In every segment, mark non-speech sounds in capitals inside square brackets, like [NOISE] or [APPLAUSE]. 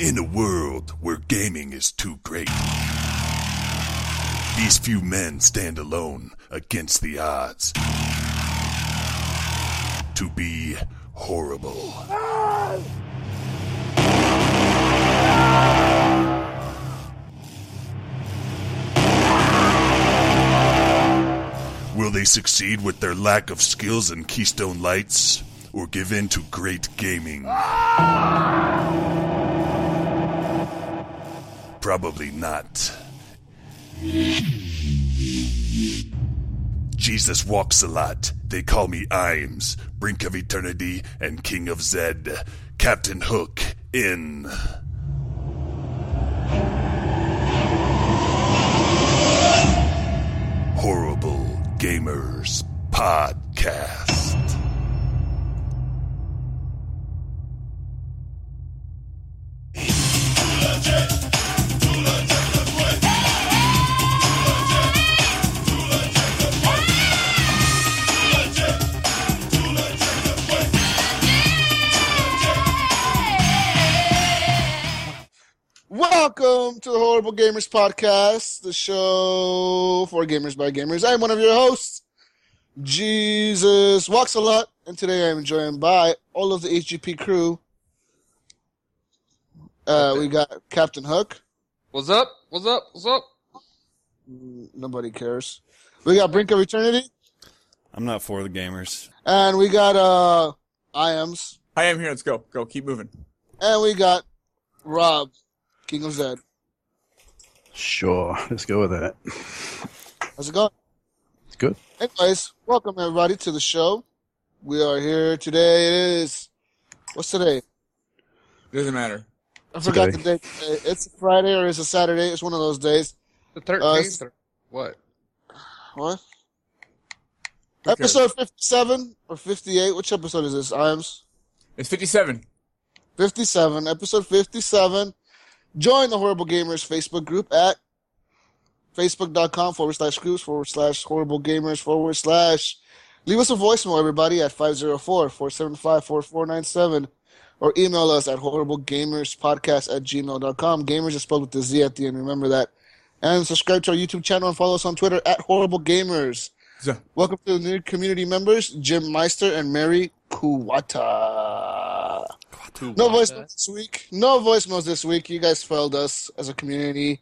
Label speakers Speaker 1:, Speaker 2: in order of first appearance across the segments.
Speaker 1: In a world where gaming is too great, these few men stand alone against the odds to be horrible. Will they succeed with their lack of skills and Keystone Lights, or give in to great gaming? Probably not. Jesus walks a lot. They call me Imes, Brink of Eternity, and King of Zed. Captain Hook in. Horrible Gamers Podcast.
Speaker 2: Welcome to the Horrible Gamers Podcast, the show for gamers by gamers. I'm one of your hosts, Jesus Walks a Lot, and today I'm joined by all of the HGP crew. Uh, we got Captain Hook.
Speaker 3: What's up? What's up? What's up?
Speaker 2: Mm, Nobody cares. We got Brink of Eternity,
Speaker 4: I'm not for the gamers.
Speaker 2: and we got uh, Iams,
Speaker 5: I am here. Let's go. Go. Keep moving.
Speaker 2: and we got Rob, King of Zed.
Speaker 6: Sure, [LAUGHS] let's go with that.
Speaker 2: How's it going?
Speaker 6: It's good.
Speaker 2: Anyways, welcome everybody to the show. We are here today. It is what's today?
Speaker 5: Doesn't matter.
Speaker 2: I forgot
Speaker 6: Today.
Speaker 2: the date. today. It's a Friday or it's a Saturday. It's one of those days.
Speaker 3: The
Speaker 2: Us.
Speaker 3: thirteenth or what?
Speaker 2: What?
Speaker 5: Who cares?
Speaker 2: Episode fifty-seven or fifty-eight? Which episode is this? Iams
Speaker 5: It's 57.
Speaker 2: fifty-seven. Episode fifty-seven. Join the Horrible Gamers Facebook group at facebook.com forward slash groups forward slash horrible gamers forward slash. Leave us a voicemail, everybody, at 504-475-4497 or email us at horriblegamerspodcast at gmail.com. Gamers is spelled with the Z at the end. Remember that. And subscribe to our YouTube channel and follow us on Twitter at horrible gamers.
Speaker 5: So-
Speaker 2: Welcome to the new community members, Jim Meister and Mary Kuwata. No voicemails this week. No voicemails this week. You guys failed us as a community.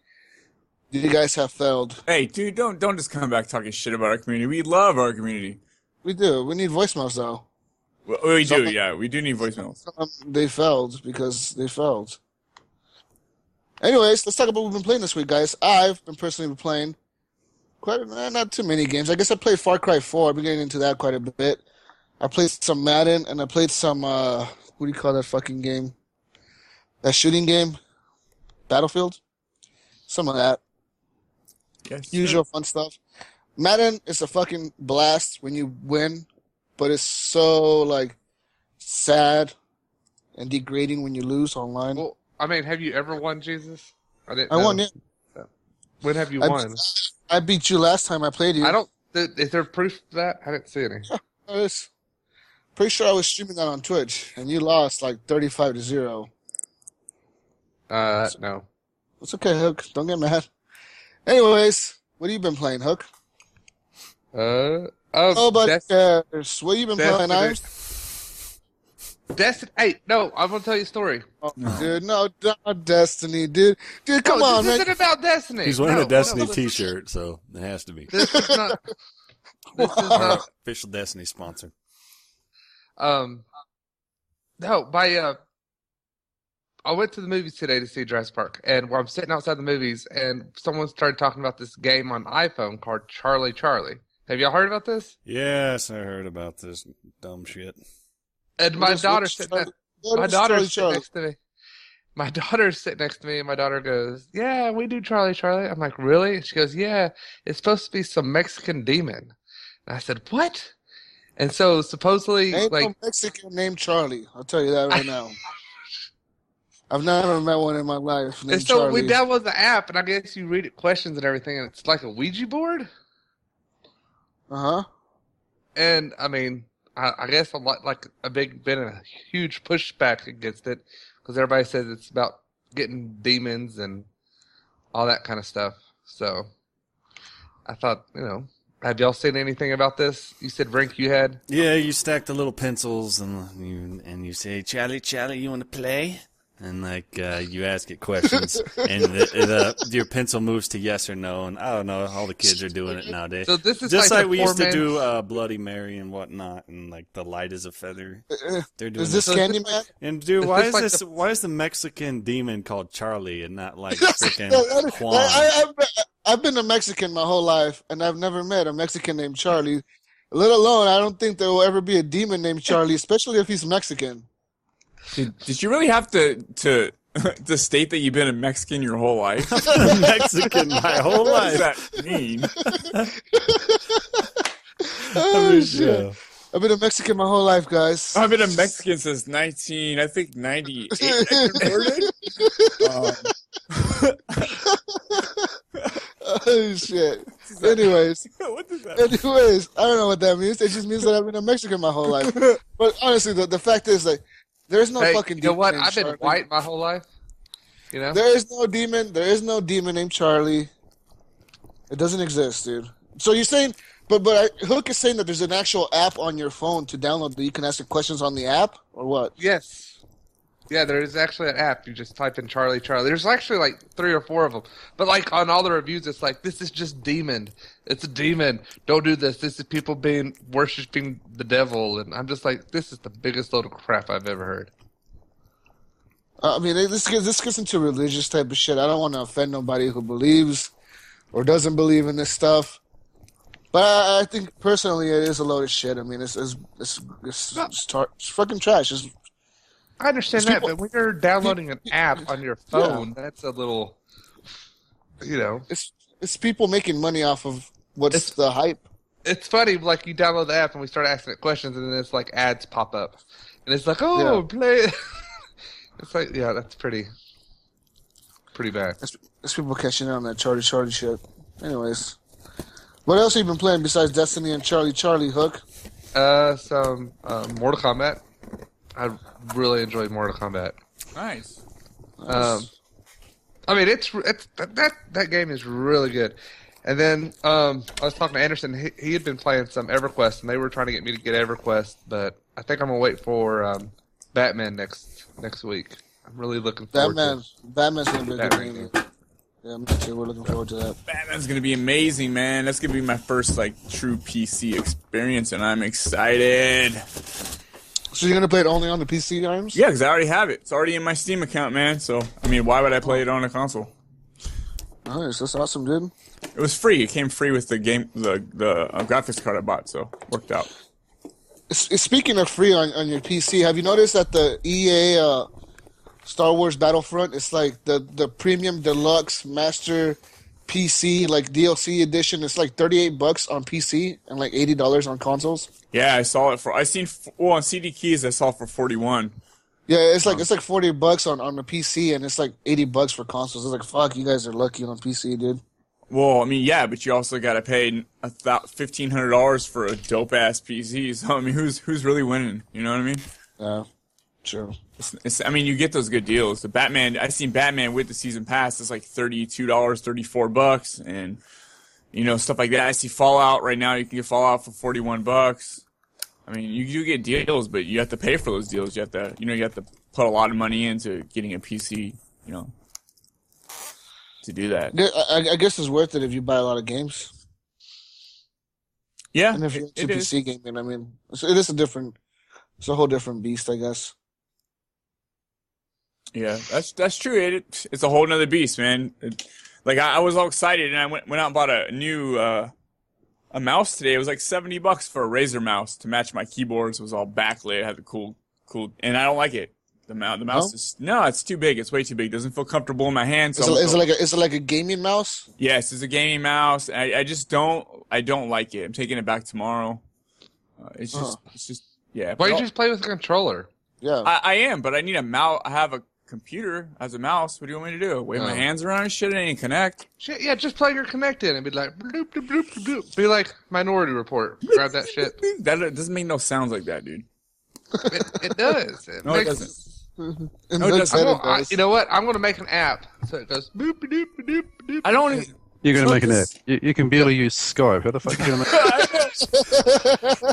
Speaker 2: You guys have failed.
Speaker 5: Hey, dude, don't don't just come back talking shit about our community. We love our community.
Speaker 2: We do. We need voicemails though.
Speaker 5: We, we do.
Speaker 2: Something-
Speaker 5: Yeah, we do need voicemails.
Speaker 2: Um, they failed because they failed. Anyways, let's talk about what we've been playing this week, guys. I've been personally been playing quite eh, not too many games. I guess I played Far Cry Four. I've been getting into that quite a bit. I played some Madden and I played some uh what do you call that fucking game? That shooting game, Battlefield, some of that.
Speaker 5: Yes. sir.
Speaker 2: usual fun stuff. Madden is a fucking blast when you win, but it's so like sad and degrading when you lose online.
Speaker 3: Well, um, I mean, have you ever won, Jesus? I didn't.
Speaker 2: I
Speaker 3: know.
Speaker 2: won it.
Speaker 3: When have you
Speaker 2: I-
Speaker 3: won?
Speaker 2: I beat you last time I played you.
Speaker 3: I don't. th- Is there proof of that? I didn't see any.
Speaker 2: [LAUGHS] I was pretty sure I was streaming that on Twitch, and you lost like thirty-five to zero.
Speaker 3: Uh, no.
Speaker 2: It's okay, Hook. Don't get mad. Anyways, what have you been playing, Hook?
Speaker 3: Uh, oh,
Speaker 2: Nobody
Speaker 3: Dest-
Speaker 2: cares. What have you been playing,
Speaker 3: Destiny.
Speaker 2: Ives?
Speaker 3: Destiny. Hey, no, I'm gonna tell you a story.
Speaker 2: Oh, Dude, no, not Destiny, dude. Dude, come
Speaker 3: No,
Speaker 2: on,
Speaker 3: this
Speaker 2: man.
Speaker 3: isn't about Destiny.
Speaker 4: He's wearing
Speaker 3: No,
Speaker 4: a Destiny
Speaker 3: no,
Speaker 4: T-shirt, so it has to be
Speaker 3: This is
Speaker 4: [LAUGHS]
Speaker 3: not. This is
Speaker 4: Our
Speaker 3: not.
Speaker 4: official Destiny sponsor.
Speaker 3: Um, no, by uh, I went to the movies today to see Jurassic Park, and while I'm sitting outside the movies, and someone started talking about this game on iPhone called Charlie Charlie. Have y'all heard about this?
Speaker 4: Yes, I heard about this dumb shit.
Speaker 3: And my
Speaker 2: Just-
Speaker 3: daughter
Speaker 2: just
Speaker 3: sitting
Speaker 2: Charlie-
Speaker 3: next,
Speaker 2: what
Speaker 3: my
Speaker 2: is
Speaker 3: daughter
Speaker 2: Charlie
Speaker 3: sitting
Speaker 2: Charlie?
Speaker 3: next to me. My daughter's sitting next to me, and my daughter goes, "Yeah, we do Charlie Charlie." I'm like, "Really?" And she goes, "Yeah, it's supposed to be some Mexican demon." And I said, "What?" And so supposedly,
Speaker 2: Ain't
Speaker 3: like,
Speaker 2: no Mexican named Charlie. I'll tell you that right now. I've never met one in my life named
Speaker 3: And so
Speaker 2: Charlie.
Speaker 3: we download the app, and I guess you read it questions and everything, and it's like a Ouija board.
Speaker 2: uh huh.
Speaker 3: And I mean, I, I guess a lot like a big been a huge pushback against it because everybody says it's about getting demons and all that kind of stuff. So I thought, you know, have y'all seen anything about this? You said Rink you had?
Speaker 4: Yeah, you stack the little pencils and you and you say, "Charlie, Charlie, you want to play?" And like uh, you ask it
Speaker 3: [LAUGHS]
Speaker 4: questions, and the, the, your pencil moves to yes or no. And I don't know, all the kids are doing it nowadays.
Speaker 3: So this is
Speaker 4: Just
Speaker 3: like
Speaker 4: like,
Speaker 3: the
Speaker 4: we
Speaker 3: poor
Speaker 4: used to
Speaker 3: man's-
Speaker 4: do uh, Bloody Mary and whatnot, and like the light is a feather.
Speaker 3: Uh,
Speaker 4: They're doing
Speaker 2: Is this
Speaker 3: So-
Speaker 2: Candyman?
Speaker 4: And dude,
Speaker 3: Is
Speaker 4: why
Speaker 3: this
Speaker 4: is
Speaker 3: like
Speaker 4: this?
Speaker 3: the-
Speaker 4: Why is the Mexican demon called Charlie and not
Speaker 3: [LAUGHS]
Speaker 4: like freaking
Speaker 2: I,
Speaker 4: Juan?
Speaker 2: I, I've, been- I've been a Mexican my whole life, and I've never met a Mexican named Charlie. Let alone, I don't think there will ever be a demon named Charlie, especially if he's Mexican.
Speaker 5: Did, did you really have to to [LAUGHS] to state that you've been a Mexican your whole life? what
Speaker 4: [LAUGHS] Mexican my whole
Speaker 5: does
Speaker 4: life.
Speaker 5: that mean?
Speaker 2: Oh, shit.
Speaker 4: Yeah.
Speaker 2: I've been a Mexican my whole life,
Speaker 3: [LAUGHS]
Speaker 2: guys. [LAUGHS] Oh,
Speaker 5: I've been a Mexican since 19, I think 98. I converted. Um, [LAUGHS]
Speaker 2: oh shit. Anyways,
Speaker 5: what does that
Speaker 2: anyways, I don't know what that means. It just means that I've been a Mexican my whole life. But honestly, the, the fact is, like, there's no
Speaker 3: hey,
Speaker 2: fucking
Speaker 3: you know
Speaker 2: demon
Speaker 3: what?
Speaker 2: named
Speaker 3: I've been
Speaker 2: Charlie.
Speaker 3: white my whole life. You know?
Speaker 2: There is no demon. There is no demon named Charlie. It doesn't exist, dude. So you're saying, but but I, Hook is saying that there's an actual app on your phone to download that you can ask the questions on the app or what?
Speaker 3: Yes. Yeah, there is actually an app. You just type in Charlie Charlie. There's actually like three or four of them. But like on all the reviews, it's like this is just demon. It's a demon. Don't do this. This is people being worshiping the devil. And I'm just like, this is the biggest load of crap I've ever heard.
Speaker 2: Uh, I mean, this gets this gets into religious type of shit. I don't want to offend nobody who believes or doesn't believe in this stuff. But I, I think personally, it is a load of shit. I mean, it's it's it's, it's, it's, tar- it's fucking trash. It's,
Speaker 3: I understand
Speaker 2: These
Speaker 3: that, but when you're downloading an app on your phone, that's a little, you know.
Speaker 2: it's it's people making money off of what's
Speaker 3: It's-
Speaker 2: the hype.
Speaker 3: it's funny. Like you download the app and we start asking it questions, and then it's like ads pop up, and it's like, oh,
Speaker 2: Yeah.
Speaker 3: play. [LAUGHS] it's like, yeah, that's pretty, pretty bad.
Speaker 2: It's, it's people catching on that Charlie Charlie shit. Anyways, what else have you been playing besides Destiny and Charlie Charlie Hook?
Speaker 3: Uh, some uh, Mortal Kombat. I really enjoyed Mortal Kombat.
Speaker 5: Nice.
Speaker 3: Um, I mean, it's it's that that- that game is really good. And then um, I was talking to Anderson. He, he had been playing some EverQuest, and they were trying to get me to get EverQuest, but I think I'm gonna wait for um, Batman next next week. I'm really looking forward to
Speaker 2: Batman.
Speaker 3: it.
Speaker 2: Batman's gonna be a good
Speaker 3: Batman
Speaker 2: game. Yeah, me too. We're looking forward to that.
Speaker 5: Batman's gonna be amazing, man. That's gonna be my first like true PC experience, and I'm excited.
Speaker 2: So you're gonna play it only on the PC arms?
Speaker 5: Yeah, because I already have it. It's already in my Steam account, man. So I mean, why would I play it on a console?
Speaker 2: Nice. That's awesome, dude.
Speaker 5: It was free. It came free with the game, the the uh, graphics card I bought, so worked out.
Speaker 2: S- Speaking of free on, on your PC, have you noticed that the EA uh, Star Wars Battlefront is like the the premium deluxe master PC like DLC edition? It's like 38 bucks on PC and like 80 dollars on consoles.
Speaker 5: Yeah, I saw it for. I seen f- well on CD keys. I saw it for forty one.
Speaker 2: Yeah, it's like it's like forty bucks on on the PC, and it's like eighty bucks for consoles. It's like fuck, you guys are lucky on PC, dude.
Speaker 5: Well, I mean, yeah, but you also gotta pay a thou- fifteen hundred dollars for a dope ass PC. [LAUGHS] So I mean, who's who's really winning? You know what I mean?
Speaker 2: Yeah, true.
Speaker 5: It's, it's, I mean, you get those good deals. The Batman, I seen Batman with the season pass. It's like thirty-two dollars, thirty-four bucks, and you know stuff like that. I see Fallout right now. You can get Fallout for forty-one bucks. I mean, you do get deals, but you have to pay for those deals. You have to, you know, you have to put a lot of money into getting a PC. You know, to do that.
Speaker 2: I, I- I guess it's worth it if you buy a lot of games,
Speaker 5: Yeah,
Speaker 2: and if you're
Speaker 5: it- it
Speaker 2: into
Speaker 5: is.
Speaker 2: PC gaming, I mean, it's, it is a different, it's a whole different beast, I guess.
Speaker 5: Yeah, that's that's true. It it's a whole nother beast, man. It, like I, I was all excited, and I went went out and bought a new uh, a mouse today. It was like seventy bucks for a Razer mouse to match my keyboards. It was all backlit. It had the cool cool, and I don't like it. The mouse the mouse is no, it's too big. It's way too big. It doesn't feel comfortable in my hand. So
Speaker 2: Is it,
Speaker 5: I'm-
Speaker 2: is it like a, is it like a gaming mouse?
Speaker 5: yes, it's a gaming mouse. I I just don't I don't like it. I'm taking it back tomorrow. Uh, it's
Speaker 2: Uh-huh.
Speaker 5: just it's just yeah.
Speaker 3: Why
Speaker 5: but
Speaker 3: don't
Speaker 5: I'll-
Speaker 3: you just play with a controller?
Speaker 2: Yeah,
Speaker 5: I, I am, but I need a mouse. I have a computer as a mouse. What do you want me to do? Wave my
Speaker 3: Oh.
Speaker 5: hands around and shit? I ain't connect.
Speaker 3: Shit, yeah, just plug your Connect in and be like, bloop, bloop, bloop, bloop, bloop. be like Minority Report. Grab
Speaker 5: [LAUGHS]
Speaker 3: that shit.
Speaker 5: That doesn't make no sounds like that, dude.
Speaker 3: It, it does. It
Speaker 5: No, it
Speaker 3: makes,
Speaker 5: doesn't.
Speaker 2: And
Speaker 5: No, it
Speaker 2: that's
Speaker 5: doesn't.
Speaker 2: it,
Speaker 5: I
Speaker 3: Well,
Speaker 2: it
Speaker 3: I,
Speaker 2: does.
Speaker 3: you know what? I'm going to make an app so it goes boop doop doop doop.
Speaker 5: I don't.
Speaker 3: [LAUGHS]
Speaker 6: You're going
Speaker 5: So
Speaker 6: to make an app.
Speaker 5: this-
Speaker 6: You, you can barely use Skype. How the fuck are you going to make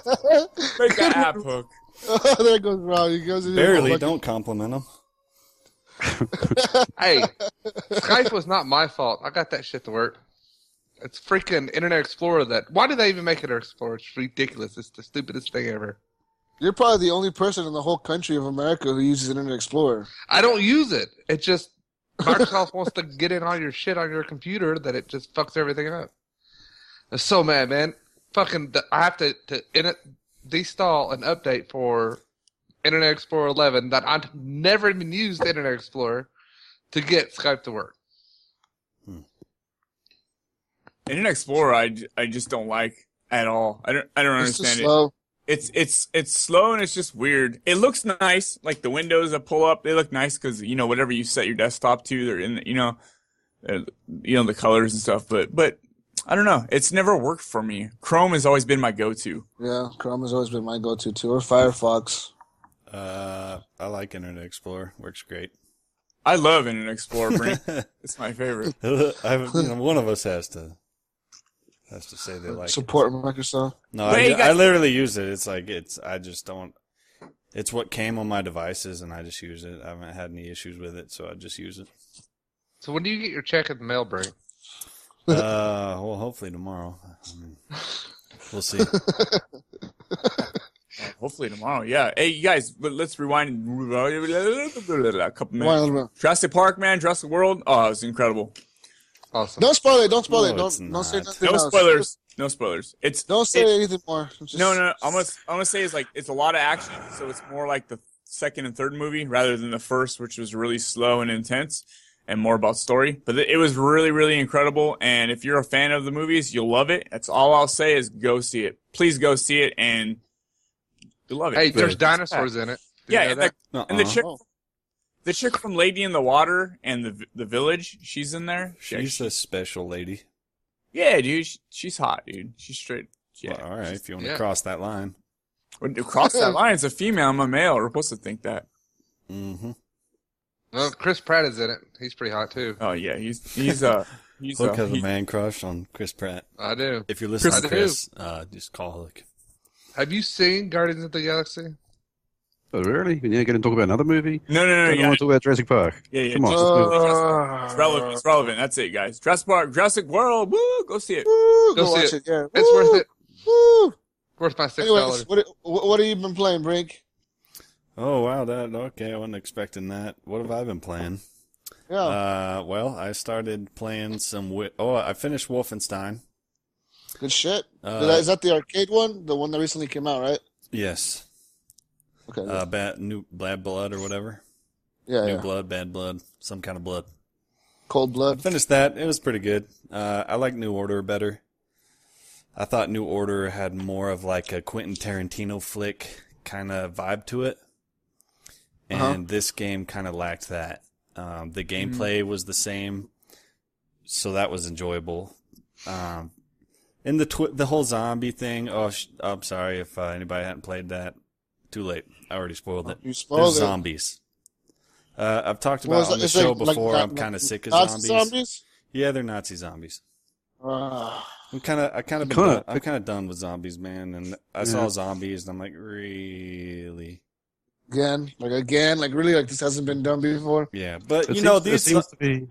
Speaker 6: [LAUGHS]
Speaker 5: Break that app hook.
Speaker 2: [LAUGHS] there goes Rob. He goes into the
Speaker 4: Barely.
Speaker 2: fucking-
Speaker 4: Don't compliment him.
Speaker 3: Hey, Skype was not my fault. I got that shit to work. It's freaking Internet Explorer that. Why do they even make Internet Explorer? It's ridiculous. It's the stupidest thing ever.
Speaker 2: You're probably the only person in the whole country of America who uses Internet Explorer.
Speaker 3: I don't use it. It just Microsoft wants to get in all your shit on your computer that it just fucks everything up. I'm so mad, man. Fucking, the- I have to to in it, deinstall an update for Internet Explorer 11 that I never even used Internet Explorer to get Skype to work.
Speaker 5: Internet Explorer, I, j- I just don't like at all. I don't I don't
Speaker 2: It's too
Speaker 5: understand it.
Speaker 2: slow.
Speaker 5: It's it's it's slow and it's just weird. It looks nice, like the windows that pull up, they look nice because you know whatever you set your desktop to, they're in the, you know, uh, you know the colors and stuff. But but I don't know, it's never worked for me. Chrome has always been my go-to.
Speaker 2: Yeah, Chrome has always been my go-to too, or Firefox.
Speaker 4: Uh, I like Internet Explorer. Works [LAUGHS] great.
Speaker 5: I love Internet Explorer. Brent. it's my favorite.
Speaker 4: I've, you know, one of us has to has to say they like. it.
Speaker 2: Support Microsoft.
Speaker 4: No,
Speaker 5: But
Speaker 4: I,
Speaker 5: you
Speaker 4: ju-
Speaker 5: guys-
Speaker 4: I literally use it. It's like it's. I just don't. It's what came on my devices, and I just use it. I haven't had any issues with it, so I just
Speaker 5: [LAUGHS]
Speaker 4: use it.
Speaker 3: So when do you get your check at the mail, Brent?
Speaker 4: Uh, well, hopefully tomorrow. I mean,
Speaker 5: [LAUGHS]
Speaker 4: we'll see.
Speaker 5: Hopefully tomorrow. Yeah. Hey, you guys, let- let's rewind a couple minutes.
Speaker 2: Why not?
Speaker 5: Jurassic Park, man, Jurassic World. Oh, it was incredible.
Speaker 3: Awesome.
Speaker 2: Don't spoil it. Don't spoil
Speaker 4: No,
Speaker 2: it. Don't
Speaker 4: it's
Speaker 2: don't say
Speaker 4: not.
Speaker 2: nothing
Speaker 5: No
Speaker 2: else.
Speaker 5: spoilers. No spoilers. It's
Speaker 2: Don't say
Speaker 5: it-
Speaker 2: anything more. Just-
Speaker 5: no, no. I'm gonna I'm gonna say it's like it's a lot of action, so it's more like the second and third movie rather than the first, which was really slow and intense, and more about story. But it was really, really incredible. And if you're a fan of the movies, you'll love it. That's all I'll say is go see it. Please go see it, and you'll love it.
Speaker 3: Hey, there's
Speaker 4: Good.
Speaker 3: dinosaurs in it. Did you
Speaker 5: yeah,
Speaker 3: know
Speaker 5: and
Speaker 3: that?
Speaker 5: the, and the
Speaker 4: Uh-uh.
Speaker 5: chick, the chick from Lady in the Water and the the Village, she's in there.
Speaker 4: She's a special lady.
Speaker 5: yeah, dude, she, she's hot, dude. She's straight. Yeah,
Speaker 4: Well, all right, if you want
Speaker 3: yeah.
Speaker 4: to cross that line.
Speaker 5: When you cross that line, it's a female. I'm a male. We're supposed to think that.
Speaker 4: Mm-hmm.
Speaker 3: well, Chris Pratt is in it. He's pretty hot too.
Speaker 5: Oh yeah, he's he's uh he's
Speaker 4: Hook
Speaker 5: uh,
Speaker 4: has a
Speaker 5: he-
Speaker 4: man crush on Chris Pratt.
Speaker 3: I do.
Speaker 4: If you're listening,
Speaker 3: I do.
Speaker 4: Chris, uh, just call Hook.
Speaker 3: Have you seen Guardians of the Galaxy?
Speaker 6: Oh, really? We're going to talk about another movie?
Speaker 5: no no no
Speaker 6: I don't
Speaker 5: yeah
Speaker 6: want to talk about Jurassic Park.
Speaker 5: yeah yeah.
Speaker 6: Come on.
Speaker 5: Uh, It's relevant. It's relevant. That's it, guys. Jurassic Park, Jurassic World. Woo, go see it.
Speaker 2: Woo, go
Speaker 3: see
Speaker 2: watch
Speaker 3: it.
Speaker 2: it. Yeah.
Speaker 3: It's
Speaker 2: Woo,
Speaker 3: worth it.
Speaker 2: Woo.
Speaker 3: Worth my six dollars.
Speaker 2: Anyways, what what what have you been playing, Brink?
Speaker 4: Oh wow, that okay. I wasn't expecting that. What have I been playing?
Speaker 2: Yeah.
Speaker 4: Uh, well, I started playing some. Wi- oh, I finished Wolfenstein.
Speaker 2: Good shit.
Speaker 4: Uh,
Speaker 2: Is that- is that the arcade one? The one that recently came out, right?
Speaker 4: Yes,
Speaker 2: Okay.
Speaker 4: uh, bad new bad blood or whatever.
Speaker 2: yeah,
Speaker 4: New
Speaker 2: yeah.
Speaker 4: blood, bad blood, some kind of blood.
Speaker 2: Cold
Speaker 4: I
Speaker 2: Blood.
Speaker 4: finished that. It was pretty good. Uh, I like New Order better. I thought New Order had more of like a Quentin Tarantino flick kind of vibe to it, and
Speaker 2: Uh-huh.
Speaker 4: this game kind of lacked that. Um, the gameplay was the same, so that was enjoyable. Um, and the twi- the whole zombie thing. Oh, sh- I'm sorry if uh, anybody hadn't played that. Too late. I already spoiled it.
Speaker 2: You
Speaker 4: There's
Speaker 2: spoiled it.
Speaker 4: zombies. Uh, I've talked about
Speaker 2: Well, it's
Speaker 4: on
Speaker 2: like-
Speaker 4: the
Speaker 2: it's
Speaker 4: show
Speaker 2: like- like
Speaker 4: before.
Speaker 2: that-
Speaker 4: I'm kind of sick of
Speaker 2: Nazi
Speaker 4: zombies.
Speaker 2: zombies?
Speaker 4: Yeah, they're Nazi zombies.
Speaker 2: Ah.
Speaker 4: I'm kind of, I kind of,
Speaker 6: Kinda.
Speaker 4: done I'm kind of done with zombies, man. And I saw
Speaker 6: Yeah.
Speaker 4: zombies, and I'm like, really?
Speaker 2: again, like again, like really, like this hasn't been done before.
Speaker 4: Yeah, but
Speaker 6: It
Speaker 4: you
Speaker 6: seems-
Speaker 4: know uh,
Speaker 6: it
Speaker 4: these.
Speaker 6: seems to be.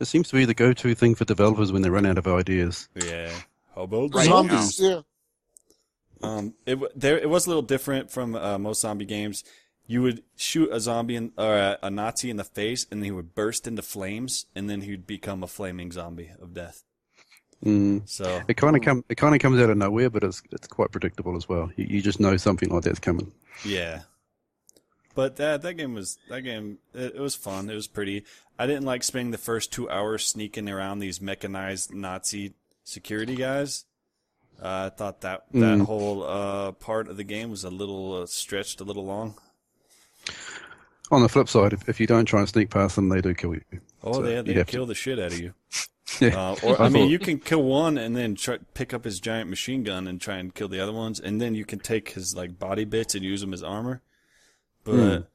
Speaker 6: It seems to be the go-to thing for developers when they run out of ideas.
Speaker 4: yeah, how about
Speaker 5: Right.
Speaker 4: zombies?
Speaker 2: Zombies, yeah.
Speaker 4: Um, it w- there it was a little different from uh, most zombie games. You would shoot a zombie in, or a, a Nazi in the face, and he would burst into flames, and then he'd become a flaming zombie of death.
Speaker 6: Mm.
Speaker 4: So
Speaker 6: It kind of come. It kind of comes out of nowhere, but it's it's quite predictable as well. You, you just know something like that's coming.
Speaker 4: Yeah. But that that game was that game it, it was fun. It was pretty. I didn't like spending the first two hours sneaking around these mechanized Nazi security guys. Uh, I thought that that
Speaker 6: Mm.
Speaker 4: whole uh, part of the game was a little uh, stretched, a little long.
Speaker 6: On the flip side, if, if you don't try and sneak past them, they do kill you.
Speaker 4: Oh,
Speaker 6: So
Speaker 4: they
Speaker 6: you
Speaker 4: they
Speaker 6: have to-
Speaker 4: kill the shit out of you.
Speaker 6: [LAUGHS] Yeah.
Speaker 4: Uh, or I mean,
Speaker 6: thought-
Speaker 4: you can kill one and then try, pick up his giant machine gun and try and kill the other ones, and then you can take his like body bits and use them as armor. But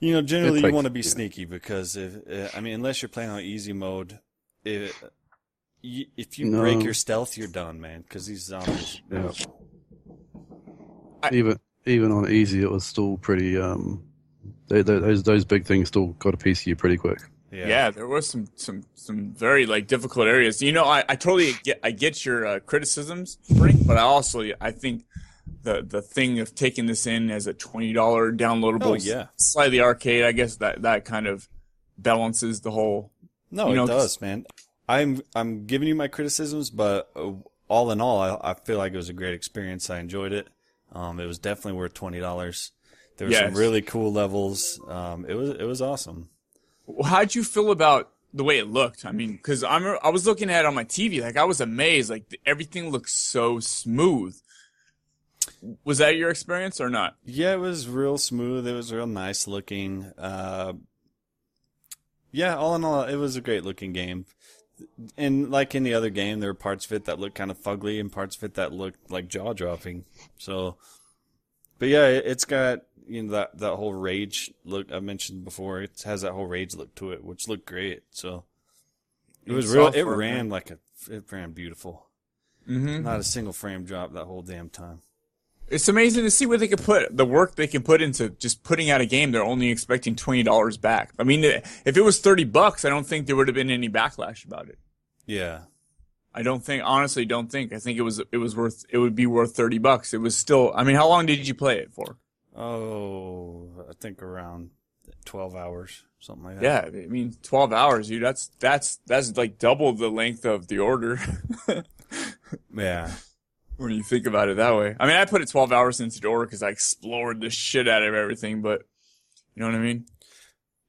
Speaker 4: You know, generally you
Speaker 6: takes-
Speaker 4: want to be
Speaker 6: Hmm. yeah.
Speaker 4: sneaky because if uh, I mean, unless you're playing on easy mode, if you, if you
Speaker 6: No.
Speaker 4: break your stealth, you're done, man. Because these zombies,
Speaker 6: Yeah.
Speaker 5: I-
Speaker 6: even even on easy, it was still pretty. Um, they, they, those those big things still got a piece of you pretty quick.
Speaker 5: Yeah. there was some some some very like difficult areas. You know, I, I totally get I get your uh, criticisms, Frank, but I also I think the the thing of taking this in as a twenty dollar downloadable,
Speaker 4: Oh, yeah.
Speaker 5: slightly arcade. I guess that that kind of balances the whole.
Speaker 4: No,
Speaker 5: You
Speaker 4: it
Speaker 5: know, 'cause-
Speaker 4: does, man. I'm I'm giving you my criticisms, but uh, all in all, I, I feel like it was a great experience. I enjoyed it. Um, it was definitely worth twenty dollars. There were some
Speaker 5: Yes.
Speaker 4: really cool levels. Um, it was it was awesome.
Speaker 5: Well, How'd you feel about the way it looked? I mean, because I'm I was looking at it on my TV, like I was amazed, like everything looks so smooth. Was that your experience or not?
Speaker 4: Yeah, it was real smooth. It was real nice looking. Uh, yeah, all in all, it was a great looking game. And like any other game, there were parts of it that looked kind of fugly and parts of it that looked like jaw dropping. So, but yeah, it- it's got you know that that whole rage look I mentioned before. It has that whole rage look to it, which looked great. So it was
Speaker 5: It's
Speaker 4: real.
Speaker 5: all
Speaker 4: It
Speaker 5: for-
Speaker 4: ran like a it ran beautiful.
Speaker 5: Mm-hmm.
Speaker 4: Not a single frame drop that whole damn time.
Speaker 5: It's amazing to see what they can put the work they can put into just putting out a game. They're only expecting twenty dollars back. I mean, eh, if it was thirty bucks, I don't think there would have been any backlash about it.
Speaker 4: Yeah,
Speaker 5: I don't think, honestly, don't think. I think it was it was worth it would be worth thirty bucks. It was still. I mean, how long did you play it for?
Speaker 4: Oh, I think around 12 hours, something like that.
Speaker 5: Yeah, I mean, twelve hours, dude. That's that's that's like double the length of the order [LAUGHS]
Speaker 4: Yeah.
Speaker 5: when you think about it that way. I mean, I put it twelve hours into the order because I explored the shit out of everything. But you know what I mean?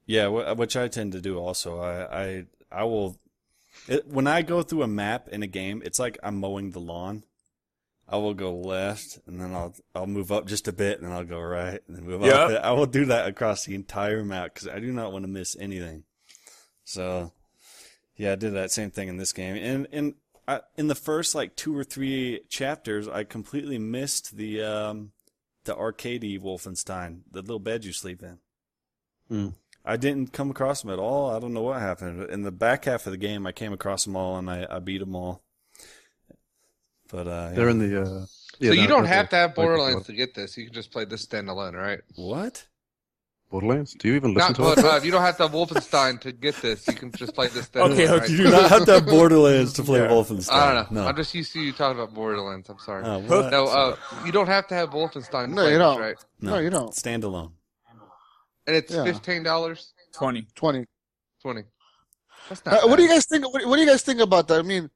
Speaker 4: Yeah, wh- which I tend to do also. I I I will it, when I go through a map in a game, it's like I'm mowing the lawn. I will go left and then I'll I'll move up just a bit and then I'll go right and then move up.
Speaker 5: Yep.
Speaker 4: I will do that across the entire map cuz I do not want to miss anything. So yeah, I did that same thing in this game. And and I, in the first like two or three chapters, I completely missed the um the arcadey Wolfenstein, the little bed you sleep in. Hmm. I didn't come across them at all. I don't know what happened. In the back half of the game, I came across them all and I, I beat them all. But uh,
Speaker 6: They're in the. Uh, yeah,
Speaker 3: so you
Speaker 6: no,
Speaker 3: don't
Speaker 6: they're
Speaker 3: have to
Speaker 6: the-
Speaker 3: have
Speaker 6: they're the
Speaker 3: Borderlands to get this. You can just play this standalone, right?
Speaker 4: what?
Speaker 6: Borderlands. Do you even listen
Speaker 3: Not
Speaker 6: to it?
Speaker 3: Blood Five. You don't have to have Wolfenstein to get this. You can just play this standalone.
Speaker 5: Okay,
Speaker 3: right?
Speaker 5: you
Speaker 4: You do not have to have Borderlands to play Wolfenstein.
Speaker 3: I don't know.
Speaker 4: No.
Speaker 3: I'm just used to you talking about Borderlands. I'm sorry.
Speaker 4: Oh, what?
Speaker 3: no, uh, you don't have to have Wolfenstein. to
Speaker 2: No,
Speaker 3: play
Speaker 2: you
Speaker 3: this,
Speaker 2: don't.
Speaker 3: Right?
Speaker 2: No, you don't.
Speaker 4: Standalone.
Speaker 3: And it's
Speaker 2: Yeah.
Speaker 3: fifteen dollars,
Speaker 5: Twenty.
Speaker 2: [LAUGHS] Twenty.
Speaker 3: twenty. That's not.
Speaker 2: Uh, what
Speaker 3: bad.
Speaker 2: do you guys think? What, what do you guys think about that? I mean,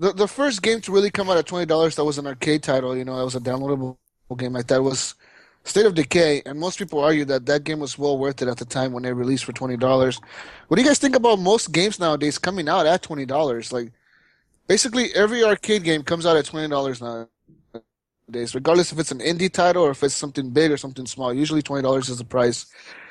Speaker 2: the the first game to really come out at twenty dollars that was an arcade title, you know, that was a downloadable game like that was State of Decay, and most people argue that that game was well worth it at the time when they released for twenty dollars. What do you guys think about most games nowadays coming out at twenty dollars? Like, basically every arcade game comes out at twenty dollars nowadays, regardless if it's an indie title or if it's something big or something small. Usually twenty dollars is the price.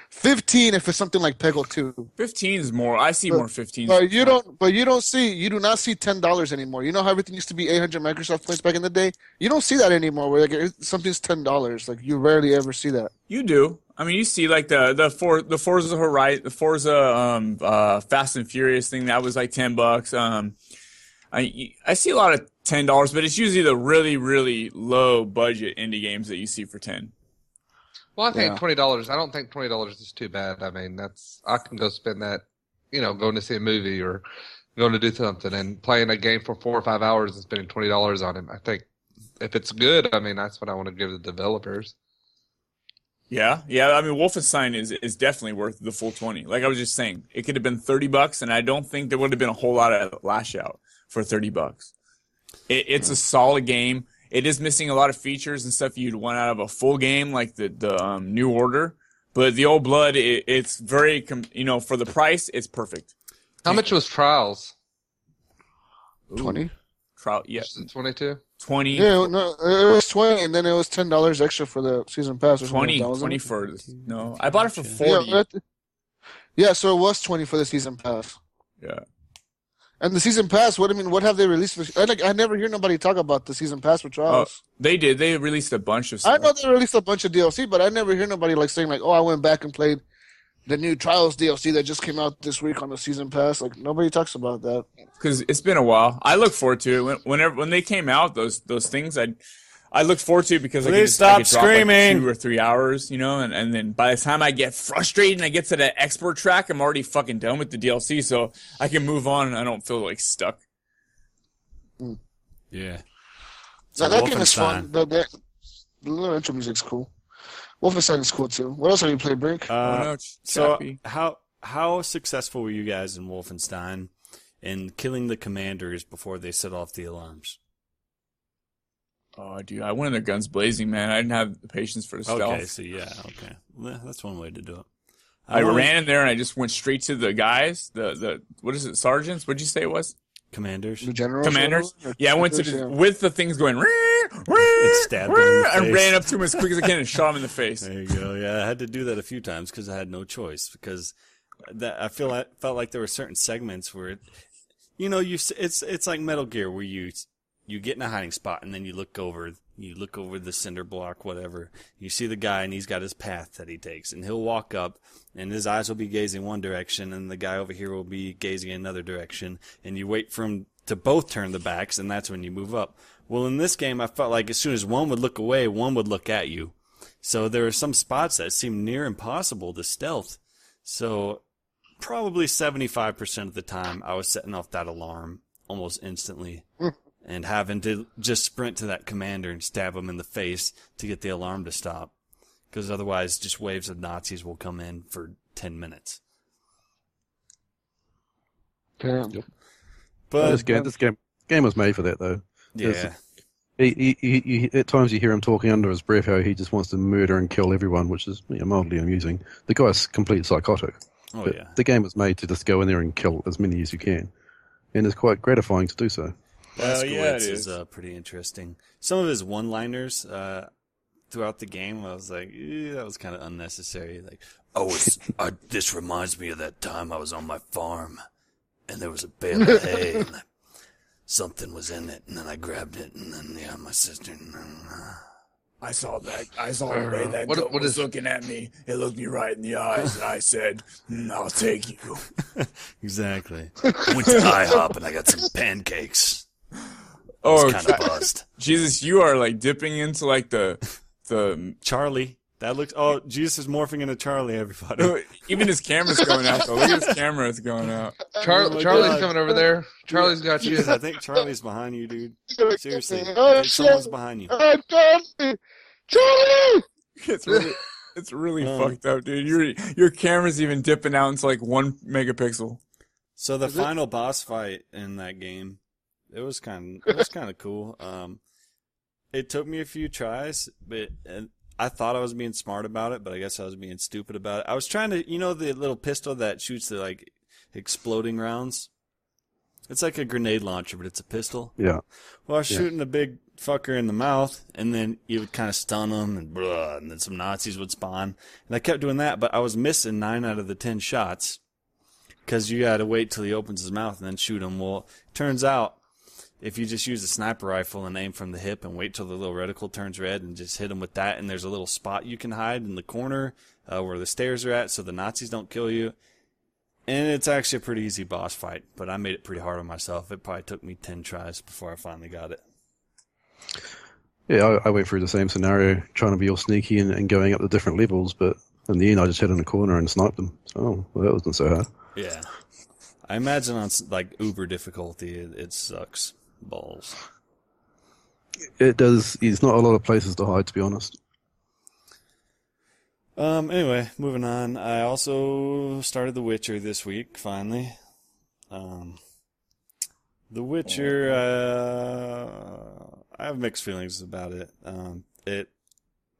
Speaker 2: Fifteen if it's something like Peggle Two.
Speaker 5: Fifteen's more. I see
Speaker 2: But-
Speaker 5: more fifteens.
Speaker 2: But you don't. But you don't see. You do not see ten dollars anymore. You know how everything used to be eight hundred Microsoft points back in the day. You don't see that anymore. Where like it- something's ten dollars. Like you rarely ever see that.
Speaker 5: You do. I mean, you see, like the the for the Forza Horizon, the Forza um uh Fast and Furious thing that was like ten bucks. Um, I I see a lot of ten dollars, but it's usually the really really low budget indie games that you see for ten.
Speaker 3: Well, I think
Speaker 2: Yeah.
Speaker 3: twenty dollars. I don't think twenty dollars is too bad. I mean, that's I can go spend that, you know, going to see a movie or going to do something and playing a game for four or five hours and spending twenty dollars on it. I think if it's good, I mean, that's what I want to give the developers.
Speaker 5: Yeah, yeah. I mean, Wolfenstein is is definitely worth the full twenty. Like I was just saying, it could have been thirty bucks, and I don't think there would have been a whole lot of lash out for thirty bucks. It, it's a solid game. It is missing a lot of features and stuff you'd want out of a full game like the the um, New Order, but the Old Blood, it, it's very com- you know for the price, it's perfect.
Speaker 3: How much was Trials?
Speaker 2: Twenty.
Speaker 5: Trial, yeah,
Speaker 3: Twenty-two.
Speaker 5: 20,
Speaker 2: Yeah, no, it was twenty, and then it was ten dollars extra for the season pass. Or something
Speaker 5: 20,
Speaker 2: like that, wasn't
Speaker 5: 20
Speaker 2: it?
Speaker 5: for no. I bought it for forty.
Speaker 2: Yeah, that- yeah, so it was twenty for the season pass.
Speaker 5: Yeah.
Speaker 2: And the season pass. What I mean, what have they released? For, I like. I never hear nobody talk about the season pass
Speaker 5: Uh,
Speaker 2: for trials.
Speaker 5: Oh, They did. They released a bunch of.
Speaker 2: I
Speaker 5: Stuff.
Speaker 2: know they released a bunch of DLC, but I never hear nobody like saying like, "Oh, I went back and played the new Trials DLC that just came out this week on the season pass. Like nobody talks about that.
Speaker 5: because it's been a while. I look forward to it. When, whenever when they came out, those those things, I I look forward to it because I
Speaker 4: Please
Speaker 5: could just, I
Speaker 4: stop
Speaker 5: could drop, like,
Speaker 4: screaming.
Speaker 5: two or three hours, you know, and, and then by the time I get frustrated and I get to that export track, I'm already fucking done with the DLC, so I can move on and I don't feel like stuck.
Speaker 4: Yeah.
Speaker 2: Now, that game is
Speaker 4: Wolfenstein.
Speaker 2: fun. The, the, the little intro music's cool. Wolfenstein is cool too. What else have you played, Brink?
Speaker 5: I don't
Speaker 4: Uh,
Speaker 5: know, ch-
Speaker 4: so
Speaker 5: chappy.
Speaker 4: how how successful were you guys in Wolfenstein in killing the commanders before they set off the alarms?
Speaker 5: oh dude, I went in their guns blazing, man. I didn't have the patience for the stealth.
Speaker 4: Okay, so yeah, okay, well, that's one way to do it.
Speaker 5: I
Speaker 4: wanna-
Speaker 5: ran in there and I just went straight to the guys, the the what is it, sergeants? What'd you say it was?
Speaker 4: commanders.
Speaker 2: The general,
Speaker 5: commanders. Yeah, I went to the, with the things going.
Speaker 4: It
Speaker 5: It
Speaker 4: stabbed him in the
Speaker 5: I
Speaker 4: face.
Speaker 5: ran up to him as quick as I can and shot him in the face.
Speaker 4: There you go. Yeah, I had to do that a few times because I had no choice. Because that I feel I felt like there were certain segments where, it, you know, you s- it's it's like Metal Gear where you you get in a hiding spot and then you look over you look over the cinder block whatever you see the guy and he's got his path that he takes and he'll walk up and his eyes will be gazing one direction and the guy over here will be gazing another direction and you wait for him to both turn the backs and that's when you move up well in this game i felt like as soon as one would look away one would look at you so there are some spots that seem near impossible to stealth. So probably 75% of the time I was setting off that alarm almost instantly and having to just sprint to that commander and stab him in the face to get the alarm to stop. Because otherwise just waves of Nazis will come in for 10 minutes.
Speaker 2: Damn.
Speaker 6: this game, this game, game was made for that though.
Speaker 4: yeah.
Speaker 6: He, he, he, he, at times you hear him talking under his breath how he just wants to murder and kill everyone, which is you know, mildly amusing. The guy's complete psychotic.
Speaker 4: Oh
Speaker 6: but
Speaker 4: yeah.
Speaker 6: The game was made to just go in there and kill as many as you can, and it's quite gratifying to do so.
Speaker 5: Well,
Speaker 4: Blaskowitz
Speaker 5: yeah, it
Speaker 4: is,
Speaker 5: is.
Speaker 4: uh, pretty interesting. Some of his one-liners uh, throughout the game, I was like, "Eh, that was kind of unnecessary. Like, oh, it's, I, this reminds me of that time I was on my farm, and there was a bale of hay, and [LAUGHS] I, something was in it, and then I grabbed it, and then yeah, my sister. And, uh,
Speaker 5: I saw that. I saw the way that
Speaker 3: Uh, What-
Speaker 5: goat
Speaker 3: what
Speaker 5: was
Speaker 3: is-
Speaker 5: looking at me. It looked me right in the eyes, and I said, "Mm, "I'll take you."
Speaker 4: exactly. Went to IHOP, and I got some pancakes.
Speaker 5: Oh,
Speaker 4: Kind of buzzed.
Speaker 5: Jesus, you are like dipping into like the the.
Speaker 4: Charlie. That looks. Oh, Jesus is morphing into Charlie. [LAUGHS] Everybody.
Speaker 5: Even his camera's going out. Though. Look at his camera; it's going out.
Speaker 2: Um,
Speaker 3: Char-
Speaker 4: Oh my
Speaker 3: Charlie's
Speaker 4: God.
Speaker 3: coming over there. Charlie's got
Speaker 4: [LAUGHS]
Speaker 3: you.
Speaker 4: Jeez, I think Charlie's behind you, dude. Seriously,
Speaker 2: [LAUGHS] Oh,
Speaker 4: someone's
Speaker 2: shit.
Speaker 4: behind you.
Speaker 2: Oh, Charlie! Charlie!
Speaker 5: It's really, it's really
Speaker 4: [LAUGHS] Oh.
Speaker 5: fucked up, dude. Your your camera's even dipping out into like one megapixel.
Speaker 4: So the final boss fight in that game, it was kind of it was kind of cool. Um, it took me a few tries, but and I thought I was being smart about it, but I guess I was being stupid about it. I was trying to, you know, the little pistol that shoots the like exploding rounds. It's like a grenade launcher, but it's a pistol.
Speaker 6: Yeah,
Speaker 4: Well, I was shooting a big fucker in the mouth, and then you would kind of stun him, and blah, and then some Nazis would spawn. And I kept doing that, but I was missing nine out of the ten shots because you got to wait till he opens his mouth and then shoot him. Well, turns out if you just use a sniper rifle and aim from the hip and wait till the little reticle turns red and just hit him with that, and there's a little spot you can hide in the corner uh, where the stairs are at, so the Nazis don't kill you. And it's actually a pretty easy boss fight, but I made it pretty hard on myself. It probably took me 10 tries before I finally got it.
Speaker 6: yeah. I, I went through the same scenario, trying to be all sneaky and, and going up the different levels, but in the end, I just hid in a corner and sniped them. So oh, well, that wasn't so hard.
Speaker 4: Yeah. I imagine on s- like uber difficulty, it, it sucks balls.
Speaker 6: It does. It's not a lot of places to hide, to be honest.
Speaker 4: Um, anyway, moving on. I also started The Witcher this week, finally. Um, The Witcher, uh, I have mixed feelings about it. Um, it,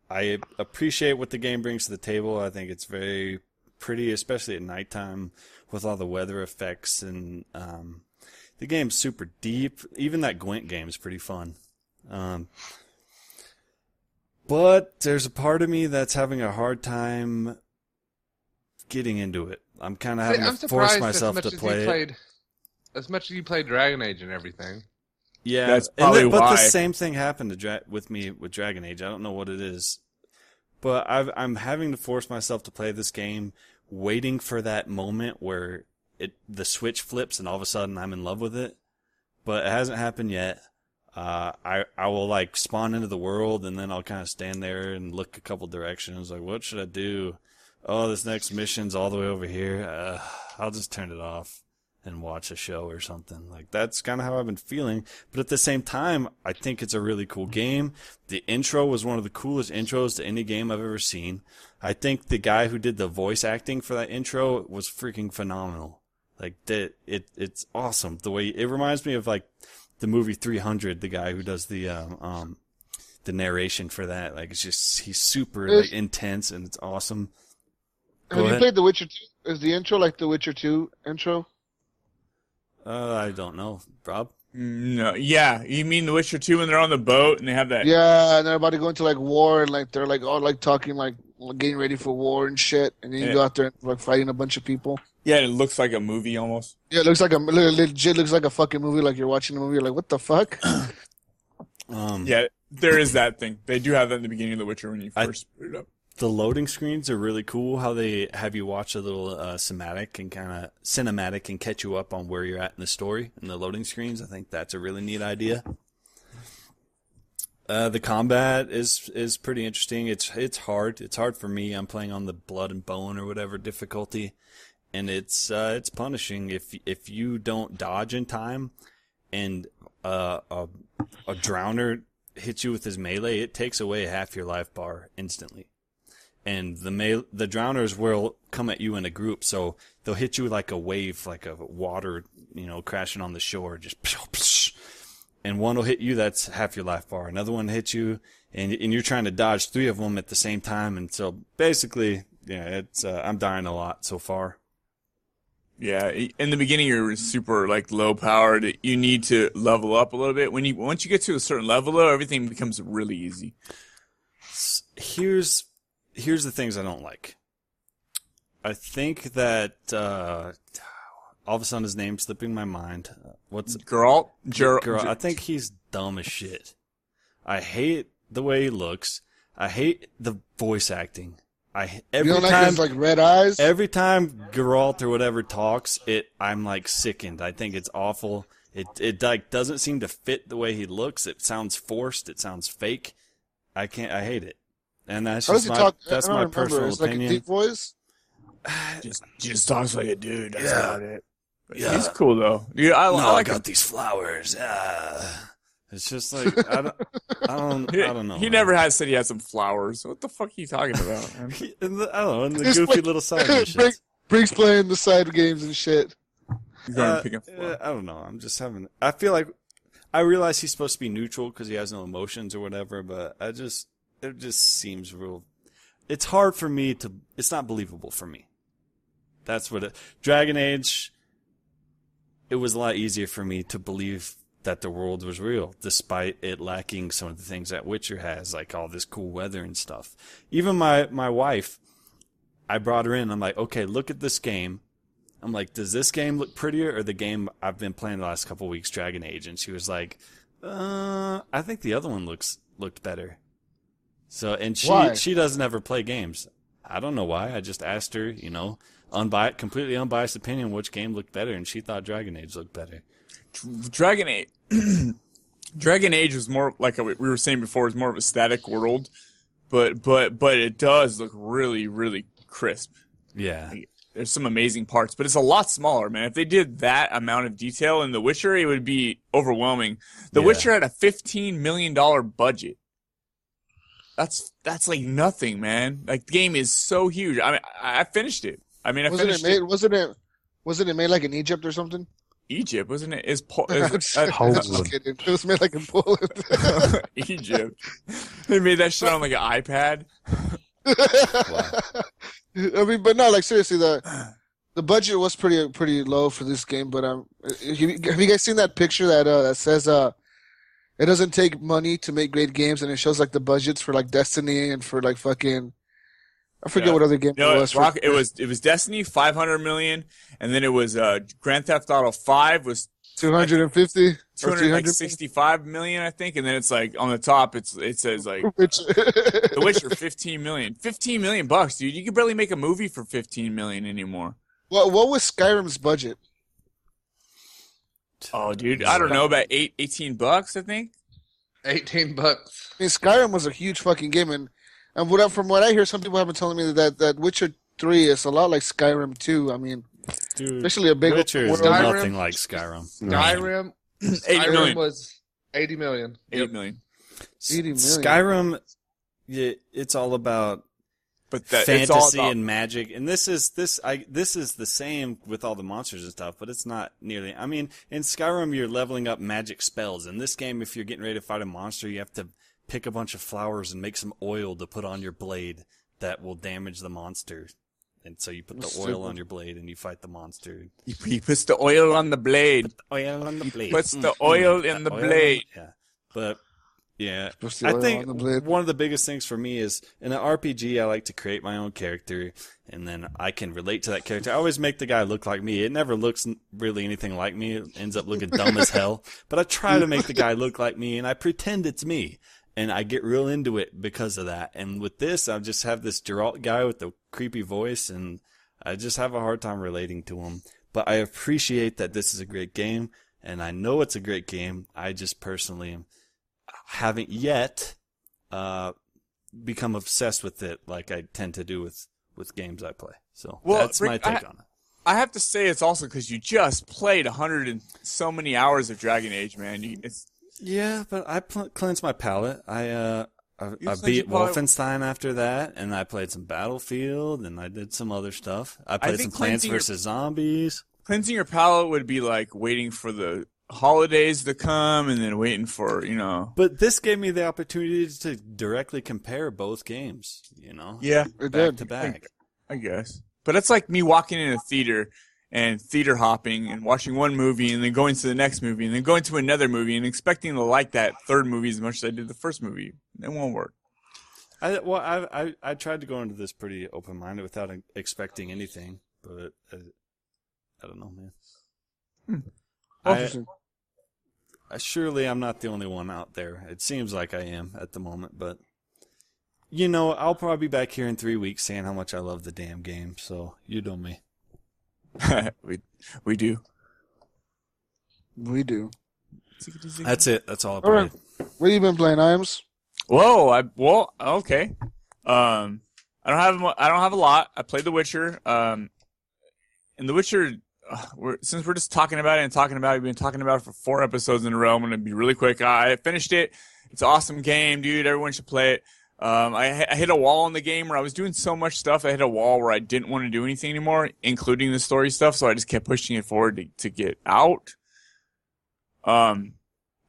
Speaker 4: I appreciate what the game brings to the table. I think it's very pretty, especially at nighttime with all the weather effects and, um, the game's super deep. Even that Gwent game is pretty fun. Um, but there's a part of me that's having a hard time getting into it. I'm kind of
Speaker 3: See,
Speaker 4: having
Speaker 3: I'm
Speaker 4: to force
Speaker 3: surprised as
Speaker 4: myself
Speaker 3: much
Speaker 4: to
Speaker 3: as
Speaker 4: play
Speaker 3: you
Speaker 4: it.
Speaker 3: played. As much as you played Dragon Age and everything,
Speaker 4: Yeah,
Speaker 5: That's
Speaker 4: and the-
Speaker 5: probably
Speaker 4: But
Speaker 5: why.
Speaker 4: the same thing happened to Dra- with me with Dragon Age. I don't know what it is, but I've, I'm having to force myself to play this game waiting for that moment where it the switch flips and all of a sudden I'm in love with it. But it hasn't happened yet. Uh, I I will like spawn into the world and then I'll kind of stand there and look a couple directions like what should I do? Oh, this next mission's all the way over here. Uh, I'll just turn it off and watch a show or something. Like that's kind of how I've been feeling. But at the same time, I think it's a really cool game. The intro was one of the coolest intros to any game I've ever seen. I think the guy who did the voice acting for that intro was freaking phenomenal. Like that, it it's awesome. The way it reminds me of like the movie 300. The guy who does the um, um the narration for that, like it's just he's super like intense and it's awesome.
Speaker 2: Have you played The Witcher 2? Is the intro like The Witcher 2 intro?
Speaker 4: Uh, I don't know, Rob.
Speaker 5: No, yeah, you mean The Witcher Two when they're on the boat and they have that?
Speaker 4: [LAUGHS]
Speaker 2: Yeah, and they're about to go into like war and like they're like all like talking like getting ready for war and shit, and then you
Speaker 5: Yeah.
Speaker 2: go out there and like fighting a bunch of people.
Speaker 5: Yeah, it looks like a movie almost.
Speaker 2: Yeah, it looks like a le- legit looks like a fucking movie. Like you're watching a movie. You're like, what the
Speaker 4: [LAUGHS]
Speaker 2: fuck?
Speaker 4: Um,
Speaker 5: Yeah, there is that thing. They do have that in the beginning of The Witcher when you
Speaker 4: I-
Speaker 5: first boot it up.
Speaker 4: the loading screens are really cool. How they have you watch a little uh, cinematic and kind of cinematic and catch you up on where you're at in the story and the loading screens. I think that's a really neat idea. Uh, the combat is is pretty interesting. It's it's hard. It's hard for me. I'm playing on the blood and bone or whatever difficulty, and it's uh, it's punishing if if you don't dodge in time, and uh, a a drowner hits you with his melee. It takes away half your life bar instantly and the ma- the drowners will come at you in a group, so they'll hit you like a wave, like a water, you know, crashing on the shore, just [LAUGHS] psh, psh. and one will hit you, that's half your life bar. Another one hits you, and and you're trying to dodge three of them at the same time, and so basically, yeah, it's uh, I'm dying a lot so far.
Speaker 5: Yeah, i- in the beginning you're super like low powered. You need to level up a little bit. When you once you get to a certain level, though, everything becomes really easy.
Speaker 4: S- Here's here's the things I don't like. I think that uh, all of a sudden his name's slipping my mind. Uh, What's
Speaker 5: Geralt, Ger-
Speaker 4: girl.
Speaker 5: Ger-
Speaker 4: I think he's dumb as shit. I hate the way he looks. I hate the voice acting. I every
Speaker 2: you don't like
Speaker 4: time
Speaker 2: his like red eyes.
Speaker 4: every time Geralt or whatever talks, it I'm like sickened. I think it's awful. It it like doesn't seem to fit the way he looks. It sounds forced. It sounds fake. I can't. I hate it. And that's
Speaker 2: How does
Speaker 4: just
Speaker 2: he
Speaker 4: my,
Speaker 2: talk? I
Speaker 4: that's
Speaker 2: don't
Speaker 4: my
Speaker 2: remember.
Speaker 4: personal
Speaker 2: it's like a
Speaker 4: opinion. [SIGHS]
Speaker 2: deep voice.
Speaker 5: just just talks like a dude. That's
Speaker 4: Yeah.
Speaker 5: about it. But
Speaker 4: Yeah.
Speaker 5: he's cool though. Yeah, I, I like him.
Speaker 4: these flowers. Ah. It's just like I don't, I
Speaker 5: [LAUGHS]
Speaker 4: don't,
Speaker 5: He,
Speaker 4: I don't know.
Speaker 5: He
Speaker 4: man.
Speaker 5: never has said he had some flowers. What the fuck are you talking about?
Speaker 4: [LAUGHS]
Speaker 5: man?
Speaker 4: He- in the, I don't know, in the
Speaker 2: He's
Speaker 4: goofy
Speaker 2: like-
Speaker 4: little side missions.
Speaker 2: Briggs- Briggs playing the side games and shit.
Speaker 5: He's going
Speaker 4: Uh,
Speaker 5: to pick up flowers.
Speaker 4: uh, I don't know. I'm just having. I feel like I realize he's supposed to be neutral because he has no emotions or whatever. But I just it just seems real. It's hard for me to. It's not believable for me. That's what it, Dragon Age. It was a lot easier for me to believe that the world was real, despite it lacking some of the things that Witcher has, like all this cool weather and stuff. Even my my wife, I brought her in. I'm like, okay, look at this game. I'm like, does this game look prettier or the game I've been playing the last couple weeks, Dragon Age? And she was like, uh, I think the other one looks looked better. So, and she
Speaker 2: Why?
Speaker 4: she doesn't ever play games. I don't know why. I just asked her, you know, unbi- completely unbiased opinion, which game looked better, and she thought Dragon Age looked better.
Speaker 5: Dragon Age. [CLEARS THROAT] Dragon Age was more like we we were saying before. It's more of a static world, but but but it does look really really crisp.
Speaker 4: Yeah,
Speaker 5: There's some amazing parts, but it's a lot smaller, man. If they did that amount of detail in The Witcher, it would be overwhelming. The
Speaker 4: Yeah.
Speaker 5: Witcher had a 15 million dollar budget. That's that's like nothing, man. Like the game is so huge. I mean, I I finished it. I mean, I
Speaker 2: Wasn't it
Speaker 5: finished
Speaker 2: made? Wasn't it? Wasn't it made like in Egypt or something?
Speaker 5: Egypt, wasn't
Speaker 2: [LAUGHS]
Speaker 5: it? Is, Paul-
Speaker 2: I'm
Speaker 5: is
Speaker 2: just-
Speaker 5: uh,
Speaker 2: [LAUGHS] I'm just
Speaker 6: Poland.
Speaker 2: kidding. It was made like in Poland. [LAUGHS]
Speaker 5: [LAUGHS] Egypt. They made that shit on like an iPad.
Speaker 2: [LAUGHS] I mean, but no, like seriously,
Speaker 5: [CLEARS THROAT]
Speaker 2: the the budget was pretty pretty low for this game. But um, have you have you guys seen that picture that uh, that says uh, it doesn't take money to make great games, and it shows like the budgets for like Destiny and for like fucking, I forget
Speaker 5: Yeah.
Speaker 2: what other game
Speaker 5: No,
Speaker 2: it
Speaker 5: it
Speaker 2: was.
Speaker 5: was,
Speaker 2: for-
Speaker 5: Rock, it was it was Destiny 500 million, and then it was uh, Grand Theft Auto 5 was
Speaker 2: Two hundred and fifty
Speaker 5: two
Speaker 2: or
Speaker 5: hundred
Speaker 2: three
Speaker 5: like
Speaker 2: hundred.
Speaker 5: sixty-five million, I think, and then it's like on the top, it's it says like The Witcher, fifteen million, fifteen million bucks, dude. You could barely make a movie for fifteen million anymore.
Speaker 2: [LAUGHS] What what was Skyrim's budget?
Speaker 5: Oh, dude, I don't know about eight, 18 bucks, I think.
Speaker 3: 18 bucks.
Speaker 2: I mean, Skyrim was a huge fucking game, and and what I, from what I hear, some people have been telling me that that Witcher three is a lot like Skyrim two. I mean,
Speaker 4: Dude,
Speaker 2: especially a big
Speaker 4: Witcher is
Speaker 2: world.
Speaker 3: Skyrim-
Speaker 4: nothing like Skyrim.
Speaker 3: Skyrim,
Speaker 5: Eight
Speaker 3: Skyrim
Speaker 5: million.
Speaker 3: was 80 million.
Speaker 5: Eight million.
Speaker 4: S-
Speaker 2: 80 million.
Speaker 4: Skyrim, yeah, it's all about
Speaker 5: But that, it's all
Speaker 4: fantasy
Speaker 5: about-
Speaker 4: and magic, and this is this I this is the same with all the monsters and stuff, but it's not nearly. I mean, in Skyrim, you're leveling up magic spells. In this game, if you're getting ready to fight a monster, you have to pick a bunch of flowers and make some oil to put on your blade that will damage the monster. And so you put the oil on your blade and you fight the monster.
Speaker 5: he, [LAUGHS] he puts the oil on the blade.
Speaker 4: Oil on the blade. Mm.
Speaker 5: puts the oil in the
Speaker 4: oil on-
Speaker 5: blade.
Speaker 4: Yeah, but yeah,
Speaker 2: Puts the
Speaker 4: I
Speaker 2: oil
Speaker 4: think
Speaker 2: on the blade.
Speaker 4: one of the biggest things for me is in an RPG, I like to create my own character, and then I can relate to that character. I always make the guy look like me. It never looks n- really anything like me. It ends up looking dumb as
Speaker 2: [LAUGHS]
Speaker 4: hell. But I try to make the guy look like me, and I pretend it's me. And I get real into it because of that. And with this, I just have this Geralt guy with the creepy voice, and I just have a hard time relating to him. But I appreciate that this is a great game, and I know it's a great game. I just personally haven't yet uh, become obsessed with it like I tend to do with, with games I play. So
Speaker 5: Well,
Speaker 4: that's my
Speaker 5: Rick,
Speaker 4: take
Speaker 5: I-
Speaker 4: on it.
Speaker 5: I have to say, it's also because you just played a hundred and so many hours of Dragon Age, man. You, it's,
Speaker 4: Yeah, but I pl- cleansed my palate. I uh, I,
Speaker 5: You
Speaker 4: I
Speaker 5: cleansed
Speaker 4: beat
Speaker 5: your palate-
Speaker 4: Wolfenstein after that, and I played some Battlefield, and I did some other stuff. I played some
Speaker 5: think
Speaker 4: Plants
Speaker 5: cleansing your-
Speaker 4: vs Zombies.
Speaker 5: cleansing your palate would be like waiting for the holidays to come and then waiting for you know.
Speaker 4: But this gave me the opportunity to directly compare both games. You know,
Speaker 5: Yeah,
Speaker 2: It
Speaker 4: back
Speaker 2: did.
Speaker 4: to back.
Speaker 5: I guess. But it's like me walking in a theater and theater hopping and watching one movie and then going to the next movie and then going to another movie and expecting to like that third movie as much as I did the first movie. It won't work. [LAUGHS]
Speaker 4: I well, I, I I tried to go into this pretty open minded without expecting anything, but uh, I don't know, man. I,
Speaker 2: Hmm. Interesting.
Speaker 4: I surely I'm not the only one out there. It seems like I am at the moment, but you know, I'll probably be back here in three weeks saying how much I love the damn game. So you know me.
Speaker 5: we we do.
Speaker 2: We do.
Speaker 4: That's it. That's all I
Speaker 2: All right.
Speaker 4: played.
Speaker 2: What have you been playing, Iams?
Speaker 5: Whoa, I well, okay. Um I don't have mu- I don't have a lot. I played The Witcher. Um and The Witcher uh, we're, since we're just talking about it and talking about it, we've been talking about it for four episodes in a row. I'm gonna be really quick. I finished it. It's an awesome game, dude. Everyone should play it. Um, I, I hit a wall in the game where I was doing so much stuff. I hit a wall where I didn't want to do anything anymore, including the story stuff. So I just kept pushing it forward to, to get out. Um,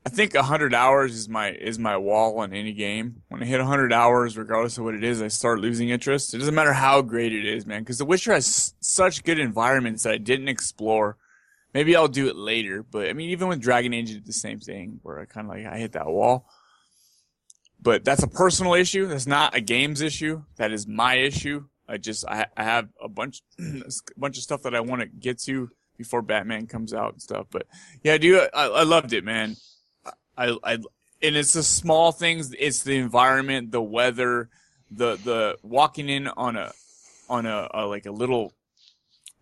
Speaker 5: I think 100 hours is my is my wall on any game. When I hit 100 hours, regardless of what it is, I start losing interest. It doesn't matter how great it is, man, because The Witcher has s- such good environments that I didn't explore. Maybe I'll do it later, but I mean, even with Dragon Age, it did the same thing where I kind of like I hit that wall. But that's a personal issue. That's not a game's issue. That is my issue. I just I, I have a bunch [CLEARS THROAT] a bunch of stuff that I want to get to before Batman comes out and stuff. But yeah, dude, I, I loved it, man. I, I and it's the small things. It's the environment, the weather, the the walking in on a on a, a like a little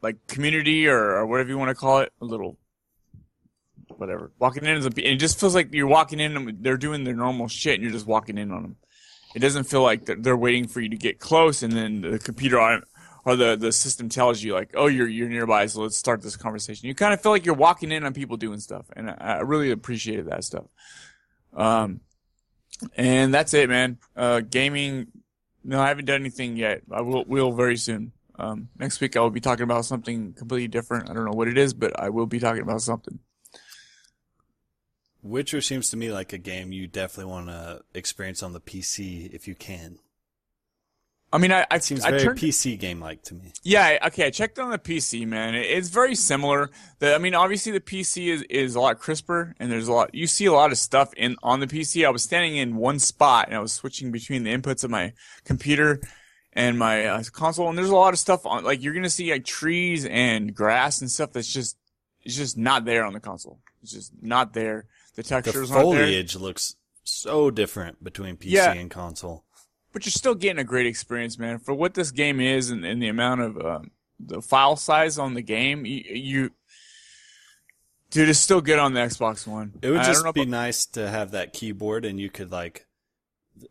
Speaker 5: like community or, or whatever you want to call it, a little whatever. Walking in is a, and it just feels like you're walking in and they're doing their normal shit and you're just walking in on them. It doesn't feel like they're, they're waiting for you to get close and then the computer on or the, the system tells you like, oh, you're you're nearby, so let's start this conversation. You kind of feel like you're walking in on people doing stuff, and I, I really appreciated that stuff. Um, and that's it, man. Uh, gaming. No, I haven't done anything yet. I will will very soon. Um, next week I will be talking about something completely different. I don't know what it is, but I will be talking about something.
Speaker 4: Witcher seems to me like a game you definitely want to experience on the PC if you can.
Speaker 5: I mean, I, I,
Speaker 4: It seems
Speaker 5: I
Speaker 4: very
Speaker 5: turned,
Speaker 4: PC game like to me.
Speaker 5: Yeah, I- okay. I checked on the PC, man. It- It's very similar. The, I mean, obviously the PC is, is a lot crisper, and there's a lot. You see a lot of stuff in on the PC. I was standing in one spot, and I was switching between the inputs of my computer and my uh, console. And there's a lot of stuff on. Like you're gonna see like trees and grass and stuff that's just it's just not there on the console. It's just not there. The
Speaker 4: The
Speaker 5: texture's not there.
Speaker 4: foliage looks so different between PC
Speaker 5: Yeah.
Speaker 4: and console.
Speaker 5: But you're still getting a great experience, man. For what this game is and, and the amount of um, the file size on the game, you, you dude, it's still good on the Xbox One.
Speaker 4: It would
Speaker 5: I
Speaker 4: just
Speaker 5: don't know
Speaker 4: be
Speaker 5: about-
Speaker 4: nice to have that keyboard and you could like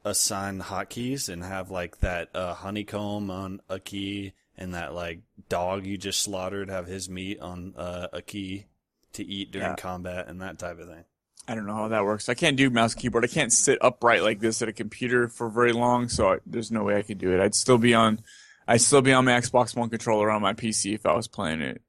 Speaker 4: assign hotkeys and have like that uh, honeycomb on a key and that like dog you just slaughtered have his meat on uh, a key to eat during
Speaker 5: Yeah.
Speaker 4: combat and that type of thing.
Speaker 5: I don't know how that works. I can't do mouse keyboard. I can't sit upright like this at a computer for very long, so I, there's no way I could do it. I'd still be on, I'd still be on my Xbox One controller on my PC if I was playing it.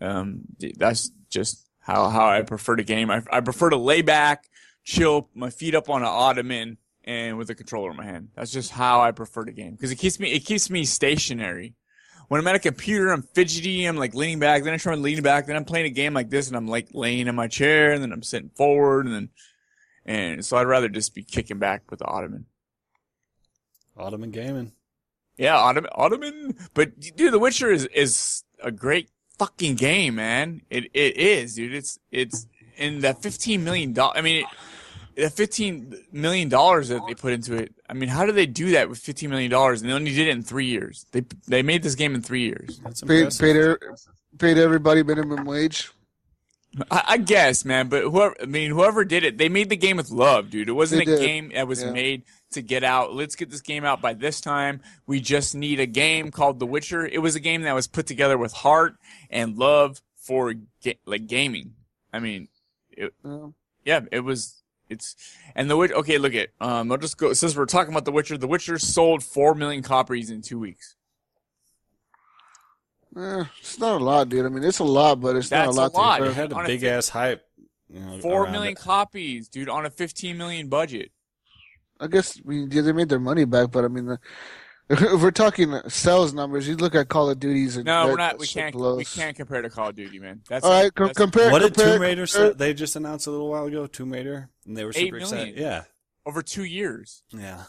Speaker 5: Um, d- that's just how how I prefer to game. I I prefer to lay back, chill, my feet up on an ottoman, and with a controller in my hand. That's just how I prefer to game because it keeps me it keeps me stationary. When I'm at a computer, I'm fidgety. I'm like leaning back. Then I try and lean back. Then I'm playing a game like this, and I'm like laying in my chair, and then I'm sitting forward, and then and so I'd rather just be kicking back with the ottoman.
Speaker 4: Ottoman gaming.
Speaker 5: Yeah, ottoman, ottoman. But dude, The Witcher is is a great fucking game, man. It it is, dude. It's it's in that fifteen million dollars. I mean. It, the fifteen million dollars that they put into it. I mean, how do they do that with fifteen million dollars? And they only did it in three years. They they made this game in three years.
Speaker 4: That's
Speaker 2: Paid,
Speaker 4: impressive.
Speaker 2: paid, er- paid everybody minimum wage.
Speaker 5: I, I guess, man. But whoever, I mean, whoever did it, they made the game with love, dude. It wasn't
Speaker 2: They
Speaker 5: a
Speaker 2: did.
Speaker 5: game that was
Speaker 2: Yeah.
Speaker 5: made to get out. Let's get this game out by this time. We just need a game called The Witcher. It was a game that was put together with heart and love for ga- like gaming. I mean,
Speaker 2: Yeah.
Speaker 5: yeah, it was. It's and the Witcher. Okay, look at. Um, I'll just go. Since we're talking about The Witcher, The Witcher sold four million copies in two weeks.
Speaker 2: Eh, it's not a lot, dude. I mean, it's a lot, but it's
Speaker 5: That's a
Speaker 2: not a lot.
Speaker 5: lot.
Speaker 2: to
Speaker 4: It
Speaker 2: compare.
Speaker 4: had
Speaker 5: On
Speaker 4: a
Speaker 5: a
Speaker 4: big
Speaker 5: fi-
Speaker 4: ass hype. You know,
Speaker 5: Four
Speaker 4: around
Speaker 5: million
Speaker 4: it.
Speaker 5: copies, dude, on a fifteen million budget.
Speaker 2: I guess I mean, yeah, they made their money back, but I mean, the, [LAUGHS] if we're talking sales numbers, you look at Call of Duties and
Speaker 5: No,
Speaker 2: that-
Speaker 5: we're not.
Speaker 2: that
Speaker 5: We
Speaker 2: shit
Speaker 5: can't. We
Speaker 2: blows.
Speaker 5: can't compare to Call of Duty, man. That's
Speaker 2: All right, com-
Speaker 5: that's-
Speaker 2: compare.
Speaker 4: What did
Speaker 2: compare,
Speaker 4: Tomb Raider?
Speaker 2: compare-
Speaker 4: Say? They just announced a little while ago Tomb Raider, and they were
Speaker 5: Eight
Speaker 4: super excited.
Speaker 5: million.
Speaker 4: Yeah,
Speaker 5: over two years.
Speaker 4: yeah.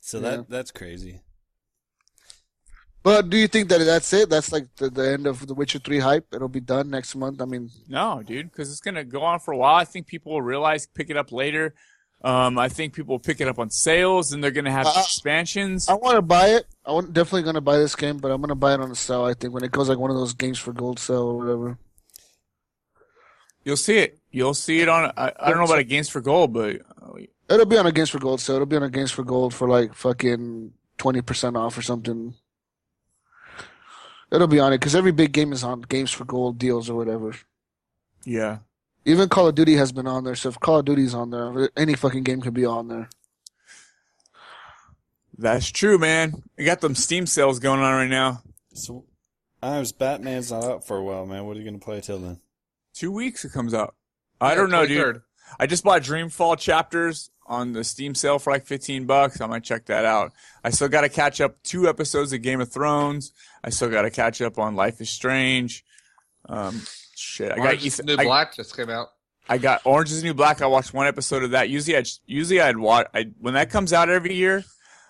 Speaker 4: So
Speaker 2: Yeah.
Speaker 4: that that's crazy.
Speaker 2: But do you think that that's it? That's like the, the end of The Witcher Three hype. It'll be done next month. I mean,
Speaker 5: No, dude, because it's gonna go on for a while. I think people will realize pick it up later. Um, I think people will pick it up on sales, and they're gonna have
Speaker 2: I-
Speaker 5: expansions.
Speaker 2: I want to buy it. I'm definitely gonna buy this game, but I'm gonna buy it on a sale. I think when it goes like one of those games for gold sale or whatever.
Speaker 5: You'll see it. You'll see it on. I, I don't know about a games for gold, but uh,
Speaker 2: It'll be on a games for gold sale. It'll be on a games for gold for like fucking twenty percent off or something. It'll be on it because every big game is on games for gold deals or whatever.
Speaker 5: yeah.
Speaker 2: Even Call of Duty has been on there. So if Call of Duty's on there, any fucking game could be on there.
Speaker 5: That's true, man. We got them Steam sales going on right now.
Speaker 4: So, I was Batman's not out for a while, man. What are you gonna play till then?
Speaker 5: Two weeks it comes out. I don't know, dude. I just bought Dreamfall chapters on the Steam sale for like 15 bucks. I might check that out. I still got to catch up two episodes of Game of Thrones. I still got to catch up on Life is Strange. Um, shit, I got
Speaker 3: Orange is the
Speaker 5: Ethan,
Speaker 3: New
Speaker 5: I,
Speaker 3: Black just came out.
Speaker 5: I got Orange is the New Black. I watched one episode of that. Usually, I usually I'd watch I, when that comes out every year.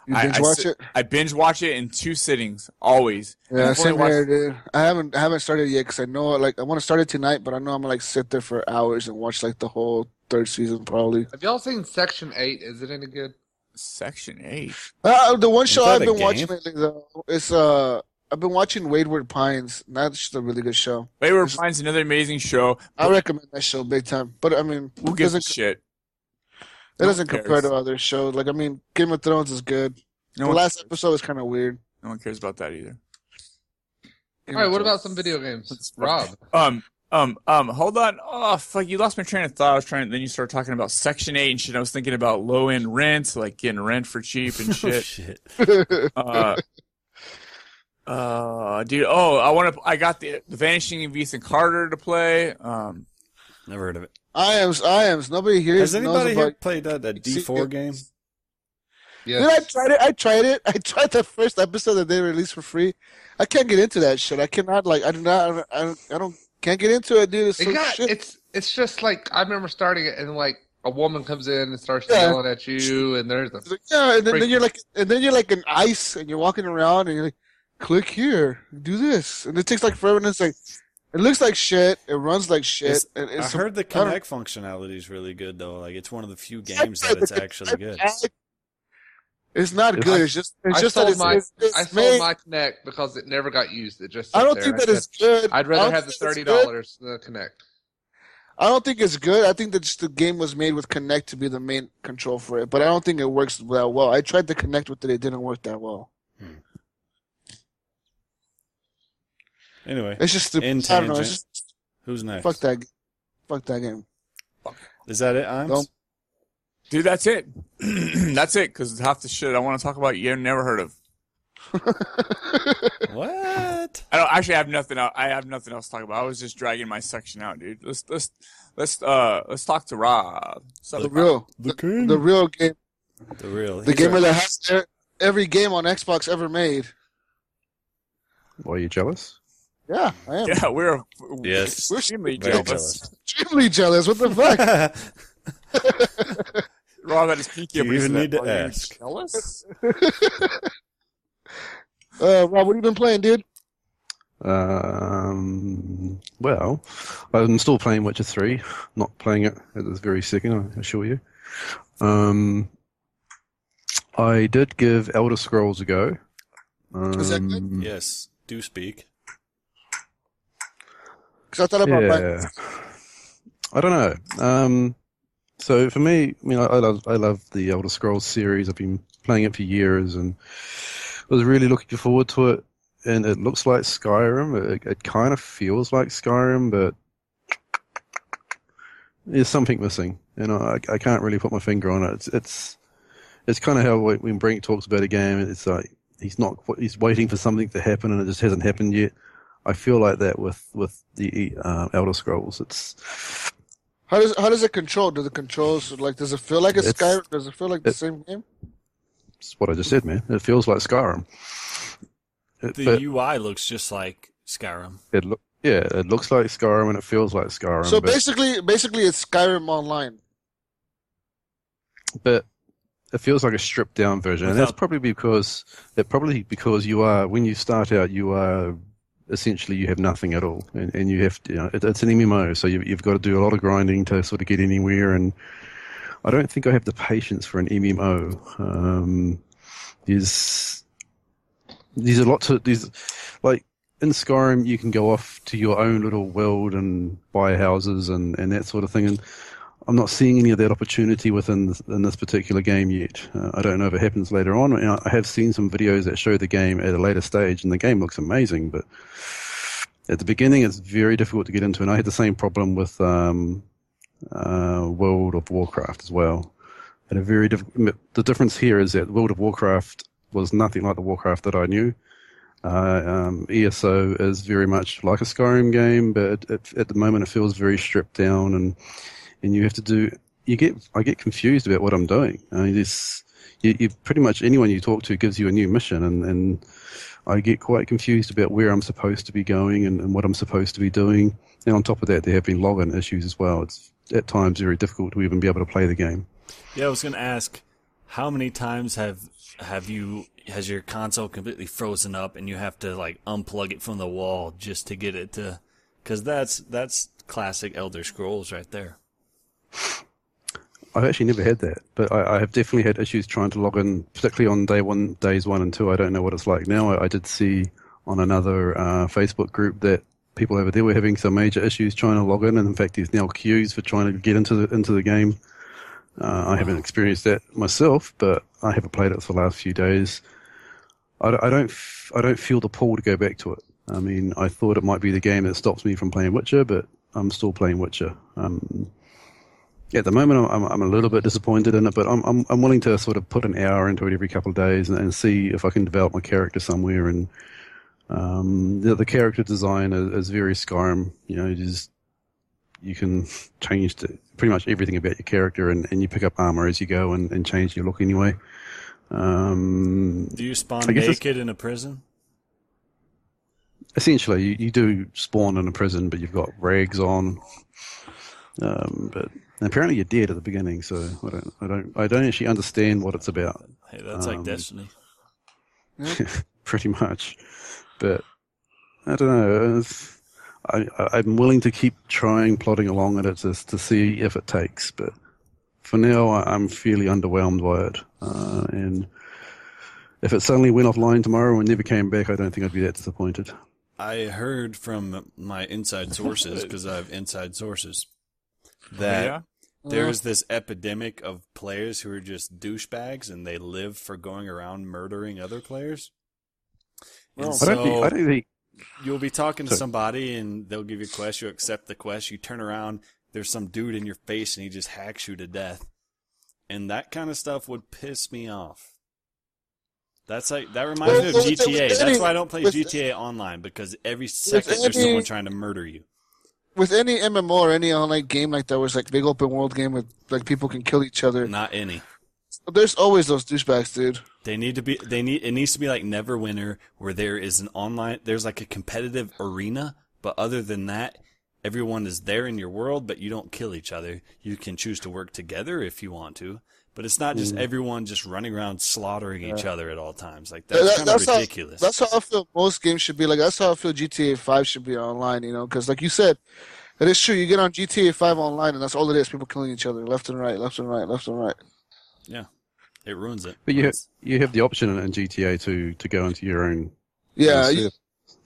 Speaker 2: You
Speaker 5: I-
Speaker 2: binge
Speaker 5: I
Speaker 2: watch
Speaker 5: sit-
Speaker 2: it?
Speaker 5: I binge watch it in two sittings, always.
Speaker 2: Yeah,
Speaker 5: I've
Speaker 2: same
Speaker 5: only
Speaker 2: here,
Speaker 5: watched-
Speaker 2: dude. I haven't I haven't started yet because I know like I want to start it tonight, but I know I'm gonna like sit there for hours and watch like the whole third season probably.
Speaker 3: Have y'all seen Section Eight? Is it any good?
Speaker 5: Section eight.
Speaker 2: Uh, the one show
Speaker 4: that
Speaker 2: I've
Speaker 4: a
Speaker 2: been
Speaker 4: game?
Speaker 2: watching lately though is uh I've been watching Wayward Pines. That's just a really good show.
Speaker 5: Wayward Pines, another amazing show.
Speaker 2: I recommend that show big time. But I mean,
Speaker 5: Who
Speaker 2: it
Speaker 5: gives a
Speaker 2: doesn't
Speaker 5: shit?
Speaker 2: it doesn't
Speaker 5: cares?
Speaker 2: compare to other shows. Like I mean, Game of Thrones is good.
Speaker 5: No
Speaker 2: the
Speaker 5: one,
Speaker 2: last episode was kind of weird. [LAUGHS]
Speaker 5: no one cares about that either.
Speaker 2: Game
Speaker 3: All right,
Speaker 2: of
Speaker 3: what
Speaker 2: Thrones.
Speaker 3: about some video games? Rob,
Speaker 5: Um, um, um, hold on. Oh, fuck, you lost my train of thought. I was trying, then you started talking about Section 8 and shit. I was thinking about low end rent, like getting rent for
Speaker 3: [LAUGHS]
Speaker 5: cheap and
Speaker 4: Oh,
Speaker 5: shit.
Speaker 4: shit.
Speaker 5: uh, uh, dude, oh, I want to, I got the, the Vanishing of Ethan Carter to play. Um,
Speaker 4: Never heard of it.
Speaker 2: I am I am nobody here
Speaker 4: Has
Speaker 2: knows
Speaker 4: anybody
Speaker 2: about
Speaker 4: here played that, that
Speaker 2: See,
Speaker 4: D4
Speaker 2: it-
Speaker 4: game?
Speaker 2: Dude,
Speaker 3: yes.
Speaker 2: I tried it. I tried it. I [LAUGHS] tried the first episode that they released for free. I can't get into that shit. I cannot like. I do not. I don't. I don't can't get into it, dude. It's so
Speaker 3: It got,
Speaker 2: shit.
Speaker 3: it's it's just like I remember starting it and like a woman comes in and starts
Speaker 2: Yeah.
Speaker 3: yelling at you and there's a
Speaker 2: It's like, yeah, and then,
Speaker 3: Freak.
Speaker 2: then you're like, and then you're like an ice, and you're walking around, and you're like, click here, do this, and it takes like forever. And it's like, It looks like shit. It runs like shit.
Speaker 4: It's-
Speaker 2: and
Speaker 4: I
Speaker 2: it's
Speaker 4: heard the
Speaker 2: I don't-
Speaker 4: Kinect functionality is really good though. Like it's one of
Speaker 2: [LAUGHS]
Speaker 4: the few games that it's actually good.
Speaker 2: It's not
Speaker 6: It's-
Speaker 2: good. It's just. It's
Speaker 3: I
Speaker 2: just that
Speaker 3: sold
Speaker 2: it's.
Speaker 3: my-
Speaker 2: it's, it's
Speaker 3: I sold
Speaker 2: made-
Speaker 3: my Connect because it never got used. It just.
Speaker 2: I
Speaker 3: sat
Speaker 2: don't
Speaker 3: there.
Speaker 2: think
Speaker 3: I
Speaker 2: that it's good.
Speaker 3: I'd
Speaker 2: I
Speaker 3: rather
Speaker 2: don't
Speaker 3: have the
Speaker 2: think it's
Speaker 3: thirty
Speaker 2: good.
Speaker 3: dollars than the Connect.
Speaker 2: I don't think it's good. I think that just the game was made with Connect to be the main control for it, but I don't think it works that well. I tried to connect with it; it didn't work that well.
Speaker 4: Anyway,
Speaker 2: It's just stupid.
Speaker 4: In
Speaker 2: I don't know.
Speaker 4: tangent.
Speaker 2: It's just
Speaker 4: who's next?
Speaker 2: fuck that. g- Fuck that game.
Speaker 4: Is that it? I'm
Speaker 2: Nope.
Speaker 5: Dude, that's it. [CLEARS THROAT] that's it, because half the shit I want to talk about you never heard of.
Speaker 4: [LAUGHS] what?
Speaker 5: I don't actually I have nothing. el- I have nothing else to talk about. I was just dragging my section out, dude. Let's let's let's uh let's talk to Rob. So
Speaker 2: The real,
Speaker 4: The king.
Speaker 2: the
Speaker 3: Mm.
Speaker 4: The,
Speaker 2: real game,
Speaker 4: real.
Speaker 2: the
Speaker 4: He's [LAUGHS]
Speaker 2: gamer
Speaker 4: our-
Speaker 2: that has their- every game on Xbox ever made.
Speaker 6: Why are you jealous?
Speaker 2: Yeah, I [LAUGHS] am
Speaker 5: [LAUGHS] yeah, we're
Speaker 4: Yes.
Speaker 5: we're extremely
Speaker 4: Very
Speaker 5: jealous.
Speaker 4: jealous.
Speaker 2: extremely jealous. What the
Speaker 6: [LAUGHS]
Speaker 2: fuck?
Speaker 5: Rob had his pinky
Speaker 4: You
Speaker 5: up. and he
Speaker 4: even
Speaker 5: said,
Speaker 4: need to
Speaker 5: "Are you
Speaker 4: ask."
Speaker 5: Jealous?
Speaker 2: Uh, Rob, what have you been playing, dude?
Speaker 6: Um, well, I'm still playing Witcher 3. Not playing it at this very second, I assure you. Um, I did give Elder Scrolls a go. Um,
Speaker 2: Is that good?
Speaker 4: yes. Do speak.
Speaker 2: Because I thought about my
Speaker 6: yeah. I don't know. Um, so for me, I mean, I, I love I love the Elder Scrolls series. I've been playing it for years, and was really looking forward to it. And it looks like Skyrim. It, it kind of feels like Skyrim, but there's something missing, and I, I can't really put my finger on it. It's it's it's kind of how like, when Brink talks about a game, it's like he's not qu- he's waiting for something to happen, and it just hasn't happened yet. I feel like that with with the uh, Elder Scrolls. It's
Speaker 2: how does how does it control? Do the controls like does it feel like a
Speaker 6: It's-
Speaker 2: Skyrim? Does it feel like the
Speaker 6: it-
Speaker 2: same game?
Speaker 6: it's what I just said, man. It feels like Skyrim. It,
Speaker 4: The
Speaker 6: but
Speaker 4: UI looks just like Skyrim.
Speaker 6: it look, yeah, it looks like Skyrim and it feels like Skyrim.
Speaker 2: So
Speaker 6: but,
Speaker 2: basically, basically, it's Skyrim online.
Speaker 6: but it feels like a stripped down version, and that's
Speaker 4: Without-
Speaker 6: probably because that probably because you are when you start out, you are essentially you have nothing at all, and, and you have to, you know, it, it's an MMO, so you, you've got to do a lot of grinding to sort of get anywhere. And I don't think I have the patience for an MMO. Um, there's there's a lot to there's like in Skyrim you can go off to your own little world and buy houses and, and that sort of thing. And I'm not seeing any of that opportunity within this, in this particular game yet. Uh, I don't know if it happens later on. You know, I have seen some videos that show the game at a later stage, and the game looks amazing. But at the beginning, it's very difficult to get into, and I had the same problem with um, uh, World of Warcraft as well. And a very diff- the difference here is that World of Warcraft was nothing like the Warcraft that I knew. Uh, um, ESO is very much like a Skyrim game, but it, it, at the moment it feels very stripped down and and you have to do you get I get confused about what I'm doing. I mean, this you, you pretty much anyone you talk to gives you a new mission, and, and I get quite confused about where I'm supposed to be going and, and what I'm supposed to be doing. And on top of that, there have been login issues as well. It's at times very difficult to even be able to play the game.
Speaker 4: Yeah, I was gonna ask, how many times have have you has your console completely frozen up and you have to like unplug it from the wall just to get it to? Because that's that's classic Elder Scrolls right there.
Speaker 6: I've actually never had that, but I, I have definitely had issues trying to log in, particularly on day one, days one and two. I don't know what it's like now. I, I did see on another uh, Facebook group that people over there were having some major issues trying to log in, and in fact, there's now queues for trying to get into the into the game. Uh, I haven't experienced that myself, but I haven't played it for the last few days. I, don't- I don't, f- I don't feel the pull to go back to it. I mean, I thought it might be the game that stops me from playing Witcher, but I'm still playing Witcher. Um, yeah, at the moment, I'm, I'm I'm a little bit disappointed in it, but I'm, I'm I'm willing to sort of put an hour into it every couple of days and, and see if I can develop my character somewhere. And um, the, the character design is, is very Skyrim. You know, you just you can change the, pretty much everything about your character, and, and you pick up armor as you go and, and change your look anyway. Um,
Speaker 4: Do you spawn
Speaker 6: I guess it's-
Speaker 4: naked in a prison?
Speaker 6: essentially, you, you do spawn in a prison, but you've got rags on. Um, but apparently, you're dead at the beginning, so I don't, I don't, I don't actually understand what it's about.
Speaker 4: Hey, that's like
Speaker 6: Um,
Speaker 4: Destiny.
Speaker 6: pretty much. But I don't know. It's, I, I- I'm willing to keep trying, plodding along at it to, to see if it takes. But for now, I, I'm fairly underwhelmed by it. Uh, and if it suddenly went offline tomorrow and never came back, I don't think I'd be that disappointed.
Speaker 4: I heard from my
Speaker 6: [LAUGHS]
Speaker 4: inside sources because I have inside sources that
Speaker 5: yeah.
Speaker 2: Uh,
Speaker 4: there is this epidemic of players who are just douchebags and they live for going around murdering other players. And
Speaker 6: I don't think.
Speaker 4: so-
Speaker 6: I don't think
Speaker 4: you'll be talking to
Speaker 6: Sorry.
Speaker 4: somebody and they'll give you a quest. You accept the quest. You turn around. There's some dude in your face and he just hacks you to death. And that kind of stuff would piss me off. That's like that reminds
Speaker 2: Well,
Speaker 4: me of
Speaker 2: well, with-
Speaker 4: GTA.
Speaker 2: with
Speaker 4: That's
Speaker 2: any-
Speaker 4: why I don't play
Speaker 2: with-
Speaker 4: GTA online because every second there's
Speaker 2: any-
Speaker 4: someone trying to murder you.
Speaker 2: With any MMO or any online game like that, where it's like big open world game with like people can kill each other,
Speaker 4: Not any.
Speaker 2: there's always those douchebags, dude.
Speaker 4: They need to be. They need. It needs to be like Neverwinter, where there is an online. There's like a competitive arena, but other than that, everyone is there in your world, but you don't kill each other. You can choose to work together if you want to, but it's not
Speaker 6: Hmm.
Speaker 4: just everyone just running around slaughtering each other at all times. Like that's
Speaker 2: That-
Speaker 4: kind of ridiculous.
Speaker 2: How, that's how I feel most games should be. Like that's how I feel GTA Five should be online. You know, because like you said, it is true. You get on GTA Five online, and that's all it is: people killing each other left and right, left and right, left and right.
Speaker 4: yeah, it ruins it.
Speaker 6: But you you have the option in GTA to to go into your own
Speaker 2: Yeah,
Speaker 6: Yeah,
Speaker 2: you-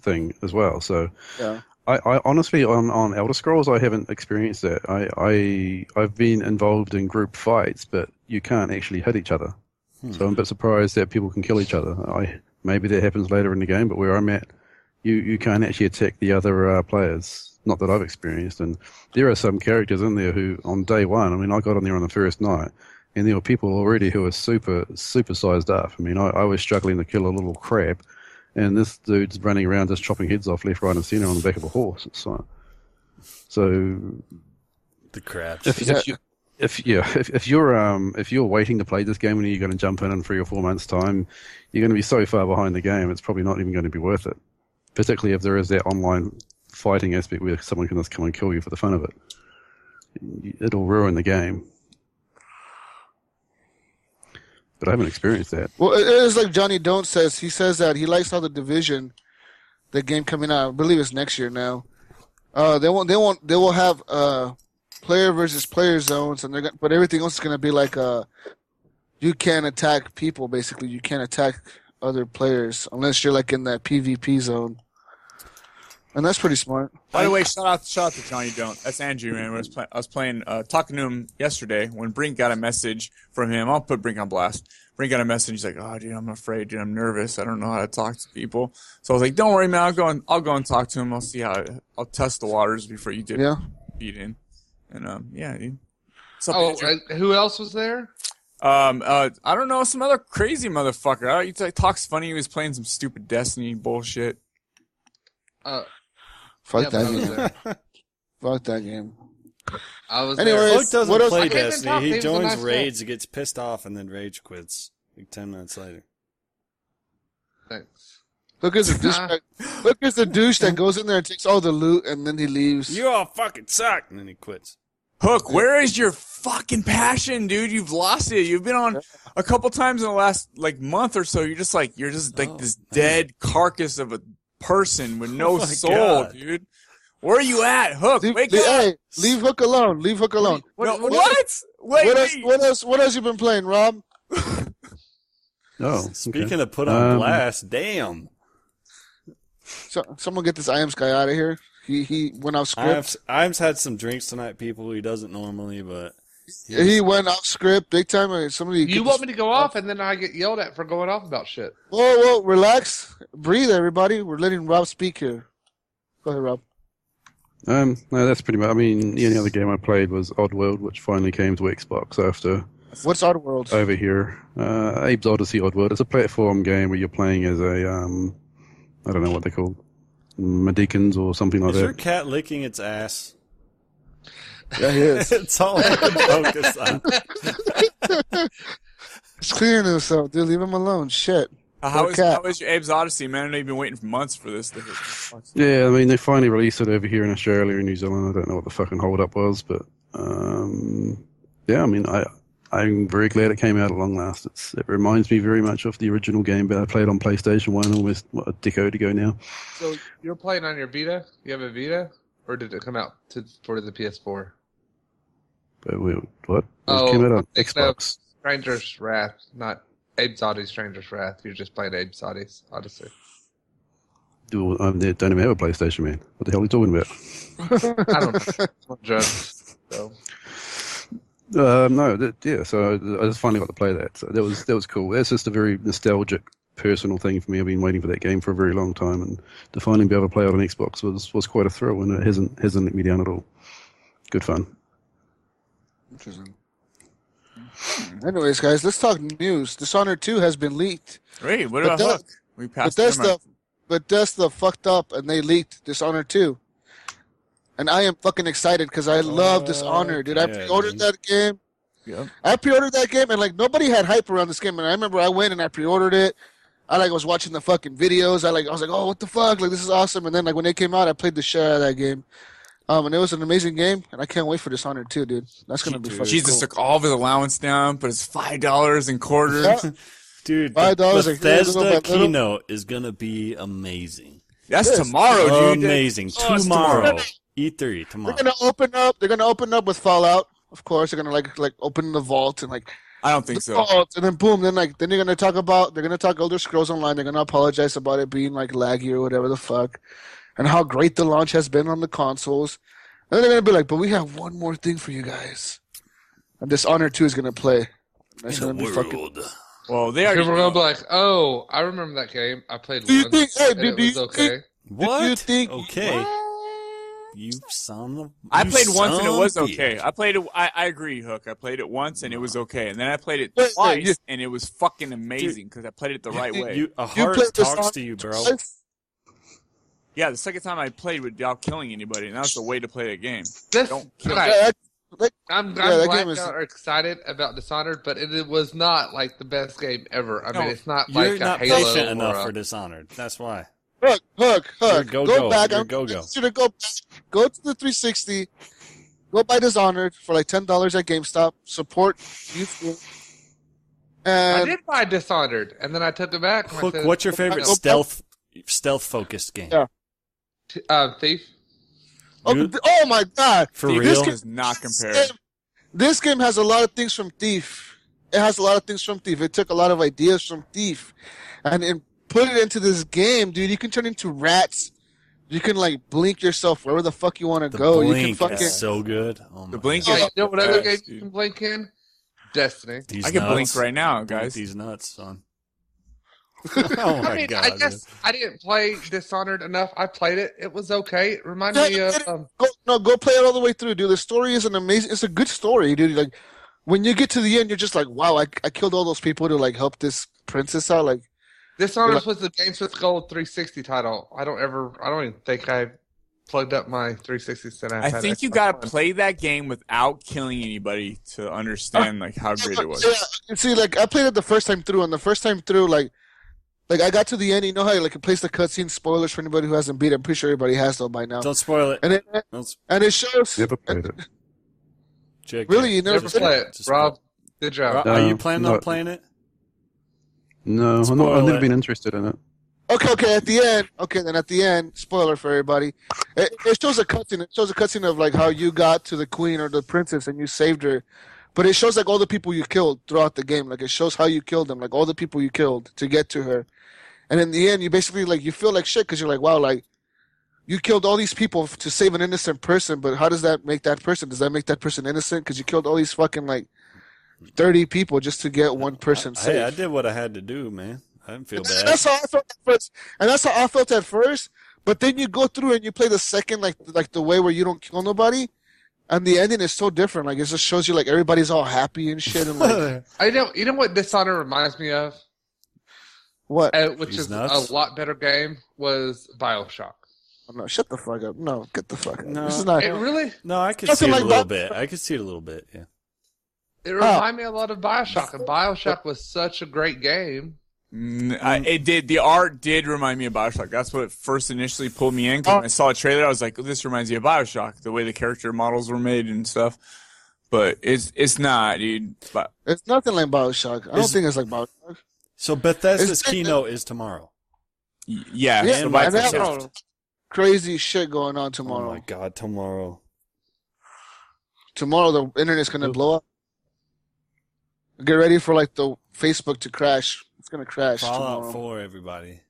Speaker 6: thing as well. So
Speaker 2: yeah.
Speaker 6: I, I honestly on, on Elder Scrolls I haven't experienced that. I, I I've been involved in group fights, but you can't actually hit each other.
Speaker 2: Hmm.
Speaker 6: So I'm a bit surprised that people can kill each other. I maybe that happens later in the game, but where I'm at, you you can't actually attack the other uh, players. Not that I've experienced, and there are some characters in there who on day one. I mean, I got on there on the first night. And there were people already who were super, super sized up. I mean, I, I was struggling to kill a little crab, and this dude's running around just chopping heads off left, right, and centre on the back of a horse. It's like, so
Speaker 4: The crap. [LAUGHS]
Speaker 6: if, if you if yeah [LAUGHS] if, if you're um if you're waiting to play this game and you're going to jump in in three or four months time, you're going to be so far behind the game. It's probably not even going to be worth it, particularly if there is that online fighting aspect where someone can just come and kill you for the fun of it. It'll ruin the [SIGHS] game. But I haven't experienced that.
Speaker 2: Well, it is like Johnny Don't says. He says that he likes how the division, the game coming out. I believe it's next year now. Uh, they won't. They won't. They will have uh, player versus player zones, and they're gonna, but everything else is going to be like uh, you can't attack people. Basically, you can't attack other players unless you're like in that PvP zone, and that's pretty smart.
Speaker 5: By the way, shout out, shout out to Johnny Don't. That's Andrew, man. I was, play, I was playing, uh, talking to him yesterday when Brink got a message from him. I'll put Brink on blast. Brink got a message. He's like, "Oh, dude, I'm afraid, dude. I'm nervous. I don't know how to talk to people." So I was like, "Don't worry, man. I'll go and I'll go and talk to him. I'll see how I'll test the waters before you dip
Speaker 2: Yeah.
Speaker 5: feet in." And um, yeah, dude. What's up,
Speaker 3: Oh,
Speaker 5: Andrew?
Speaker 3: uh, who else was there?
Speaker 5: Um, uh, I don't know, some other crazy motherfucker. I, he t- talks funny. He was playing some stupid Destiny bullshit.
Speaker 3: Uh,
Speaker 2: Fuck
Speaker 3: yeah, but I
Speaker 2: that
Speaker 3: was
Speaker 2: game.
Speaker 3: there.
Speaker 2: Fuck that game.
Speaker 3: I was
Speaker 2: Anyway,
Speaker 3: there.
Speaker 4: Luke
Speaker 2: What
Speaker 4: doesn't
Speaker 2: else- I
Speaker 4: play
Speaker 3: can't even talk,
Speaker 4: Destiny.
Speaker 3: he
Speaker 4: He
Speaker 3: was a
Speaker 4: joins
Speaker 3: nice guy.
Speaker 4: raids, he gets pissed off, and then rage quits like ten minutes later.
Speaker 3: Thanks.
Speaker 2: Look at the
Speaker 3: [LAUGHS]
Speaker 2: douche. Look at the douche that goes in there and takes all the loot, and then he leaves.
Speaker 4: You all fucking suck, and then he quits.
Speaker 5: Hook, where is your fucking passion, dude? You've lost it. You've been on a couple times in the last like month or so. You're just like you're just like
Speaker 4: Oh,
Speaker 5: this dead carcass of a person with
Speaker 2: [LAUGHS]
Speaker 5: no
Speaker 4: Oh my
Speaker 5: soul,
Speaker 4: God.
Speaker 5: dude. Where are you at, Hook?
Speaker 2: Leave,
Speaker 5: Wake
Speaker 2: leave-
Speaker 5: up!
Speaker 2: hey, leave Hook alone. Leave Hook alone.
Speaker 5: What? No, what?
Speaker 2: what-
Speaker 5: Wait,
Speaker 2: what else?
Speaker 5: wait.
Speaker 2: What else? What else you been playing, Rob?
Speaker 6: Oh,
Speaker 4: Speaking
Speaker 6: okay.
Speaker 4: of put on
Speaker 6: Um,
Speaker 4: blast, damn.
Speaker 2: So, someone get this IAMS guy out of here. He he went off script.
Speaker 4: I've I've had some drinks tonight, people. He doesn't normally, but
Speaker 2: He went off script big time. Uh, Somebody,
Speaker 3: You want me to go off, and then I get yelled at for going off about shit.
Speaker 2: Whoa, whoa, relax, breathe, everybody. We're letting Rob speak here. Go ahead, Rob.
Speaker 6: Um, no, that's pretty much. I mean, the only other game I played was Oddworld, which finally came to Xbox after
Speaker 2: What's our world?
Speaker 6: over here. Uh, Abe's Odyssey Oddworld. It's a platform game where you're playing as a um, I don't know what they're called, Medicans or something like
Speaker 4: is your
Speaker 6: that.
Speaker 4: cat licking its ass?
Speaker 2: yeah, he
Speaker 4: [LAUGHS]
Speaker 2: is.
Speaker 4: That's all I can focus on.
Speaker 2: He's clearing himself, dude. Leave him alone. Shit.
Speaker 5: Uh, how
Speaker 2: Poor
Speaker 5: is
Speaker 2: cat.
Speaker 5: how is your Abe's Odyssey, man? I know you've been waiting for months
Speaker 2: [LAUGHS]
Speaker 5: for this. To hit.
Speaker 6: Yeah, I mean they finally released it over here in Australia and New Zealand. I don't know what the fucking hold up was, but um, yeah, I mean I I'm very glad it came out at long last. It's, it reminds me very much of the original game that I played on PlayStation 1 almost what, a decade ago now.
Speaker 3: So you're playing on your Vita? You have a Vita, or did it come out to for the PS4?
Speaker 6: But we, what? It
Speaker 3: Oh,
Speaker 6: came out on
Speaker 3: I'm thinking of
Speaker 6: Xbox.
Speaker 3: Stranger's Wrath, not Abe Zoddy's Stranger's Wrath. You're just playing Abe Zoddy's Odyssey.
Speaker 6: Do- I don't even have a PlayStation, man. What the hell are you talking about?
Speaker 3: I don't
Speaker 6: [LAUGHS]
Speaker 3: know. I'm just- so.
Speaker 6: Um, no, that, yeah. So I just finally got to play that. So that was that was cool. That's just a very nostalgic, personal thing for me. I've been waiting for that game for a very long time, and to finally be able to play it on Xbox was was quite a thrill, and it hasn't hasn't let me down at all. Good fun.
Speaker 2: Interesting. Anyways, guys, let's talk news. Dishonored 2 has been leaked.
Speaker 5: Wait, what
Speaker 2: But
Speaker 5: about
Speaker 2: that-
Speaker 5: Hook? We passed him
Speaker 2: Bethesda,
Speaker 5: up.
Speaker 2: Bethesda fucked up and they leaked Dishonored 2. And I am fucking excited because I love Dishonored. Did I
Speaker 4: Oh, yeah,
Speaker 2: pre-ordered
Speaker 4: dude.
Speaker 2: that game?
Speaker 5: Yep.
Speaker 2: I pre-ordered that game and like nobody had hype around this game. And I remember I went and I pre-ordered it. I like was watching the fucking videos. I like I was like, oh, what the fuck? Like this is awesome. And then like when it came out, I played the shit out of that game. Um, and it was an amazing game. And I can't wait for Dishonored 2, dude. That's gonna be fucking
Speaker 5: Jesus
Speaker 2: cool.
Speaker 5: took all of his allowance down, put his five dollars in quarters.
Speaker 2: Yeah.
Speaker 4: Dude,
Speaker 2: Five
Speaker 4: the
Speaker 2: dollars a- little by
Speaker 4: Bethesda
Speaker 2: little.
Speaker 4: keynote is going to be amazing.
Speaker 5: [LAUGHS] That's
Speaker 2: Yes.
Speaker 5: tomorrow, dude.
Speaker 4: amazing.
Speaker 5: Oh, it's
Speaker 4: tomorrow. E
Speaker 5: tomorrow.
Speaker 4: E3 tomorrow.
Speaker 2: They're gonna open up. They're gonna open up with Fallout. Of course, they're gonna like like open the vault and like
Speaker 5: I don't think so.
Speaker 2: vault, and then boom, then like then they're gonna talk about they're gonna talk Elder Scrolls Online. They're gonna apologize about it being like laggy or whatever the fuck, and how great the launch has been on the consoles. And then they're gonna be like, but we have one more thing for you guys, and Dishonored Two is gonna play. That's
Speaker 4: The
Speaker 2: gonna be fucking.
Speaker 4: world.
Speaker 5: Well, they
Speaker 3: People are gonna
Speaker 5: are.
Speaker 3: be like, "Oh, I remember that game. I played
Speaker 2: Do you
Speaker 3: once,
Speaker 2: think- hey,
Speaker 3: and
Speaker 2: do-
Speaker 3: it
Speaker 2: do
Speaker 3: was
Speaker 2: you
Speaker 3: okay."
Speaker 4: What?
Speaker 2: you think-
Speaker 4: okay. You son of
Speaker 5: I
Speaker 4: you
Speaker 5: played once
Speaker 4: son
Speaker 5: and it was
Speaker 4: of a bitch.
Speaker 5: okay. I played it. I, I agree, Hook. I played it once and it was okay, and then I played it
Speaker 2: Wait, wait,
Speaker 5: twice
Speaker 2: you-
Speaker 5: and it was fucking amazing because I played it the right way.
Speaker 4: You, a
Speaker 2: You
Speaker 4: heart
Speaker 2: played the
Speaker 4: talks
Speaker 2: song
Speaker 4: to you, bro.
Speaker 5: yeah, the second time I played without killing anybody, and that was the way to play the game.
Speaker 3: This,
Speaker 5: Don't kill
Speaker 3: right,
Speaker 2: Yeah,
Speaker 3: I'm, I'm
Speaker 2: Yeah, that
Speaker 3: glad
Speaker 2: game is-
Speaker 3: y'all are excited about Dishonored, but it, it was not like the best game ever. I
Speaker 5: No,
Speaker 3: mean, it's not
Speaker 4: You're
Speaker 3: like
Speaker 4: not
Speaker 3: a Halo
Speaker 4: patient
Speaker 3: or
Speaker 4: enough
Speaker 3: a-
Speaker 4: for Dishonored. That's why.
Speaker 2: Hook, hook, hook.
Speaker 4: You're
Speaker 2: go
Speaker 4: go-go.
Speaker 2: back.
Speaker 4: You're
Speaker 2: I'm
Speaker 4: go-go.
Speaker 2: I want you to go back. Go to the 360. Go buy Dishonored for like ten dollars at GameStop. Support youth.
Speaker 3: I
Speaker 2: And
Speaker 3: did buy Dishonored, and then I took it back. and I
Speaker 4: Hook,
Speaker 3: said,
Speaker 4: what's your
Speaker 3: "Oh,
Speaker 4: favorite
Speaker 3: no,
Speaker 4: stealth stealth focused game?
Speaker 2: Yeah.
Speaker 3: t- Uh, Thief.
Speaker 2: oh,
Speaker 4: Dude,
Speaker 2: th- oh my god,
Speaker 4: for
Speaker 5: Dude,
Speaker 4: real?
Speaker 5: This does not compare.
Speaker 2: This game, this game has a lot of things from Thief. It has a lot of things from Thief. It took a lot of ideas from Thief, and and put it into this game, dude. You can turn into rats. You can like blink yourself wherever the fuck you want to
Speaker 4: the
Speaker 2: go.
Speaker 4: blink
Speaker 2: You can fucking
Speaker 4: is so good. Oh my
Speaker 5: The blink
Speaker 3: Oh,
Speaker 5: is.
Speaker 3: you know what other game
Speaker 5: Yes,
Speaker 3: you
Speaker 5: dude.
Speaker 3: can blink in? Destiny.
Speaker 4: These
Speaker 5: I can
Speaker 4: nuts.
Speaker 5: blink right now, guys.
Speaker 4: These nuts, son. oh my
Speaker 3: I mean,
Speaker 4: god.
Speaker 3: I guess I didn't play Dishonored enough. I played it. It was okay. It reminded me of um,
Speaker 2: go no go play it all the way through, dude. The story is an amazing. It's a good story, dude. Like when you get to the end, you're just like, wow, I, I killed all those people to like help this princess out. Like
Speaker 3: Dishonored was the Games with Gold 360 title. I don't ever. I don't even think I plugged up my 360 since
Speaker 5: I think you gotta play that game without killing anybody to understand like how great it was.
Speaker 2: yeah, and see, like I played it the first time through, and the first time through, like. Like I got to the end, you know how like it plays the cutscene spoilers for anybody who hasn't beat. it. I'm pretty sure everybody has though by now.
Speaker 4: Don't spoil it.
Speaker 2: And it
Speaker 4: Don't s-
Speaker 2: and it shows.
Speaker 6: Never played it.
Speaker 4: check
Speaker 2: Really,
Speaker 4: it.
Speaker 2: you never
Speaker 3: Never
Speaker 4: Just-
Speaker 3: play it,
Speaker 4: just-
Speaker 3: Rob. Good job.
Speaker 4: Rob, Are you
Speaker 6: No,
Speaker 4: planning
Speaker 6: no.
Speaker 4: on playing it?
Speaker 6: No, I'm not,
Speaker 4: Spoil
Speaker 6: I've never
Speaker 4: it.
Speaker 6: been interested in it.
Speaker 2: Okay, okay. At the end, okay. Then at the end, spoiler for everybody. It, it shows a cutscene. It shows a cutscene of like how you got to the queen or the princess and you saved her, but it shows like all the people you killed throughout the game. Like it shows how you killed them, like all the people you killed to get to her. And in the end, you basically like you feel like shit because you're like, wow, like you killed all these people f- to save an innocent person, but how does that make that person? Does that make that person innocent? Because you killed all these fucking like thirty people just to get one person saved.
Speaker 4: Hey, I did what I had to do, man. I didn't feel
Speaker 2: And
Speaker 4: bad.
Speaker 2: that's how I felt at first, and that's how I felt at first. But then you go through and you play the second, like like the way where you don't kill nobody, and the ending is so different. Like it just shows you like everybody's all happy and shit, and like
Speaker 4: [LAUGHS]
Speaker 3: I know. You know what Dishonored reminds me of,
Speaker 2: what?
Speaker 3: Uh, which
Speaker 4: These
Speaker 3: is
Speaker 4: nuts.
Speaker 3: a lot better game, was Bioshock.
Speaker 2: Oh, no, shut the fuck up. No, get the fuck out.
Speaker 4: No.
Speaker 2: This is not.
Speaker 3: It really.
Speaker 4: no, I could
Speaker 2: Nothing
Speaker 4: see it
Speaker 2: like
Speaker 4: a little
Speaker 2: that.
Speaker 4: bit. I could see it a little bit. Yeah.
Speaker 3: It reminded me a lot of Bioshock, and Bioshock was such a great game.
Speaker 5: Mm, I, it did. The art did remind me of Bioshock. That's what first initially pulled me in. 'cause when I saw a trailer, I was like, "This reminds me of Bioshock." The way the character models were made and stuff. but it's it's not, dude. But
Speaker 2: It's nothing like Bioshock. I don't
Speaker 4: Is-
Speaker 2: think it's like Bioshock.
Speaker 4: So Bethesda's
Speaker 2: It's-
Speaker 4: keynote is tomorrow. Oh
Speaker 5: y-
Speaker 2: Yeah,
Speaker 5: yeah, so
Speaker 4: man,
Speaker 2: And they have
Speaker 5: Microsoft.
Speaker 2: crazy shit going on
Speaker 4: Oh
Speaker 2: tomorrow.
Speaker 4: my god, tomorrow.
Speaker 2: tomorrow the internet's gonna blow up. Get ready for like the Facebook to crash. It's gonna crash
Speaker 4: Fallout
Speaker 2: tomorrow.
Speaker 4: 4, everybody.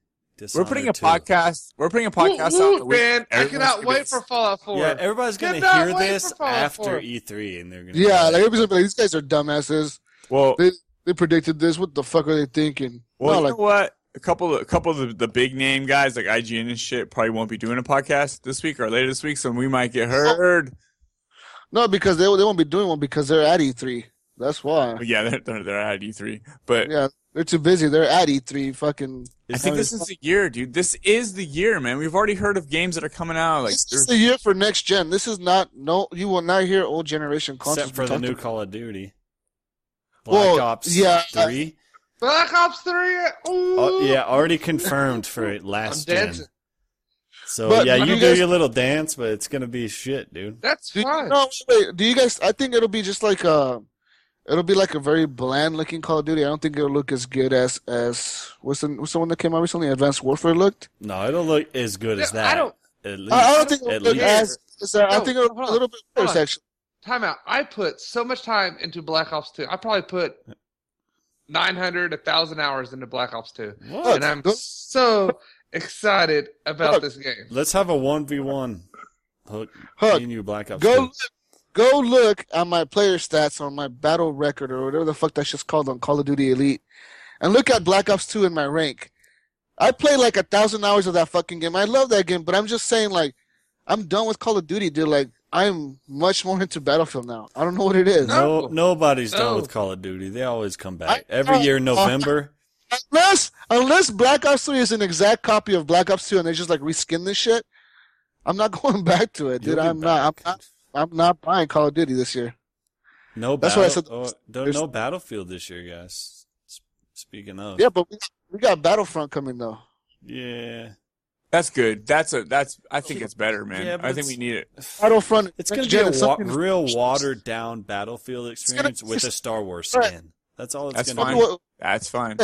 Speaker 5: We're
Speaker 4: Dishonored
Speaker 5: putting a
Speaker 4: 2.
Speaker 5: podcast. We're putting a podcast
Speaker 3: Woot,
Speaker 5: out. the
Speaker 3: woot,
Speaker 5: week-
Speaker 3: man. I
Speaker 5: everyone's
Speaker 3: cannot
Speaker 5: gonna
Speaker 3: wait
Speaker 5: be-
Speaker 3: for Fallout 4.
Speaker 4: Yeah, everybody's going to
Speaker 3: Cannot
Speaker 4: hear
Speaker 3: wait
Speaker 4: this
Speaker 3: for Fallout
Speaker 4: after
Speaker 3: 4.
Speaker 4: E3, and they're going to
Speaker 2: Yeah, like everybody's gonna be like, these guys are dumbasses.
Speaker 5: Well,
Speaker 2: They they predicted this. What the fuck are they thinking?
Speaker 5: well,
Speaker 2: No,
Speaker 5: you
Speaker 2: like
Speaker 5: know what? A couple, of, a couple of the, the big name guys like IGN and shit probably won't be doing a podcast this week or later this week, so we might get heard.
Speaker 2: no, because they they won't be doing one because they're at E3. That's why.
Speaker 5: But yeah, they're they're, they're at E3, but
Speaker 2: Yeah, they're too busy. They're at E3. Fucking.
Speaker 5: I think this is the year, dude. This is the year, man. We've already heard of games that are coming out. Like,
Speaker 2: this is
Speaker 5: there's-
Speaker 2: the year for next gen. This is not no. You will not hear old generation consoles.
Speaker 4: Except for
Speaker 2: be
Speaker 4: the
Speaker 2: talked
Speaker 4: new
Speaker 2: about.
Speaker 4: Call of Duty. Black
Speaker 2: Well,
Speaker 4: Ops
Speaker 2: yeah.
Speaker 4: 3?
Speaker 3: Black Ops 3. Ooh.
Speaker 4: Oh, yeah, already confirmed for last
Speaker 3: I'm
Speaker 4: gen.
Speaker 3: dancing.
Speaker 4: So,
Speaker 2: But-
Speaker 4: yeah,
Speaker 2: but
Speaker 4: you
Speaker 2: you
Speaker 4: do
Speaker 2: guys-
Speaker 4: your little dance, but it's going to be shit, dude.
Speaker 3: That's
Speaker 2: Do you,
Speaker 3: fine.
Speaker 2: no, wait. Do you guys? I think it'll be just like uh it'll be like a very bland looking Call of Duty. I don't think it'll look as good as as what's the what's the one that came out recently? Advanced Warfare looked.
Speaker 4: No, it'll look as good as
Speaker 3: No,
Speaker 4: that.
Speaker 3: I don't.
Speaker 4: At least.
Speaker 2: I, I don't think it'll
Speaker 4: at
Speaker 2: look
Speaker 4: least.
Speaker 2: as. as- uh, I
Speaker 3: No,
Speaker 2: think it'll look
Speaker 3: hold on,
Speaker 2: a little bit
Speaker 3: hold
Speaker 2: worse
Speaker 3: on.
Speaker 2: actually.
Speaker 3: Time out. I put so much time into Black Ops 2. I probably put 900, 1,000 hours into Black Ops 2.
Speaker 4: What?
Speaker 3: And I'm
Speaker 2: Look.
Speaker 3: so excited about
Speaker 2: Look.
Speaker 3: this game.
Speaker 4: Let's have a 1v1. Hook,
Speaker 2: Hook,
Speaker 4: me and you, Black Ops
Speaker 2: Go,
Speaker 4: 2.
Speaker 2: look- go look at my player stats on my battle record or whatever the fuck that's just called on Call of Duty Elite, and look at Black Ops Two in my rank. I played like a thousand hours of that fucking game. I love that game, but I'm just saying, like, I'm done with Call of Duty, dude. Like, I'm much more into Battlefield now. I don't know what it is.
Speaker 4: No,
Speaker 3: No.
Speaker 4: nobody's done
Speaker 3: No.
Speaker 4: with Call of Duty. They always come back
Speaker 2: I-
Speaker 4: every
Speaker 2: no.
Speaker 4: year in November.
Speaker 2: Unless, unless Black Ops 3 is an exact copy of Black Ops 2 and they just like reskin this shit, I'm not [LAUGHS] going back to it, [LAUGHS] dude.
Speaker 4: You'll be
Speaker 2: I'm not, I'm
Speaker 4: back.
Speaker 2: not, I'm not buying Call of Duty this year.
Speaker 4: No,
Speaker 2: That's
Speaker 4: battle,
Speaker 2: why I
Speaker 4: oh,
Speaker 2: said-
Speaker 4: no,
Speaker 2: there's-
Speaker 4: no battlefield this year, guys. S- Speaking of,
Speaker 2: Yeah, but we, we got Battlefront coming though.
Speaker 4: yeah,
Speaker 5: that's good. That's a that's. I think it's better, man.
Speaker 4: Yeah, but
Speaker 5: I think
Speaker 4: it's-
Speaker 5: we need it.
Speaker 2: Battlefront.
Speaker 4: [SIGHS] it's going to
Speaker 2: next
Speaker 4: be
Speaker 2: gen
Speaker 4: a
Speaker 2: is
Speaker 4: wa-
Speaker 2: something-
Speaker 4: real watered down battlefield
Speaker 2: gonna
Speaker 4: experience
Speaker 2: be
Speaker 4: with a
Speaker 2: just-
Speaker 4: Star Wars
Speaker 2: Right.
Speaker 4: skin. That's all it's
Speaker 5: That's
Speaker 4: going
Speaker 5: fine.
Speaker 4: to
Speaker 2: What,
Speaker 5: That's fine.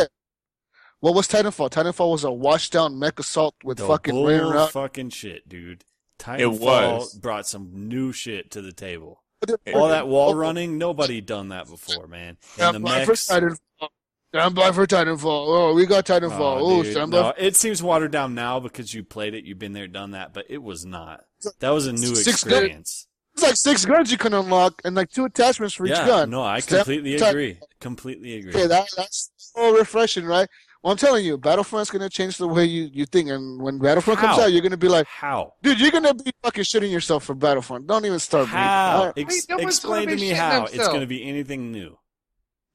Speaker 2: what was Titanfall? Titanfall was a washed down mech assault
Speaker 4: be.
Speaker 2: with
Speaker 4: The
Speaker 2: fucking
Speaker 4: bull
Speaker 2: running around.
Speaker 4: fucking shit, dude. Titanfall
Speaker 5: was.
Speaker 4: brought some new shit to the table.
Speaker 5: It-
Speaker 4: All that wall
Speaker 2: Oh.
Speaker 4: running, nobody done that before, man.
Speaker 2: Yeah,
Speaker 4: And the
Speaker 2: buy Oh, for
Speaker 4: mechs,
Speaker 2: Titanfall. Stand by for Titanfall. Oh, we got Titanfall.
Speaker 4: Oh,
Speaker 2: Oh,
Speaker 4: dude,
Speaker 2: stand by.
Speaker 4: no, it seems watered down now because you played it, you've been there, done that, but it was not. That was a new
Speaker 2: Six
Speaker 4: experience.
Speaker 2: It's like six guns you can unlock and like two attachments for each
Speaker 4: yeah,
Speaker 2: gun.
Speaker 4: no, I
Speaker 2: Step-
Speaker 4: completely
Speaker 2: step-
Speaker 4: agree. Completely agree.
Speaker 2: Okay, that, that's so refreshing, right? Well, I'm telling you, Battlefront's gonna change the way you, you think, and when Battlefront comes
Speaker 4: How?
Speaker 2: out, you're gonna be like,
Speaker 4: how?
Speaker 2: dude, you're gonna be fucking shitting yourself for Battlefront. Don't even start. bro.
Speaker 4: How?
Speaker 2: Alright?
Speaker 4: Ex-
Speaker 3: Wait, no one's
Speaker 4: explain
Speaker 3: gonna
Speaker 4: to
Speaker 3: be
Speaker 4: me
Speaker 3: shitting
Speaker 4: how it's
Speaker 3: themselves.
Speaker 4: going to be anything new.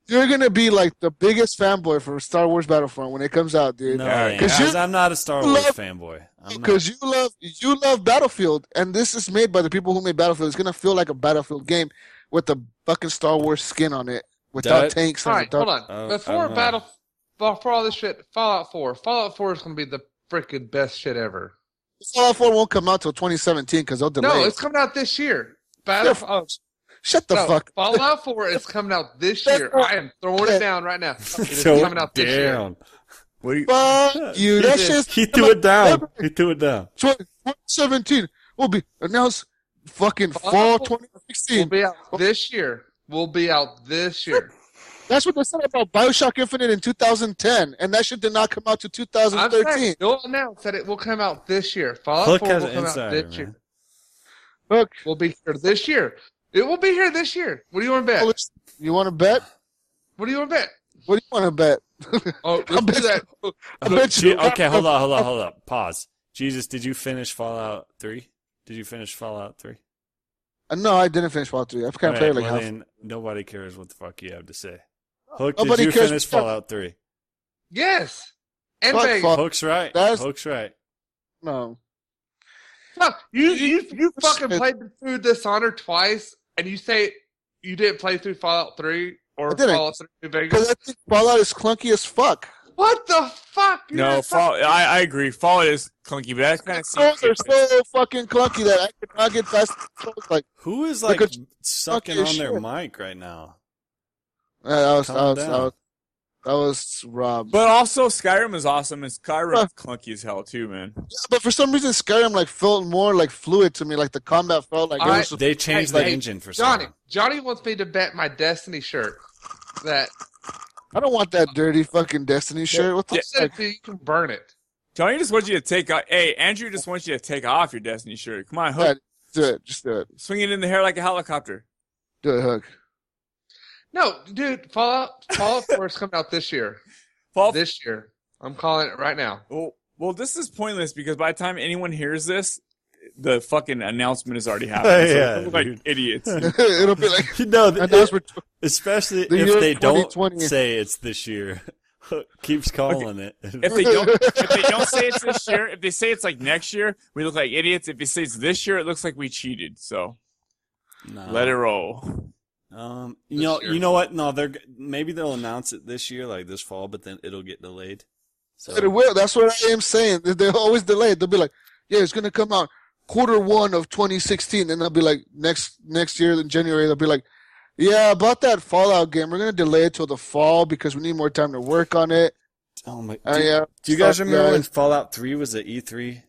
Speaker 2: You're gonna be like the biggest fanboy for Star Wars Battlefront when it comes out, dude.
Speaker 4: No,
Speaker 5: Alright.
Speaker 2: Cause
Speaker 4: because
Speaker 2: you-
Speaker 4: I'm not a Star Wars
Speaker 2: love-
Speaker 4: fanboy. I'm not.
Speaker 2: Because you love you love Battlefield, and this is made by the people who made Battlefield. It's gonna feel like a Battlefield game with the fucking Star Wars skin on it, without
Speaker 4: That-
Speaker 2: tanks.
Speaker 3: All
Speaker 2: and
Speaker 3: right,
Speaker 2: without-
Speaker 3: hold on.
Speaker 4: Oh,
Speaker 3: Before
Speaker 4: oh,
Speaker 3: Battle, before all this shit, Fallout 4. Fallout 4 is going to be the freaking best shit ever.
Speaker 2: Fallout 4 won't come out till 2017 because they'll delay.
Speaker 3: No,
Speaker 2: it.
Speaker 3: it's coming out this year. Battle,
Speaker 2: Yeah,
Speaker 3: oh,
Speaker 2: Shut the
Speaker 3: no,
Speaker 2: fuck.
Speaker 3: Fallout 4 is coming out this
Speaker 2: That's
Speaker 3: year.
Speaker 2: not-
Speaker 3: I am throwing it down
Speaker 2: [LAUGHS]
Speaker 3: right now. It is
Speaker 4: Throw
Speaker 3: coming
Speaker 4: it
Speaker 3: out this year.
Speaker 4: down.
Speaker 5: What do you,
Speaker 2: Fuck you.
Speaker 4: [LAUGHS] He
Speaker 2: That
Speaker 4: did-
Speaker 2: shit's
Speaker 4: He threw it down. He threw it down.
Speaker 2: 2017 will be announced fucking fall
Speaker 3: Fallout
Speaker 2: 2016.
Speaker 3: We'll be out this year. We'll be out this year.
Speaker 2: That's what they said about Bioshock Infinite in 2010, and that shit did not come out to
Speaker 3: I'm
Speaker 2: 2013.
Speaker 3: saying they'll announce that it will come out this year. Fallout
Speaker 4: Hook
Speaker 3: 4
Speaker 4: has
Speaker 3: will
Speaker 4: an
Speaker 3: come out
Speaker 4: insider,
Speaker 3: this
Speaker 4: man.
Speaker 3: year.
Speaker 2: Look,
Speaker 3: We'll be here this year. It will be here this year. What do you want
Speaker 2: [LAUGHS]
Speaker 3: to bet?
Speaker 2: Alex, you want to bet?
Speaker 3: What do you want to bet?
Speaker 2: What do you want to bet?
Speaker 3: Oh,
Speaker 2: [LAUGHS] I'll
Speaker 3: let's do
Speaker 2: bet-
Speaker 3: that.
Speaker 2: I bet you.
Speaker 4: Gee, okay, hold on, hold on, hold on. Pause. Jesus, did you finish Fallout Three? Did you finish Fallout Three?
Speaker 2: Uh, [LAUGHS] No, I didn't finish Fallout 3. I've kind of
Speaker 4: Alright,
Speaker 2: played like
Speaker 4: well,
Speaker 2: half.
Speaker 4: then nobody cares what the fuck you have to say. Hook, did
Speaker 2: Nobody
Speaker 4: you
Speaker 2: cares
Speaker 4: finish
Speaker 2: what-
Speaker 4: Fallout Three?
Speaker 3: Yes. And
Speaker 2: Fuck,
Speaker 3: Vegas.
Speaker 2: fuck,
Speaker 4: Hook's right.
Speaker 2: That's-
Speaker 4: Hook's right.
Speaker 2: No.
Speaker 3: Fuck you! You, you fucking
Speaker 2: shit.
Speaker 3: played through Dishonored twice, and you say you didn't play through Fallout Three or
Speaker 2: I didn't.
Speaker 3: Fallout Three New Vegas.
Speaker 2: Because I think Fallout is clunky as fuck.
Speaker 3: What the fuck? You're
Speaker 5: No,
Speaker 3: not-
Speaker 5: fall. I, I agree. Fallout is clunky, but that's kind of
Speaker 2: Controls are so fucking clunky that I could not get past the controls. Like,
Speaker 4: Who is like
Speaker 2: Look at-
Speaker 4: sucking
Speaker 2: fuck
Speaker 4: on
Speaker 2: your
Speaker 4: their
Speaker 2: shit.
Speaker 4: mic right now?
Speaker 2: uh, that was, that
Speaker 4: Calm
Speaker 2: was, that
Speaker 4: down.
Speaker 2: was, that was Rob.
Speaker 5: But also, Skyrim is awesome, and Skyrim
Speaker 2: Huh.
Speaker 5: is clunky as hell too, man.
Speaker 2: but for some reason, Skyrim like felt more like fluid to me. Like the combat felt like it
Speaker 3: Alright.
Speaker 2: was just-
Speaker 4: They changed
Speaker 3: Hey,
Speaker 4: the
Speaker 3: hey,
Speaker 4: engine for
Speaker 3: Johnny.
Speaker 4: something.
Speaker 3: Johnny wants me to bet my Destiny shirt that
Speaker 2: I don't want that dirty fucking Destiny shirt. What the
Speaker 5: Yeah. uh,
Speaker 2: fuck?
Speaker 3: said to you, you can burn it.
Speaker 5: Tony just wants you to take off. Hey, Andrew just wants you to take off your Destiny shirt. Come on, hook.
Speaker 2: Yeah. Do it. Just do it.
Speaker 5: Swing it in the hair like a helicopter.
Speaker 2: Do it, Hook. [LAUGHS]
Speaker 3: No, dude, Fallout Fallout 4 is coming out this year.
Speaker 5: Fall.
Speaker 3: This year. I'm calling it right now.
Speaker 5: well, well, this is pointless because by the time anyone hears this, the fucking announcement is already
Speaker 4: Yeah, [LAUGHS]
Speaker 5: happening. So we look
Speaker 4: dude.
Speaker 5: like idiots.
Speaker 4: [LAUGHS]
Speaker 2: It'll be like.
Speaker 4: You know,
Speaker 2: [LAUGHS]
Speaker 4: th-
Speaker 2: And those were
Speaker 4: especially
Speaker 2: the
Speaker 4: if
Speaker 2: year
Speaker 4: they don't
Speaker 2: 2020.
Speaker 4: say it's this year. [LAUGHS] Keeps calling it. [LAUGHS]
Speaker 5: If they don't, if they don't say it's this year, if they say it's like next year, we look like idiots. If they say it's this year, it looks like we cheated. So
Speaker 4: No.
Speaker 5: let it roll.
Speaker 4: Um, you know,
Speaker 3: year.
Speaker 4: you know what? No, they're g- maybe they'll announce it this year, like this fall, but then it'll get delayed. So
Speaker 2: It will. That's what I am saying. They- They're always delayed. They'll be like, "Yeah, it's gonna come out quarter one of 2016," and they'll be like, "Next next year in January." They'll be like, "Yeah, about that Fallout game, we're gonna delay it till the fall because we need more time to work on it."
Speaker 4: oh my,
Speaker 2: Uh,
Speaker 4: do,
Speaker 2: yeah.
Speaker 4: do you guys
Speaker 2: Fuck,
Speaker 4: remember
Speaker 2: yeah.
Speaker 4: when Fallout Three was at E three,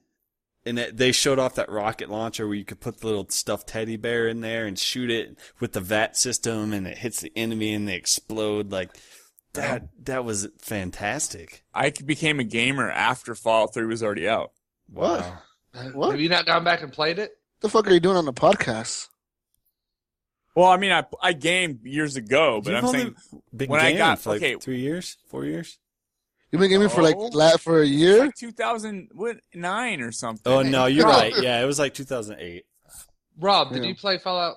Speaker 4: and it, they showed off that rocket launcher where you could put the little stuffed teddy bear in there and shoot it with the VAT system, and it hits the enemy and they explode. Like that, that was fantastic.
Speaker 5: I became a gamer after Fallout 3 was already out.
Speaker 2: What?
Speaker 4: Wow.
Speaker 2: What?
Speaker 3: Have you not gone back and played it?
Speaker 2: the fuck are you doing on the podcast?
Speaker 5: Well, I mean, I I game years ago, but
Speaker 4: You've
Speaker 5: I'm
Speaker 4: only
Speaker 5: saying
Speaker 4: been
Speaker 5: when I
Speaker 4: gaming
Speaker 5: got-
Speaker 4: for like
Speaker 5: okay.
Speaker 4: three years, four years.
Speaker 2: You've been gaming for like
Speaker 5: No.
Speaker 2: la- for a year.
Speaker 5: like 2009 or something.
Speaker 4: Oh no, you're
Speaker 3: No.
Speaker 4: right. Yeah, it was like 2008.
Speaker 3: Rob, did
Speaker 2: Yeah.
Speaker 3: you play Fallout?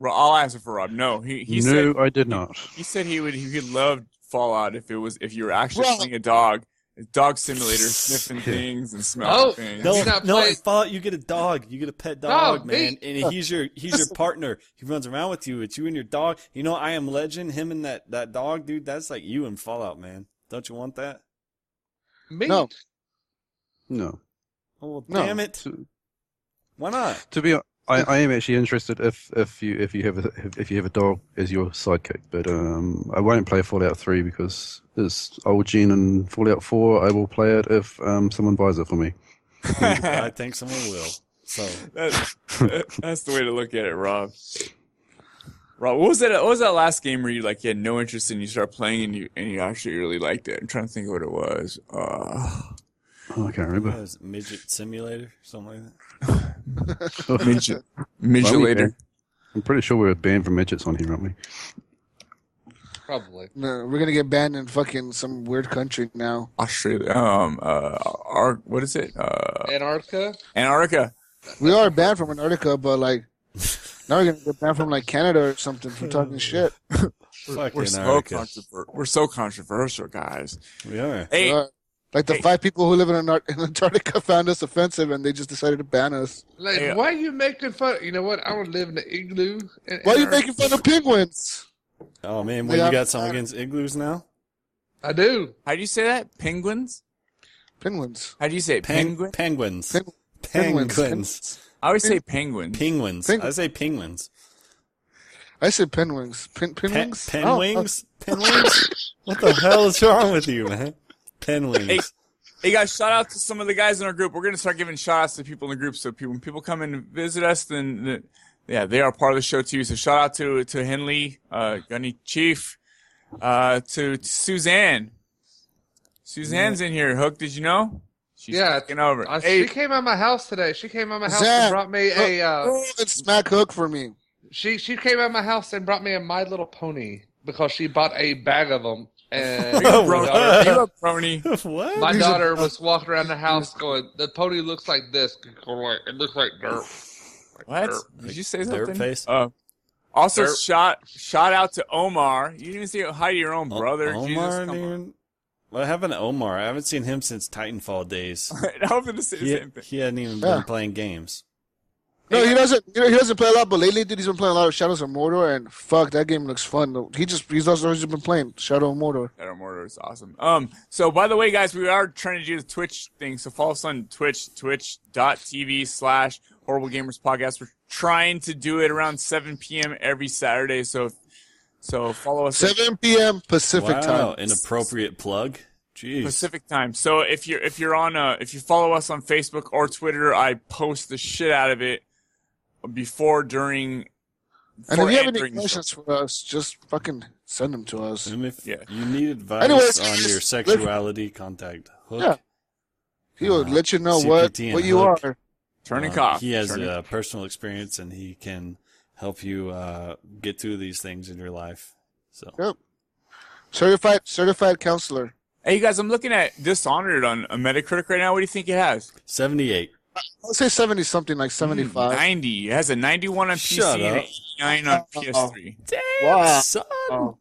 Speaker 5: Well, I'll answer for Rob. No, he he
Speaker 6: no,
Speaker 5: said
Speaker 6: I did not.
Speaker 5: he said he would he would love Fallout if it was if you were actually
Speaker 2: Rob.
Speaker 5: playing a dog, a dog simulator, sniffing things and smelling
Speaker 3: Oh.
Speaker 5: things.
Speaker 4: No,
Speaker 3: He's not
Speaker 4: no,
Speaker 3: playing-
Speaker 4: in Fallout you get a dog. You get a pet dog,
Speaker 3: Dog,
Speaker 4: man,
Speaker 3: me.
Speaker 4: and he's your
Speaker 3: [LAUGHS]
Speaker 4: he's your partner. He runs around with you. It's you and your dog. You know, I am Legend. Him and that that dog, dude. That's like you and Fallout, man. Don't you want that?
Speaker 3: Me?
Speaker 2: No.
Speaker 6: No.
Speaker 4: Oh well,
Speaker 2: No.
Speaker 4: damn it!
Speaker 6: To,
Speaker 4: Why not?
Speaker 6: to be, hon- I, I am actually interested if, if you if you have a, if you have a dog as your sidekick, but um, I won't play Fallout Three because it's old gen and Fallout Four. I will play it if um, someone buys it for me.
Speaker 4: I think someone will. So
Speaker 5: That's, that's the way to look at it, Rob. Rob, what was that? What was that last game where you like you had no interest and you start playing and you and you actually really liked it? I'm trying to think of what it was. Uh,
Speaker 6: Oh, I can't
Speaker 4: what
Speaker 2: [LAUGHS]
Speaker 6: remember.
Speaker 4: is it, midget simulator, something like that.
Speaker 5: midget, midget later.
Speaker 6: I'm pretty sure we're banned from midgets on here, aren't we?
Speaker 3: Probably.
Speaker 2: No, we're gonna get banned in fucking some weird country now.
Speaker 5: Australia. Um. Uh. Ar- what is it? Uh.
Speaker 3: Antarctica?
Speaker 5: Antarctica.
Speaker 2: We are banned from Antarctica, but like now we're gonna get banned from like Canada or something for talking shit.
Speaker 4: Fuck
Speaker 5: We're so,
Speaker 4: Antarctica.
Speaker 5: controver- we're so controversial, guys.
Speaker 4: We are.
Speaker 5: Hey,
Speaker 2: Right. Like the
Speaker 5: Hey.
Speaker 2: five people who live in, Anar- [LAUGHS] in Antarctica found us offensive, and they just decided to ban us.
Speaker 3: Like,
Speaker 5: Yeah.
Speaker 3: why are you making fun? You know what? I don't live in the igloo. in
Speaker 2: Why are you
Speaker 3: Antarctica.
Speaker 2: making fun of penguins?
Speaker 4: Oh man, what
Speaker 2: Yeah.
Speaker 4: you got? Something against igloos now?
Speaker 3: I do.
Speaker 5: how do you say that? Penguins?
Speaker 2: Penguins.
Speaker 5: How do you say it?
Speaker 4: Pen-
Speaker 5: Penguin?
Speaker 4: penguins.
Speaker 2: Pen- penguins.
Speaker 4: Penguins.
Speaker 5: I always say penguins.
Speaker 4: Penguins.
Speaker 2: Pengu-
Speaker 4: I say penguins.
Speaker 2: I said penguins. Pin
Speaker 4: Pen,
Speaker 2: penguins.
Speaker 4: pen
Speaker 2: Oh,
Speaker 4: wings? Pen wings? What the hell is wrong with you, man? Pen wings. [LAUGHS]
Speaker 5: Hey. hey guys, shout out to some of the guys in our group. We're gonna start giving shout outs to people in the group. So people, when people come in and visit us, then the, yeah, they are part of the show too. So shout out to to Henley, uh, Gunny Chief, uh, to, to Suzanne. Suzanne's in here. Hook, did you know? She's
Speaker 3: Yeah,
Speaker 5: taking over.
Speaker 3: I,
Speaker 5: hey,
Speaker 3: She came out my house today. She came out my house
Speaker 2: Zach.
Speaker 3: and brought me
Speaker 2: oh,
Speaker 3: a. Uh,
Speaker 2: oh, it's smack hook for me.
Speaker 3: she she came out my house and brought me a My Little Pony because she bought a bag of them.
Speaker 4: [LAUGHS]
Speaker 3: And
Speaker 5: you a
Speaker 3: my daughter,
Speaker 5: brony? You a brony?
Speaker 4: what?
Speaker 3: my daughter was walking around the house going, "The pony looks like this. Going like, It looks like dirt."
Speaker 5: What?
Speaker 3: Derp.
Speaker 5: Did you say
Speaker 4: Derp
Speaker 5: something?
Speaker 4: face?
Speaker 5: Uh, also,
Speaker 3: Derp.
Speaker 5: shot shout out to Omar. You didn't even say hi to your own brother.
Speaker 4: O-
Speaker 5: Jesus,
Speaker 4: Omar,
Speaker 5: come on.
Speaker 4: dude. What happened to Omar? I haven't seen him since Titanfall days.
Speaker 5: [LAUGHS] [LAUGHS] I was going to say the
Speaker 4: He,
Speaker 5: same thing.
Speaker 4: he hadn't even
Speaker 2: Yeah.
Speaker 4: been playing games.
Speaker 2: No, he doesn't. you know, He doesn't play a lot, but lately, dude, he's been playing a lot of Shadows of Mordor, and fuck, that game looks fun. though. He just he's also he's been playing Shadow of Mordor.
Speaker 5: Shadow Mordor is awesome. Um, so by the way, guys, we are trying to do the Twitch thing. So follow us on Twitch, twitch.tv slash horrible gamers podcast. We're trying to do it around 7 p.m. every Saturday. So, so follow us at
Speaker 2: 7 p.m. Pacific time.
Speaker 4: Wow, an appropriate plug. Jeez.
Speaker 5: Pacific time. So if you're, if you're on, uh, if you follow us on Facebook or Twitter, I post the shit out of it before, during,
Speaker 2: And if
Speaker 5: for
Speaker 2: you have any
Speaker 5: entering the show.
Speaker 2: questions for us, just fucking send them to us.
Speaker 4: And if
Speaker 5: Yeah.
Speaker 4: you need advice
Speaker 2: Anyways,
Speaker 4: on your
Speaker 2: let's-
Speaker 4: sexuality, contact Hook.
Speaker 2: Yeah. He will
Speaker 4: Uh,
Speaker 2: let you know what
Speaker 4: CPT and
Speaker 2: what you
Speaker 4: Hook.
Speaker 2: are.
Speaker 5: turning
Speaker 4: Uh,
Speaker 5: off.
Speaker 4: He has
Speaker 5: Turn it-
Speaker 4: uh, personal experience and he can help you uh, get through these things in your life. So
Speaker 2: Yep. Certified certified counselor.
Speaker 5: Hey, you guys, I'm looking at Dishonored on a Metacritic right now. What do you think it has?
Speaker 4: 78.
Speaker 2: I'll say seventy something,
Speaker 4: Hmm,
Speaker 2: like seventy five.
Speaker 5: 90. It has a 91 on PC
Speaker 4: Shut
Speaker 5: and an
Speaker 4: up. Oh.
Speaker 5: 89 on PS3.
Speaker 2: Wow.
Speaker 4: Son.
Speaker 5: Oh,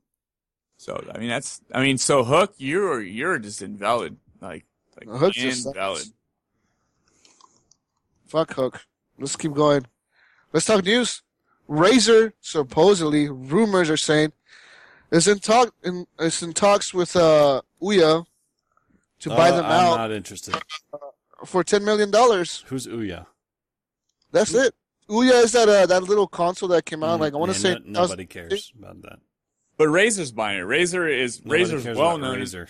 Speaker 5: So I mean, that's I mean, so Hook, you're you're just invalid, like like
Speaker 2: Hook just sucks.
Speaker 5: invalid.
Speaker 2: Fuck Hook. Let's keep going. Let's talk news. Razer supposedly rumors are saying is in talk in, is in talks with uh Ouya to buy
Speaker 4: Uh,
Speaker 2: them
Speaker 4: I'm
Speaker 2: out
Speaker 4: not interested.
Speaker 2: for ten million dollars.
Speaker 4: Who's Ouya?
Speaker 2: That's it. Ouya is that uh, that little console that came out.
Speaker 4: Mm,
Speaker 2: Uh, Like I want
Speaker 4: yeah,
Speaker 2: to say,
Speaker 4: no- nobody cares about that.
Speaker 5: But Razor's buying it. Razor is
Speaker 4: Nobody
Speaker 5: Razor's
Speaker 4: cares
Speaker 5: well
Speaker 4: about
Speaker 5: known.
Speaker 4: Razor.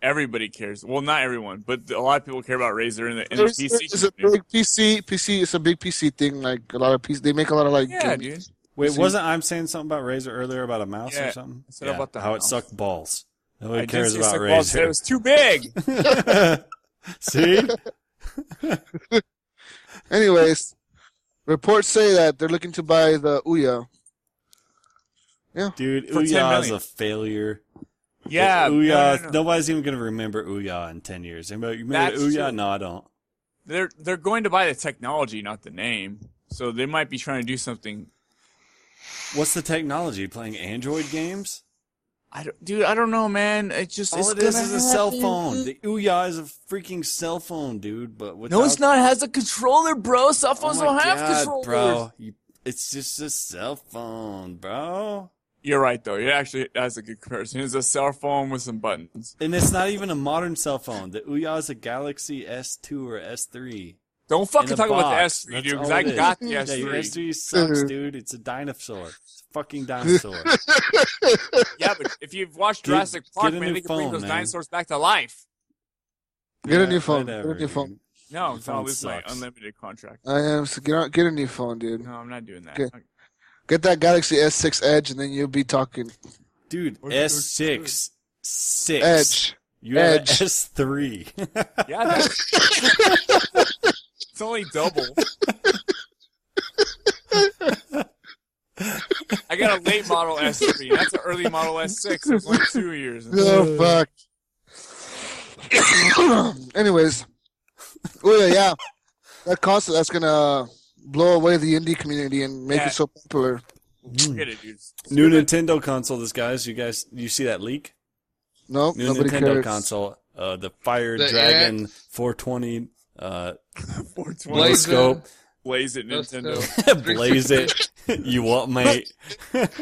Speaker 5: Everybody cares. Well, not everyone, but a lot of people care about Razor in the, in the
Speaker 2: It's,
Speaker 5: PC.
Speaker 2: a
Speaker 5: community.
Speaker 2: big PC. PC is a big PC thing. Like a lot of PC, they make a lot of like.
Speaker 5: yeah,
Speaker 2: games.
Speaker 5: dude.
Speaker 4: Wait,
Speaker 2: See-
Speaker 4: wasn't I'm saying something about Razor earlier about a mouse
Speaker 5: Yeah,
Speaker 4: or something?
Speaker 5: I said about the
Speaker 4: how it
Speaker 5: mouse.
Speaker 4: sucked balls. Nobody
Speaker 5: I did
Speaker 4: cares
Speaker 5: say
Speaker 4: about
Speaker 5: Suck Balls said It
Speaker 4: Razor.
Speaker 5: was too big.
Speaker 4: [LAUGHS] See?
Speaker 2: Anyways, reports say that they're looking to buy the Ouya.
Speaker 4: Dude,
Speaker 5: For 10
Speaker 4: Ouya is
Speaker 5: million.
Speaker 4: a failure.
Speaker 5: Yeah, no, no,
Speaker 4: Ouya,
Speaker 5: no.
Speaker 4: nobody's even going to remember Ouya in 10 years. Anybody remember
Speaker 5: That's
Speaker 4: Ouya?
Speaker 5: true.
Speaker 4: No, I don't.
Speaker 5: they're they're going to buy the technology, not the name. So they might be trying to do something.
Speaker 4: What's the technology? Playing Android games?
Speaker 5: I don't, dude, I don't know, man. It just
Speaker 4: All
Speaker 5: it's
Speaker 4: it is
Speaker 5: gonna
Speaker 4: is a cell
Speaker 5: happen.
Speaker 4: phone. The Ouya is a freaking cell phone, dude. But without,
Speaker 5: No, it's not. It has a controller, bro. Cell
Speaker 4: Oh
Speaker 5: phones
Speaker 4: my
Speaker 5: don't have
Speaker 4: God,
Speaker 5: controllers.
Speaker 4: bro. You, it's just a cell phone, bro.
Speaker 5: You're right, though. It actually that's a good comparison. It's a cell phone with some buttons.
Speaker 4: And it's not even a modern cell phone. The Ouya is a Galaxy S2 or S3.
Speaker 5: Don't
Speaker 4: in
Speaker 5: fucking
Speaker 4: a
Speaker 5: talk about the
Speaker 4: box.
Speaker 5: S3,
Speaker 4: That's
Speaker 5: dude, because
Speaker 4: all
Speaker 5: I
Speaker 4: it is.
Speaker 5: got the
Speaker 4: [LAUGHS] Yeah, your
Speaker 5: S3. [LAUGHS]
Speaker 4: S3 sucks, dude. It's a dinosaur. It's a
Speaker 2: [LAUGHS]
Speaker 4: fucking dinosaur.
Speaker 5: yeah, but if you've watched
Speaker 4: Dude,
Speaker 5: Jurassic
Speaker 4: get
Speaker 5: Park,
Speaker 4: a
Speaker 5: man,
Speaker 4: new
Speaker 5: they can bring
Speaker 4: phone,
Speaker 5: those
Speaker 4: man.
Speaker 5: dinosaurs back to life.
Speaker 2: Get
Speaker 4: Yeah,
Speaker 2: a new phone.
Speaker 4: whatever,
Speaker 2: get a new
Speaker 4: dude.
Speaker 2: phone.
Speaker 5: No,
Speaker 4: Your
Speaker 5: I'm gonna
Speaker 4: phone
Speaker 5: lose my
Speaker 4: sucks.
Speaker 5: unlimited contract.
Speaker 2: I am. So get on, get a new phone, dude.
Speaker 5: No, I'm not doing that.
Speaker 2: Okay. Get that Galaxy S6 Edge, and then you'll be talking
Speaker 4: Dude,
Speaker 5: Or- or-
Speaker 4: S6. Six.
Speaker 2: Edge.
Speaker 4: You have an
Speaker 2: Edge.
Speaker 5: [LAUGHS]
Speaker 4: S3.
Speaker 5: Yeah, that's, [LAUGHS] it's only double. I got a late model S3. That's an early model S6. There's only two years.
Speaker 2: Oh fuck. [COUGHS] Anyways, oh yeah, yeah, that console that's gonna uh, blow away the indie community and make
Speaker 5: Yeah.
Speaker 2: it so popular.
Speaker 5: Forget it, dude.
Speaker 4: new Nintendo console, this guys. You guys, you see that leak?
Speaker 2: No,
Speaker 4: New
Speaker 2: nobody
Speaker 4: Nintendo
Speaker 2: cares.
Speaker 4: console, uh, the Fire
Speaker 3: The
Speaker 4: Dragon 420
Speaker 2: [LAUGHS]
Speaker 4: uh,
Speaker 5: 420.
Speaker 3: Blaze
Speaker 4: scope.
Speaker 5: Blaze it, Nintendo.
Speaker 4: [LAUGHS] Blaze it. you want, mate?
Speaker 2: it's,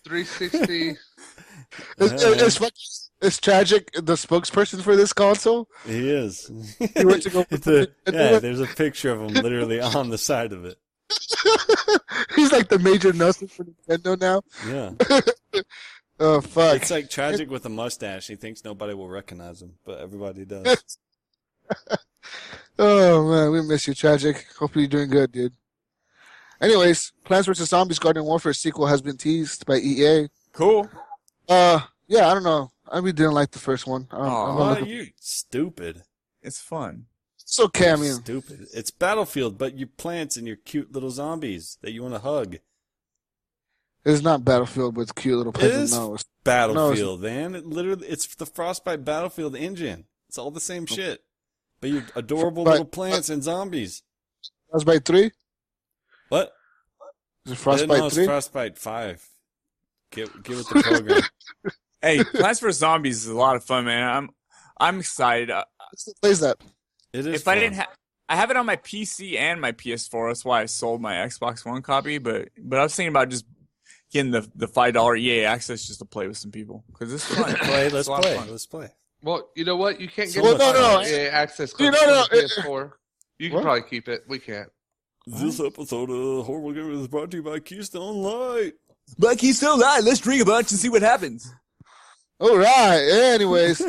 Speaker 3: 360.
Speaker 2: [LAUGHS] it's, fuck- it's tragic. The spokesperson for this console.
Speaker 4: He is.
Speaker 2: He went to go.
Speaker 4: [LAUGHS]
Speaker 2: [LAUGHS]
Speaker 4: It's a- yeah, there's a picture of him literally [LAUGHS] on the side of it.
Speaker 2: [LAUGHS] He's like the major Nelson for Nintendo now.
Speaker 4: Yeah.
Speaker 2: Oh fuck.
Speaker 4: It's like tragic with a mustache. He thinks nobody will recognize him, but everybody does.
Speaker 2: Oh man, we miss you, Tragic. Hopefully you're doing good, dude. Anyways, Plants vs. Zombies Garden Warfare sequel has been teased by EA.
Speaker 5: Cool.
Speaker 2: Uh, yeah, I don't know. I really didn't like the first one. I don't,
Speaker 5: Aw.
Speaker 2: I'm not
Speaker 4: Oh,
Speaker 2: looking-
Speaker 4: you stupid.
Speaker 5: It's fun.
Speaker 2: it's okay, I mean,
Speaker 4: Stupid. It's Battlefield, but your plants and your cute little zombies that you want to hug.
Speaker 2: it's not Battlefield with cute little
Speaker 4: is.
Speaker 2: peasant nose.
Speaker 4: Battlefield, man. It literally, it's the Frostbite Battlefield engine. It's all the same shit. But you adorable
Speaker 2: Frostbite.
Speaker 4: little plants and zombies.
Speaker 2: That's by three.
Speaker 4: What?
Speaker 2: Is it
Speaker 4: I didn't know
Speaker 2: Frostbite
Speaker 4: it's
Speaker 2: three?
Speaker 4: Frostbite 5. Get, get with the [LAUGHS] program.
Speaker 5: Hey, Plants vs Zombies is a lot of fun, man. I'm I'm excited. Uh,
Speaker 2: Who plays that?
Speaker 4: It is
Speaker 5: if I
Speaker 4: fun.
Speaker 5: didn't have I have it on my PC and my PS4. That's why I sold my Xbox One copy. But but I was thinking about just getting the the five dollar EA access just to play with some people because it's fun.
Speaker 4: [LAUGHS] Play,
Speaker 5: It's
Speaker 4: let's
Speaker 5: a lot of
Speaker 4: play.
Speaker 5: fun.
Speaker 4: Let's play.
Speaker 3: Well, you know what? You can't
Speaker 4: So
Speaker 3: get
Speaker 4: what-
Speaker 3: the
Speaker 4: No,
Speaker 2: no,
Speaker 3: EA access
Speaker 2: You
Speaker 3: code
Speaker 2: know, no, it-
Speaker 3: PS4. You can
Speaker 2: What?
Speaker 3: probably keep it. We can't.
Speaker 4: This episode of Horrible Gamer is brought to you by Keystone Light.
Speaker 5: But he's still alive. Let's drink a bunch and see what happens. [LAUGHS]
Speaker 2: All right.
Speaker 4: [LAUGHS]
Speaker 2: Anyways,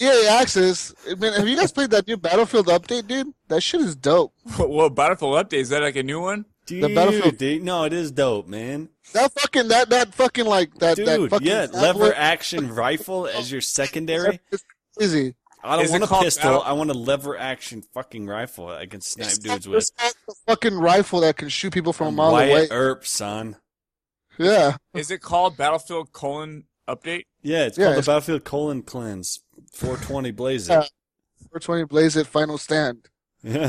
Speaker 2: EA Access. I mean, have you guys played that new Battlefield update, dude? That shit is dope.
Speaker 5: What, what Battlefield update is that like a new one?
Speaker 4: Dude,
Speaker 2: Battlefield-
Speaker 4: dude, no, it is dope, man.
Speaker 2: That fucking that that fucking like that that
Speaker 4: Dude,
Speaker 2: fucking
Speaker 4: yeah,
Speaker 2: tablet
Speaker 4: lever action rifle as your secondary.
Speaker 2: is crazy.
Speaker 4: I don't
Speaker 5: Is it
Speaker 4: want a
Speaker 5: called
Speaker 4: pistol.
Speaker 5: Battle-
Speaker 4: I want a lever action fucking rifle I can snipe
Speaker 2: It's
Speaker 4: dudes
Speaker 2: got-
Speaker 4: with.
Speaker 2: it's got the fucking rifle that can shoot people from a mile away.
Speaker 4: Wyatt Earp, son.
Speaker 2: Yeah.
Speaker 5: Is it called Battlefield colon
Speaker 4: [LAUGHS]
Speaker 5: update?
Speaker 4: Yeah, it's
Speaker 2: Yeah,
Speaker 4: called
Speaker 2: it's-
Speaker 4: the Battlefield Colon Cleanse. 420 Blaze
Speaker 2: Yeah.
Speaker 4: it.
Speaker 2: 420 Blaze it. Final Stand. [LAUGHS]
Speaker 4: Yeah.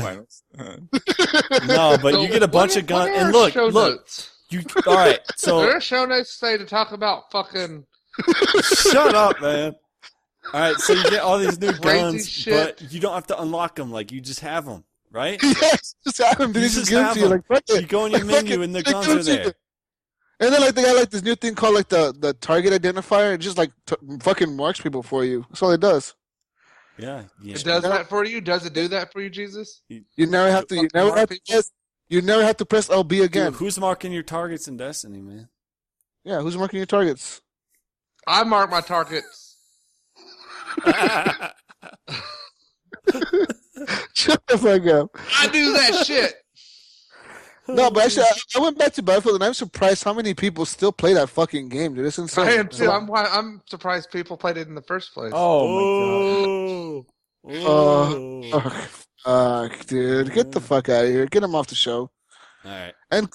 Speaker 5: [LAUGHS] Finals. Uh,
Speaker 4: [LAUGHS] no, but
Speaker 3: So
Speaker 4: you get a
Speaker 3: what
Speaker 4: bunch
Speaker 3: are-
Speaker 4: of
Speaker 3: what
Speaker 4: guns.
Speaker 3: are
Speaker 4: And
Speaker 3: our
Speaker 4: look,
Speaker 3: show
Speaker 4: look.
Speaker 3: notes?
Speaker 4: You, all right,
Speaker 3: There [LAUGHS]
Speaker 4: so
Speaker 3: are show notes today to talk about fucking
Speaker 4: shut up, man. All right, so you get all these new
Speaker 3: [LAUGHS] Crazy
Speaker 4: guns,
Speaker 3: shit.
Speaker 4: but you don't have to unlock them. Like, you just have them, right?
Speaker 2: yes. Just have him. They
Speaker 4: You
Speaker 2: just,
Speaker 4: just
Speaker 2: give it
Speaker 4: have
Speaker 2: to you.
Speaker 4: them.
Speaker 2: Like, fuck
Speaker 4: You
Speaker 2: it.
Speaker 4: go [LAUGHS] on your
Speaker 2: Fuck
Speaker 4: menu
Speaker 2: it.
Speaker 4: and the
Speaker 2: They
Speaker 4: guns
Speaker 2: give
Speaker 4: are
Speaker 2: it to you.
Speaker 4: there.
Speaker 2: And then like they got like this new thing called like the the target identifier. It just like t- fucking marks people for you. That's all it does.
Speaker 4: Yeah, yeah.
Speaker 3: it does that for you. Does it do that for you, Jesus?
Speaker 2: You never have to. You
Speaker 3: Fucking
Speaker 2: never
Speaker 3: mark
Speaker 2: have to
Speaker 3: people.
Speaker 2: press, You never have to press LB
Speaker 4: Dude,
Speaker 2: again.
Speaker 4: who's marking your targets in Destiny, man?
Speaker 2: Yeah. Who's marking your targets? [LAUGHS]
Speaker 3: I mark my
Speaker 4: [LAUGHS]
Speaker 3: targets.
Speaker 2: Shut the fuck up.
Speaker 3: I do that shit.
Speaker 2: No, but actually, I, I went back to Battlefield, and I'm surprised how many people still play that fucking game, dude. It's insane.
Speaker 3: I am too. I'm, why- I'm surprised people played it in the first place.
Speaker 5: oh
Speaker 4: my
Speaker 2: Oh. Ugh, fuck, dude, get the fuck out of here. Get him off the show.
Speaker 4: All right.
Speaker 2: End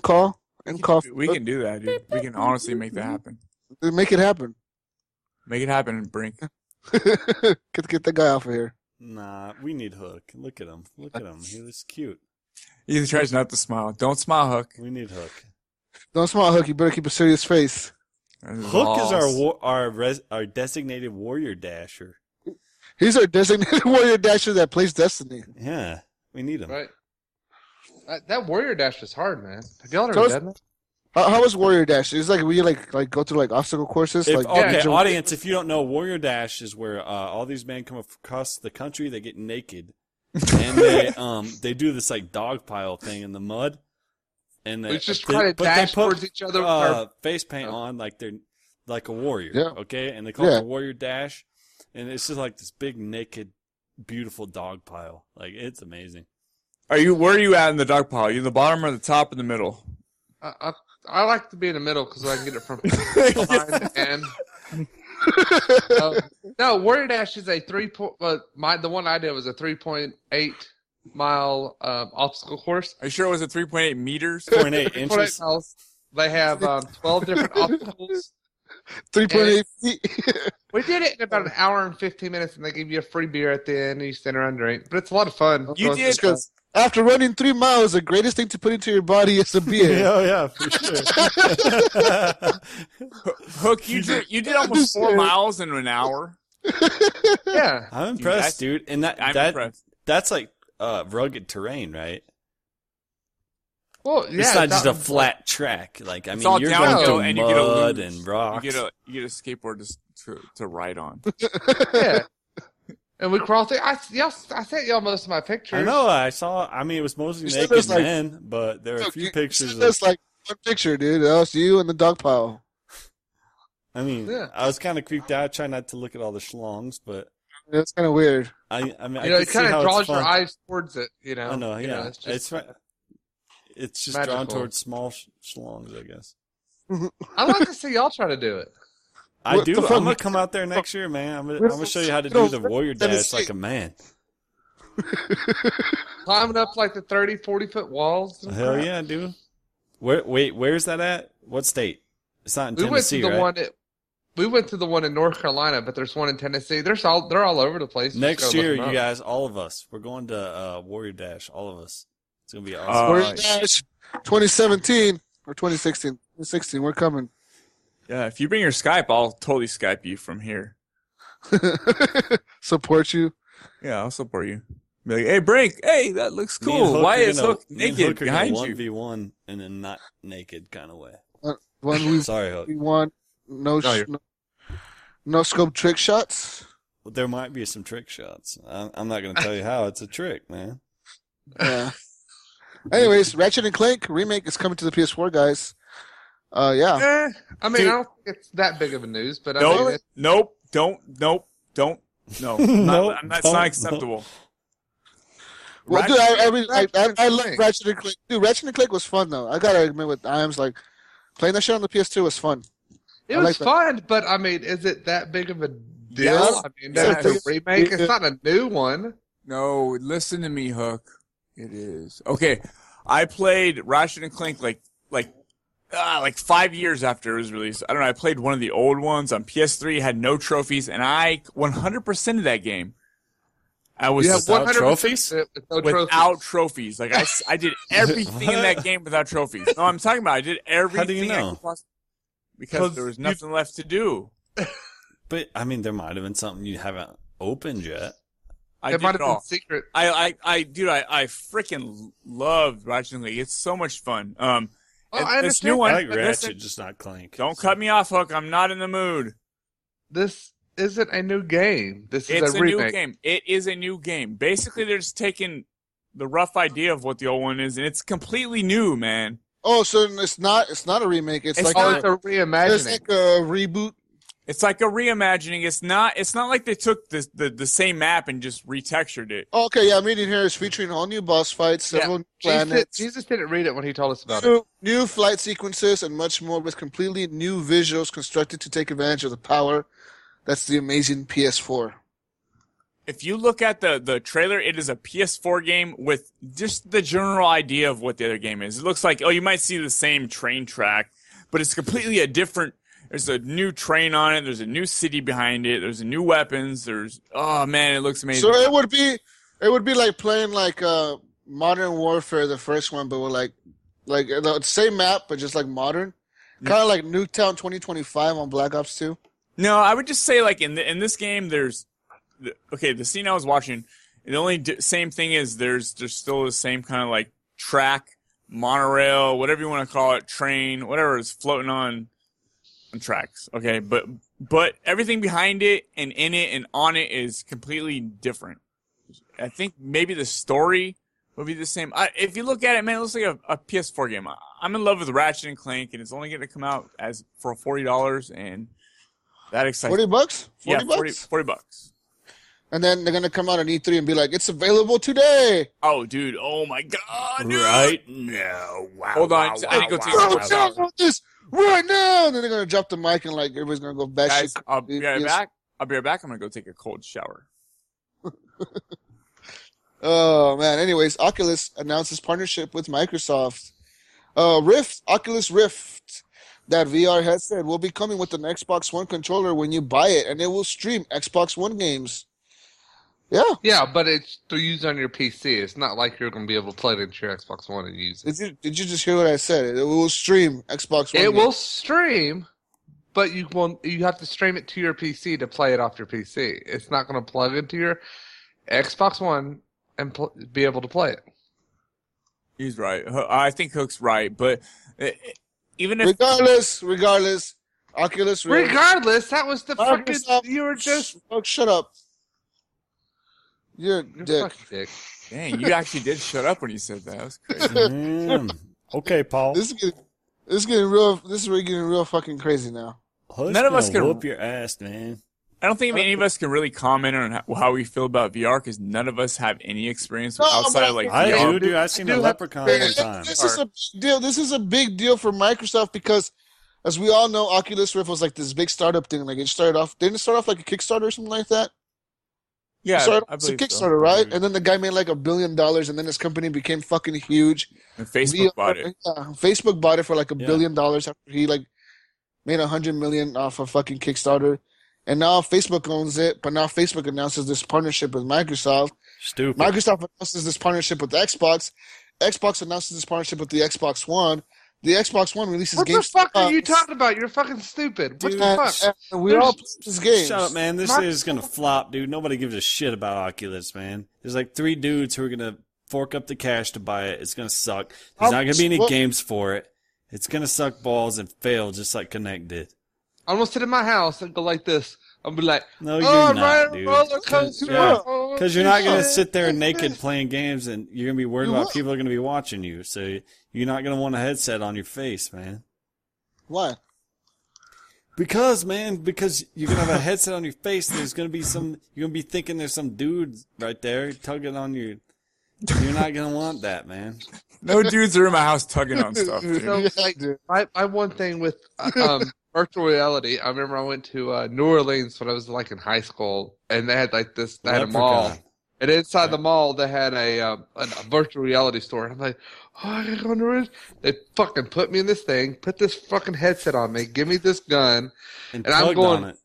Speaker 2: call. End call. Uh,
Speaker 5: We can do that, dude. We can honestly make that happen.
Speaker 2: make it happen. [LAUGHS]
Speaker 5: Make it happen, Brink.
Speaker 2: get get the guy off of here.
Speaker 4: Nah, we need Hook. Look at him. Look at him. He looks cute.
Speaker 5: He tries not to smile. Don't smile, Hook.
Speaker 4: We need Hook.
Speaker 2: Don't smile, Hook. You better keep a serious face.
Speaker 4: Hook is our war- our res- our designated warrior dasher.
Speaker 2: He's our designated [LAUGHS] warrior dasher that plays Destiny.
Speaker 4: Yeah, we need him.
Speaker 3: Right. Uh, That, that warrior dash was hard, man. Have y'all ever
Speaker 2: So it's-
Speaker 3: done that?
Speaker 2: How, how is warrior dash? Is like we like like go through like obstacle courses.
Speaker 4: If,
Speaker 2: like
Speaker 4: okay,
Speaker 2: ninja-
Speaker 4: audience, if you don't know, Warrior Dash is where uh, all these men come across the country. They get naked, and
Speaker 3: [LAUGHS]
Speaker 4: they um they do this like dog pile thing in the mud, and they
Speaker 3: We just
Speaker 4: they-
Speaker 3: try to
Speaker 4: but they
Speaker 3: dash
Speaker 4: put,
Speaker 3: towards each other with
Speaker 4: uh,
Speaker 3: our-
Speaker 4: face paint on like they're like a warrior.
Speaker 2: Yeah.
Speaker 4: Okay, and they call
Speaker 2: Yeah.
Speaker 4: it the Warrior Dash, and it's just like this big naked, beautiful dog pile. Like it's amazing.
Speaker 3: [LAUGHS]
Speaker 5: Are you? Where are you at in the dog pile? You in the bottom or the top or the middle?
Speaker 3: I, I, I like to be in the middle because I can get it from behind and. Um, no, Warrior Dash is a three point. Uh, my the one I did was a three point eight mile um, obstacle course.
Speaker 5: Are you sure it was at 3.8 meters?
Speaker 4: Four and eight
Speaker 3: Before
Speaker 4: inches.
Speaker 3: that house, They have um, 12 different obstacles.
Speaker 2: three point eight feet.
Speaker 3: We did it in about an hour and 15 minutes, and they give you a free beer at the end, and you stand around and drink. But it's a lot of fun.
Speaker 5: You
Speaker 3: Going
Speaker 5: did.
Speaker 3: through-
Speaker 2: After running three miles, the greatest thing to put into your body is a
Speaker 3: [LAUGHS]
Speaker 2: beer.
Speaker 3: oh,
Speaker 4: Yeah, yeah, for sure.
Speaker 5: Hook, you did, you did almost four miles in an hour.
Speaker 3: Yeah.
Speaker 4: [LAUGHS]
Speaker 5: Dude,
Speaker 4: I'm impressed, dude. And that
Speaker 5: I'm
Speaker 4: that
Speaker 5: impressed.
Speaker 4: that's like uh, rugged terrain, right?
Speaker 3: Well, yeah.
Speaker 4: it's not
Speaker 3: it's
Speaker 4: just
Speaker 3: out
Speaker 4: a
Speaker 3: in-
Speaker 4: flat track. Like I
Speaker 5: It's
Speaker 4: mean,
Speaker 5: all
Speaker 4: you're
Speaker 5: downhill,
Speaker 4: going through
Speaker 5: and you get a
Speaker 4: mud
Speaker 5: loop.
Speaker 4: and
Speaker 5: You
Speaker 4: rocks.
Speaker 5: get a you get a skateboard just to to ride
Speaker 4: [LAUGHS]
Speaker 5: on.
Speaker 3: Yeah. And we crawl through. I, y'all, I sent y'all most of my pictures.
Speaker 4: I know. I saw. I mean, it was mostly
Speaker 2: You said
Speaker 4: naked
Speaker 2: there's, like-
Speaker 4: men, but there are a few pictures. Of,
Speaker 2: That's like one picture, dude. That was you and the dog pile.
Speaker 4: I mean,
Speaker 3: Yeah.
Speaker 4: I was kind of creeped out. trying not to look at all the schlongs, but
Speaker 2: That's kind of weird.
Speaker 4: I, I mean,
Speaker 3: You
Speaker 4: I
Speaker 3: know,
Speaker 4: can
Speaker 3: it
Speaker 4: see
Speaker 3: kind
Speaker 4: how
Speaker 3: of
Speaker 4: it's
Speaker 3: draws
Speaker 4: fun.
Speaker 3: your eyes towards it, you know?
Speaker 4: I know.
Speaker 3: You
Speaker 4: Yeah,
Speaker 3: it's
Speaker 4: it's
Speaker 3: just-
Speaker 4: it's, right- it's just drawn
Speaker 3: Magical.
Speaker 4: towards small sh- schlongs, I guess.
Speaker 3: I
Speaker 4: [LAUGHS]
Speaker 3: like to see y'all try to do it.
Speaker 4: I
Speaker 2: What
Speaker 4: do.
Speaker 2: the
Speaker 4: I'm
Speaker 2: fuck?
Speaker 4: gonna come out there next year, man. I'm gonna, I'm
Speaker 2: What
Speaker 4: gonna
Speaker 2: the
Speaker 4: show you how to
Speaker 2: fuck?
Speaker 4: do the warrior
Speaker 2: That is
Speaker 4: dash like
Speaker 2: sick.
Speaker 4: a man.
Speaker 3: Climbing up like the 30, 40 foot walls.
Speaker 2: Oh,
Speaker 3: and
Speaker 4: Hell
Speaker 3: crap.
Speaker 4: yeah, dude. Where? Wait, where's that at? What state? It's not in
Speaker 3: We went to
Speaker 4: Tennessee,
Speaker 3: the
Speaker 4: right?
Speaker 3: one. At, we went to the one in North Carolina, but there's one in Tennessee. There's all they're all over the place. Just
Speaker 4: Next
Speaker 3: go look
Speaker 4: year,
Speaker 3: them
Speaker 4: you
Speaker 3: up.
Speaker 4: guys, all of us, we're going to uh, Warrior Dash. All of us. It's gonna be
Speaker 5: Oh,
Speaker 4: awesome.
Speaker 2: Warrior
Speaker 5: nice.
Speaker 2: Dash 2017 or 2016. 2016, we're coming. [LAUGHS]
Speaker 5: Yeah, if you bring your Skype, I'll totally Skype you from here.
Speaker 2: Support you.
Speaker 5: Yeah, I'll support you. Be like, hey, break. Hey, that looks
Speaker 4: Me and
Speaker 5: cool. Why
Speaker 4: are
Speaker 5: is
Speaker 4: gonna-
Speaker 5: Hook
Speaker 4: me and
Speaker 5: naked
Speaker 4: Hook are gonna
Speaker 5: behind you?
Speaker 4: 1v1 in a not naked kind of way.
Speaker 2: One
Speaker 4: [LAUGHS]
Speaker 2: we
Speaker 4: Sorry, Hook.
Speaker 2: we want no
Speaker 3: No,
Speaker 2: sh-
Speaker 3: you're-
Speaker 2: no, no scope trick shots.
Speaker 4: Well, there might be some trick shots. I'm, I'm not going to tell you how. It's a trick, man. [LAUGHS]
Speaker 2: Yeah. Anyways, Ratchet and Clank remake is coming to the PS4, guys. Uh, yeah.
Speaker 3: Eh, I mean,
Speaker 5: Dude.
Speaker 3: I don't think it's that big of a news, but I mean,
Speaker 5: Nope,
Speaker 3: it-
Speaker 5: nope, don't, nope, don't,
Speaker 4: [LAUGHS]
Speaker 5: no. Not,
Speaker 4: Nope,
Speaker 5: I'm not, it's
Speaker 4: don't,
Speaker 5: not
Speaker 4: nope.
Speaker 5: acceptable.
Speaker 2: Well,
Speaker 5: Ratchet-
Speaker 2: dude, I I, re- I, I,
Speaker 3: Ratchet
Speaker 2: I
Speaker 3: and
Speaker 2: love
Speaker 3: Clank.
Speaker 2: Ratchet and Clank. Dude, Ratchet and Clank was fun though. I gotta admit, with Iams, like playing that shit on the PS2 was fun.
Speaker 3: it
Speaker 2: I
Speaker 3: was
Speaker 2: like that.
Speaker 3: fun. But I mean, is it that big of a deal?
Speaker 5: Yes.
Speaker 3: I mean,
Speaker 5: Yes.
Speaker 3: that's a remake.
Speaker 2: Yeah.
Speaker 3: It's not a new one.
Speaker 5: No, listen to me, Hook. It is okay. I played Ratchet and Clank like like ah, like five years after it was released. I don't know. I played one of the old ones on PS3. Had no trophies, and I 100% of that game. I was
Speaker 3: You have
Speaker 4: Without
Speaker 3: 100%
Speaker 4: trophies?
Speaker 3: With no
Speaker 5: without trophies. Like I, s-
Speaker 3: [LAUGHS]
Speaker 5: I did everything in that game without trophies. No, I'm talking about I did everything.
Speaker 4: you
Speaker 5: I
Speaker 4: know?
Speaker 5: could poss- because there was nothing left to do.
Speaker 4: But, I mean, there might have been something you haven't opened yet.
Speaker 5: I
Speaker 3: It
Speaker 5: did
Speaker 3: might have
Speaker 5: it
Speaker 3: been
Speaker 5: all.
Speaker 3: secret.
Speaker 5: I, I, I, dude, I, I freaking love Ratchet and Clank. It's so much fun. Um,
Speaker 3: Well,
Speaker 5: and
Speaker 3: Oh, I
Speaker 5: this
Speaker 3: understand.
Speaker 5: new
Speaker 4: I
Speaker 5: one,
Speaker 4: like
Speaker 5: but listen,
Speaker 4: Ratchet, just not Clank. [LAUGHS]
Speaker 5: don't
Speaker 4: So-
Speaker 5: cut me off, Hook. I'm not in the mood.
Speaker 3: This isn't a new game. This is
Speaker 5: It's
Speaker 3: a,
Speaker 5: a,
Speaker 3: remake.
Speaker 5: new game. It is a new game. Basically, they're just taking the rough idea of what the old one is, and it's completely new, man.
Speaker 2: Oh, so it's not it's not a remake. It's,
Speaker 5: It's
Speaker 2: like
Speaker 3: Oh, it's
Speaker 2: a,
Speaker 3: a
Speaker 2: it's
Speaker 3: reimagining.
Speaker 2: like a reboot.
Speaker 5: It's like a reimagining. It's not. It's not like they took the the, the same map and just retextured it.
Speaker 2: Oh, okay, yeah, I'm reading here. It's featuring all new boss fights,
Speaker 5: Yeah.
Speaker 2: several new
Speaker 3: Jesus, did-
Speaker 2: planets,
Speaker 3: Jesus didn't read it when he told us about it.
Speaker 2: new, new flight sequences, and much more with completely new visuals constructed to take advantage of the power. That's the amazing PS4.
Speaker 5: If you look at the the trailer, it is a PS4 game with just the general idea of what the other game is. It looks like oh, you might see the same train track, but it's completely a different. There's a new train on it. There's a new city behind it. There's new weapons. There's oh man, it looks amazing.
Speaker 2: So it would be it would be like playing like uh Modern Warfare, the first one, but with like like uh, the same map, but just like modern, kind of like Nuketown 2025 on Black Ops 2.
Speaker 5: No, I would just say like in the, in this game, there's the, okay. The scene I was watching, the only d- same thing is there's there's still the same kind of like track, monorail, whatever you want to call it, train, whatever is floating on on tracks. Okay, but but everything behind it and in it and on it is completely different. I think maybe the story would be the same. I, if you look at it, man, it looks like a, a PS4 game. I, I'm in love with Ratchet and Clank, and it's only going to come out as for forty dollars, and that excites.
Speaker 2: 40 bucks, 40
Speaker 5: yeah,
Speaker 2: bucks,
Speaker 5: 40, 40 bucks.
Speaker 2: and then they're gonna come out on E3 and be like, it's available today.
Speaker 5: Oh, dude! Oh my God! dude.
Speaker 4: Right now. Wow.
Speaker 5: Hold on,
Speaker 4: wow,
Speaker 5: I gotta go
Speaker 4: wow,
Speaker 5: take a
Speaker 4: wow,
Speaker 2: Bro,
Speaker 5: wow,
Speaker 2: I want this right now. And then they're gonna drop the mic and like everybody's gonna go back.
Speaker 5: Guys, I'll be right
Speaker 2: Yes.
Speaker 5: back. I'll be right back. I'm gonna go take a cold shower.
Speaker 2: Oh man. Anyways, Oculus announces partnership with Microsoft. Uh, Rift, Oculus Rift, that VR headset will be coming with an Xbox One controller when you buy it, and it will stream Xbox One games. Yeah,
Speaker 3: Yeah, but it's to use on your PC. It's not like you're going to be able to plug it into your Xbox One and use it.
Speaker 2: did you did you just hear what I said? It will stream Xbox One.
Speaker 3: It
Speaker 2: games.
Speaker 3: will stream, but you will you have to stream it to your PC to play it off your PC. It's not going to plug into your Xbox One and pl- be able to play it.
Speaker 5: He's right. Ho- I think Hook's right, but uh, even if
Speaker 2: Regardless, regardless, Oculus Rift.
Speaker 3: Regardless, that was the fucking
Speaker 2: Microsoft-
Speaker 3: you were just
Speaker 2: oh, shut up. You're a
Speaker 3: you're
Speaker 2: dick.
Speaker 3: fucking dick.
Speaker 5: [LAUGHS] dang, you actually did shut up when you said that. That was crazy.
Speaker 4: Man. Mm. Okay, Paul.
Speaker 2: This is getting this is getting real. This is really getting real fucking crazy now.
Speaker 4: Hook's
Speaker 5: none of us
Speaker 4: gonna
Speaker 5: can-
Speaker 4: whoop your ass, man.
Speaker 5: I don't think any of us can really comment on how, how we feel about VR because none of us have any experience
Speaker 2: No,
Speaker 5: outside of
Speaker 2: but-
Speaker 5: like
Speaker 4: I
Speaker 5: VR.
Speaker 4: do, dude. I've seen
Speaker 3: do
Speaker 4: a
Speaker 3: have-
Speaker 4: leprechaun one time.
Speaker 2: This is a big deal. This is a big deal for Microsoft because, as we all know, Oculus Rift was like this big startup thing. Like it started off, didn't it start off like a Kickstarter or something like that?
Speaker 5: Yeah,
Speaker 2: Started
Speaker 5: I
Speaker 2: off as a
Speaker 5: believe
Speaker 2: Kickstarter,
Speaker 5: so.
Speaker 2: right? And then the guy made like a billion dollars, and then his company became fucking huge.
Speaker 5: And Facebook
Speaker 2: We-
Speaker 5: bought it.
Speaker 2: yeah, Facebook bought it for like a
Speaker 4: Yeah.
Speaker 2: billion dollars after he like made a hundred million off of fucking Kickstarter. And now Facebook owns it, but now Facebook announces this partnership with Microsoft.
Speaker 4: Stupid.
Speaker 2: Microsoft announces this partnership with Xbox. Xbox announces this partnership with the Xbox One. The Xbox One releases
Speaker 3: What the
Speaker 2: games.
Speaker 3: fuck are
Speaker 2: uh,
Speaker 3: you talking about? You're fucking stupid. What
Speaker 2: and-
Speaker 3: the fuck?
Speaker 2: and We're all playing these games.
Speaker 4: Shut up, man. This
Speaker 3: My-
Speaker 4: is gonna flop, dude. Nobody gives a shit about Oculus, man. There's like three dudes who are gonna fork up the cash to buy it. It's gonna suck. There's
Speaker 2: Um,
Speaker 4: not gonna be any
Speaker 2: well-
Speaker 4: games for it. It's gonna suck balls and fail just like Connect did.
Speaker 3: I'm gonna sit in my house and go like this. I'll be like,
Speaker 4: No,
Speaker 3: oh,
Speaker 4: you're
Speaker 3: I'm
Speaker 4: not,
Speaker 3: riding a
Speaker 4: dude.
Speaker 3: roller
Speaker 4: Because
Speaker 3: coaster. Oh,
Speaker 4: you're not gonna
Speaker 3: shit. [LAUGHS]
Speaker 4: sit there naked playing games, and you're gonna be worried
Speaker 2: You
Speaker 4: about
Speaker 2: will.
Speaker 4: people are gonna be watching you. So you're not gonna want a headset on your face, man.
Speaker 2: Why?
Speaker 4: Because man, because you're gonna have a headset on your face. There's gonna be some. You're gonna be thinking there's some dude right there tugging on your. You're not gonna want
Speaker 3: [LAUGHS]
Speaker 4: that, man.
Speaker 5: No dudes are in my house
Speaker 2: [LAUGHS]
Speaker 5: tugging on stuff. Dude.
Speaker 3: No,
Speaker 2: Yeah,
Speaker 3: like,
Speaker 2: [LAUGHS] dude.
Speaker 3: my, my one thing with uh,
Speaker 4: [LAUGHS]
Speaker 3: um, virtual reality, I remember I went to uh, New Orleans when I was like in high school, and they had like this, they had a mall.
Speaker 4: Leprechaun.
Speaker 3: And inside the mall, they had a, um, a, a virtual reality store. And I'm like, oh, I gotta go in the room. They fucking put me in this thing, put this fucking headset on me, give me this gun. [LAUGHS]
Speaker 4: and,
Speaker 3: And I'm
Speaker 4: tugged
Speaker 3: going-
Speaker 4: on it.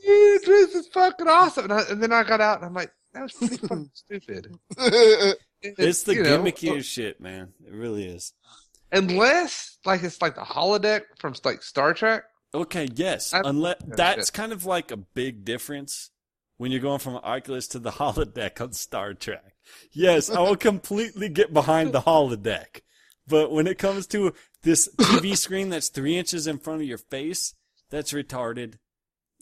Speaker 3: This is fucking awesome. And, I, and then I got out and I'm like, that was pretty
Speaker 4: [LAUGHS]
Speaker 3: fucking stupid.
Speaker 4: It's the
Speaker 3: you know, uh,
Speaker 4: gimmicky shit, man. It really is.
Speaker 3: Unless, like, it's like the holodeck from like Star Trek.
Speaker 4: Okay, yes.
Speaker 3: I'm-
Speaker 4: Unless
Speaker 3: Yeah,
Speaker 4: that's
Speaker 3: shit.
Speaker 4: kind of like a big difference when you're going from Oculus to the [LAUGHS] holodeck on Star Trek. Yes, I will completely get behind the holodeck. But when it comes to this
Speaker 3: [COUGHS]
Speaker 4: TV screen that's three inches in front of your face, that's retarded.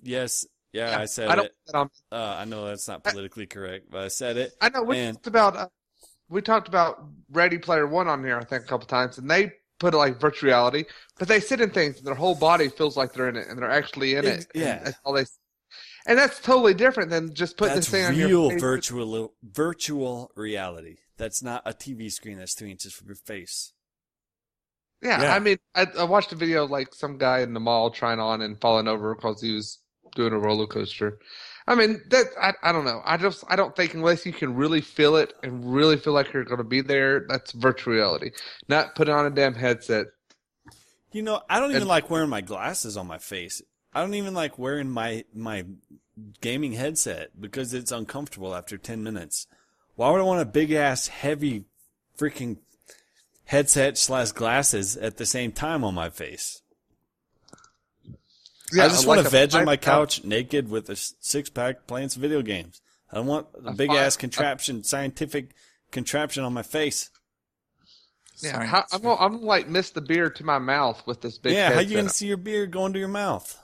Speaker 4: Yes, yeah, I said
Speaker 3: I don't.
Speaker 4: it.
Speaker 3: um,
Speaker 4: Uh, I know that's not politically correct, but I said it.
Speaker 3: I know we
Speaker 4: And-
Speaker 3: talked about uh, we talked about Ready Player One on here, I think, a couple times, and they put like virtual reality, but they sit in things, and their whole body feels like they're in it, and they're actually in
Speaker 4: Ex-
Speaker 3: it. and
Speaker 4: yeah.
Speaker 3: that's all they. And that's totally different than just putting
Speaker 4: That's
Speaker 3: this thing
Speaker 4: real
Speaker 3: on your face.
Speaker 4: virtual virtual reality. That's not a TV screen that's three inches from your face.
Speaker 3: Yeah,
Speaker 5: Yeah.
Speaker 3: I mean, I, I watched a video of like some guy in the mall trying on and falling over because he was doing a roller coaster. I mean, that I, I don't know. I just I don't think unless you can really feel it and really feel like you're going to be there, that's virtual reality. Not put on a damn headset.
Speaker 4: You know, I don't even
Speaker 3: And-
Speaker 4: like wearing my glasses on my face. I don't even like wearing my my gaming headset because it's uncomfortable after 10 minutes. Why would I want a big ass heavy freaking headset slash glasses at the same time on my face? I just want to veg on my couch naked with a s- six pack playing some video games. I don't want a
Speaker 3: A
Speaker 4: big
Speaker 3: fi-
Speaker 4: ass contraption, scientific contraption on my face.
Speaker 3: Yeah, how, I'm gonna, I'm gonna, like miss the beer to my mouth with this big.
Speaker 4: yeah, how
Speaker 3: headset
Speaker 4: you gonna
Speaker 3: on.
Speaker 4: see your beard going to your mouth?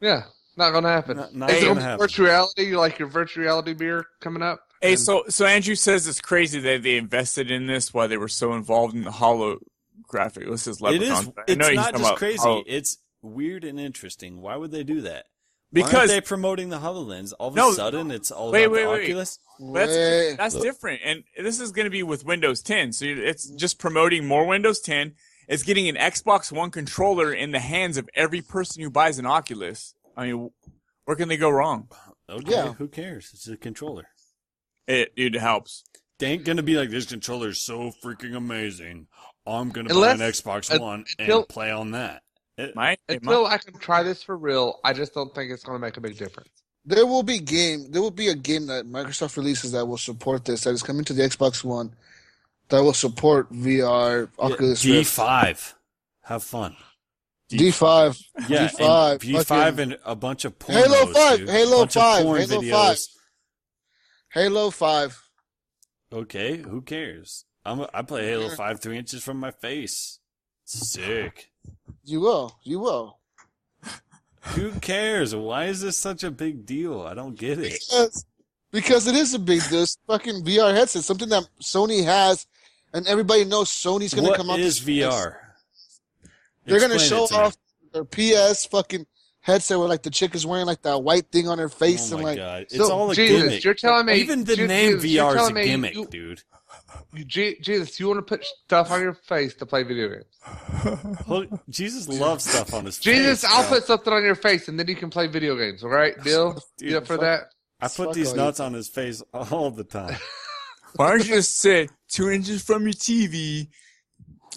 Speaker 3: Yeah, not gonna happen.
Speaker 4: Not- not
Speaker 3: It's
Speaker 4: gonna
Speaker 3: be
Speaker 4: happen.
Speaker 3: Virtual reality, like your virtual reality beer coming up.
Speaker 5: Hey,
Speaker 3: and-
Speaker 5: so so Andrew says it's crazy that they invested in this while they were so involved in the holographic. What's this
Speaker 4: It
Speaker 5: leprechaun?
Speaker 4: is.
Speaker 5: thing. I know
Speaker 4: It's
Speaker 5: he's talking
Speaker 4: not just
Speaker 5: about oh.
Speaker 4: crazy.
Speaker 5: holo-
Speaker 4: It's weird and interesting. Why would they do that? Why aren't
Speaker 5: because
Speaker 4: they promoting the Hololens? All of
Speaker 5: No.
Speaker 4: a sudden, it's all
Speaker 5: Wait,
Speaker 4: about
Speaker 5: wait,
Speaker 4: the
Speaker 5: wait.
Speaker 4: Oculus.
Speaker 5: that's
Speaker 2: Wait.
Speaker 5: that's different, and this is going to be with Windows 10. So it's just promoting more Windows 10. It's getting an Xbox One controller in the hands of every person who buys an Oculus. I mean, where can they go wrong?
Speaker 4: Okay,
Speaker 2: Yeah.
Speaker 4: who cares? It's a controller.
Speaker 5: It it helps.
Speaker 4: They ain't gonna be like this controller is so freaking amazing. I'm gonna buy an
Speaker 3: Unless-
Speaker 4: Xbox
Speaker 3: uh,
Speaker 4: One
Speaker 3: until-
Speaker 4: and play on that. It-
Speaker 5: Might it might.
Speaker 3: Until I can try this for real, I just don't think it's gonna make a big difference.
Speaker 2: There will be game. There will be a game that Microsoft releases that will support this. That is coming to the Xbox One. That will support VR, Oculus
Speaker 4: D
Speaker 2: Rift,
Speaker 4: five. Have fun.
Speaker 2: D5,
Speaker 4: Yeah,
Speaker 2: D5,
Speaker 4: V five,
Speaker 2: fucking-
Speaker 4: and a bunch of pornos,
Speaker 2: Halo 5,
Speaker 4: dude.
Speaker 2: Halo
Speaker 4: bunch of
Speaker 2: 5,
Speaker 4: porn
Speaker 2: Halo
Speaker 4: videos.
Speaker 2: Halo Five.
Speaker 4: Okay, who cares? I'm a, I play Halo Five three inches from my face. Sick.
Speaker 2: You will. You will.
Speaker 4: Who cares? Why is this such a big deal? I don't get it.
Speaker 2: Because, because it is a big deal. It's fucking VR headset, something that Sony has, and everybody knows Sony's going to
Speaker 4: What
Speaker 2: come out.
Speaker 4: is VR?
Speaker 2: They're going to
Speaker 4: Explain
Speaker 2: show
Speaker 4: it to me.
Speaker 2: off their PS fucking headset where like the chick is wearing like that white thing on her face
Speaker 4: Oh
Speaker 2: and
Speaker 4: my
Speaker 2: like
Speaker 4: god! It's
Speaker 2: so,
Speaker 4: all a
Speaker 3: Jesus,
Speaker 4: gimmick.
Speaker 3: you're telling me-
Speaker 4: even the
Speaker 3: Jesus,
Speaker 4: name
Speaker 3: Jesus, you're
Speaker 4: VR is a
Speaker 3: telling me
Speaker 4: gimmick,
Speaker 3: you-
Speaker 4: dude.
Speaker 3: You, Je- Jesus, you want to put stuff on your face to play video games?
Speaker 4: Look, Jesus loves stuff on his face.
Speaker 3: Jesus, I'll
Speaker 4: bro.
Speaker 3: put something on your face and then you can play video games. All right, Bill,
Speaker 4: Dude,
Speaker 3: you up for
Speaker 4: fuck.
Speaker 3: that?
Speaker 4: I put
Speaker 2: Fuck
Speaker 4: these
Speaker 2: all
Speaker 4: nuts on his face all the time.
Speaker 5: Why don't you just sit two inches from your TV?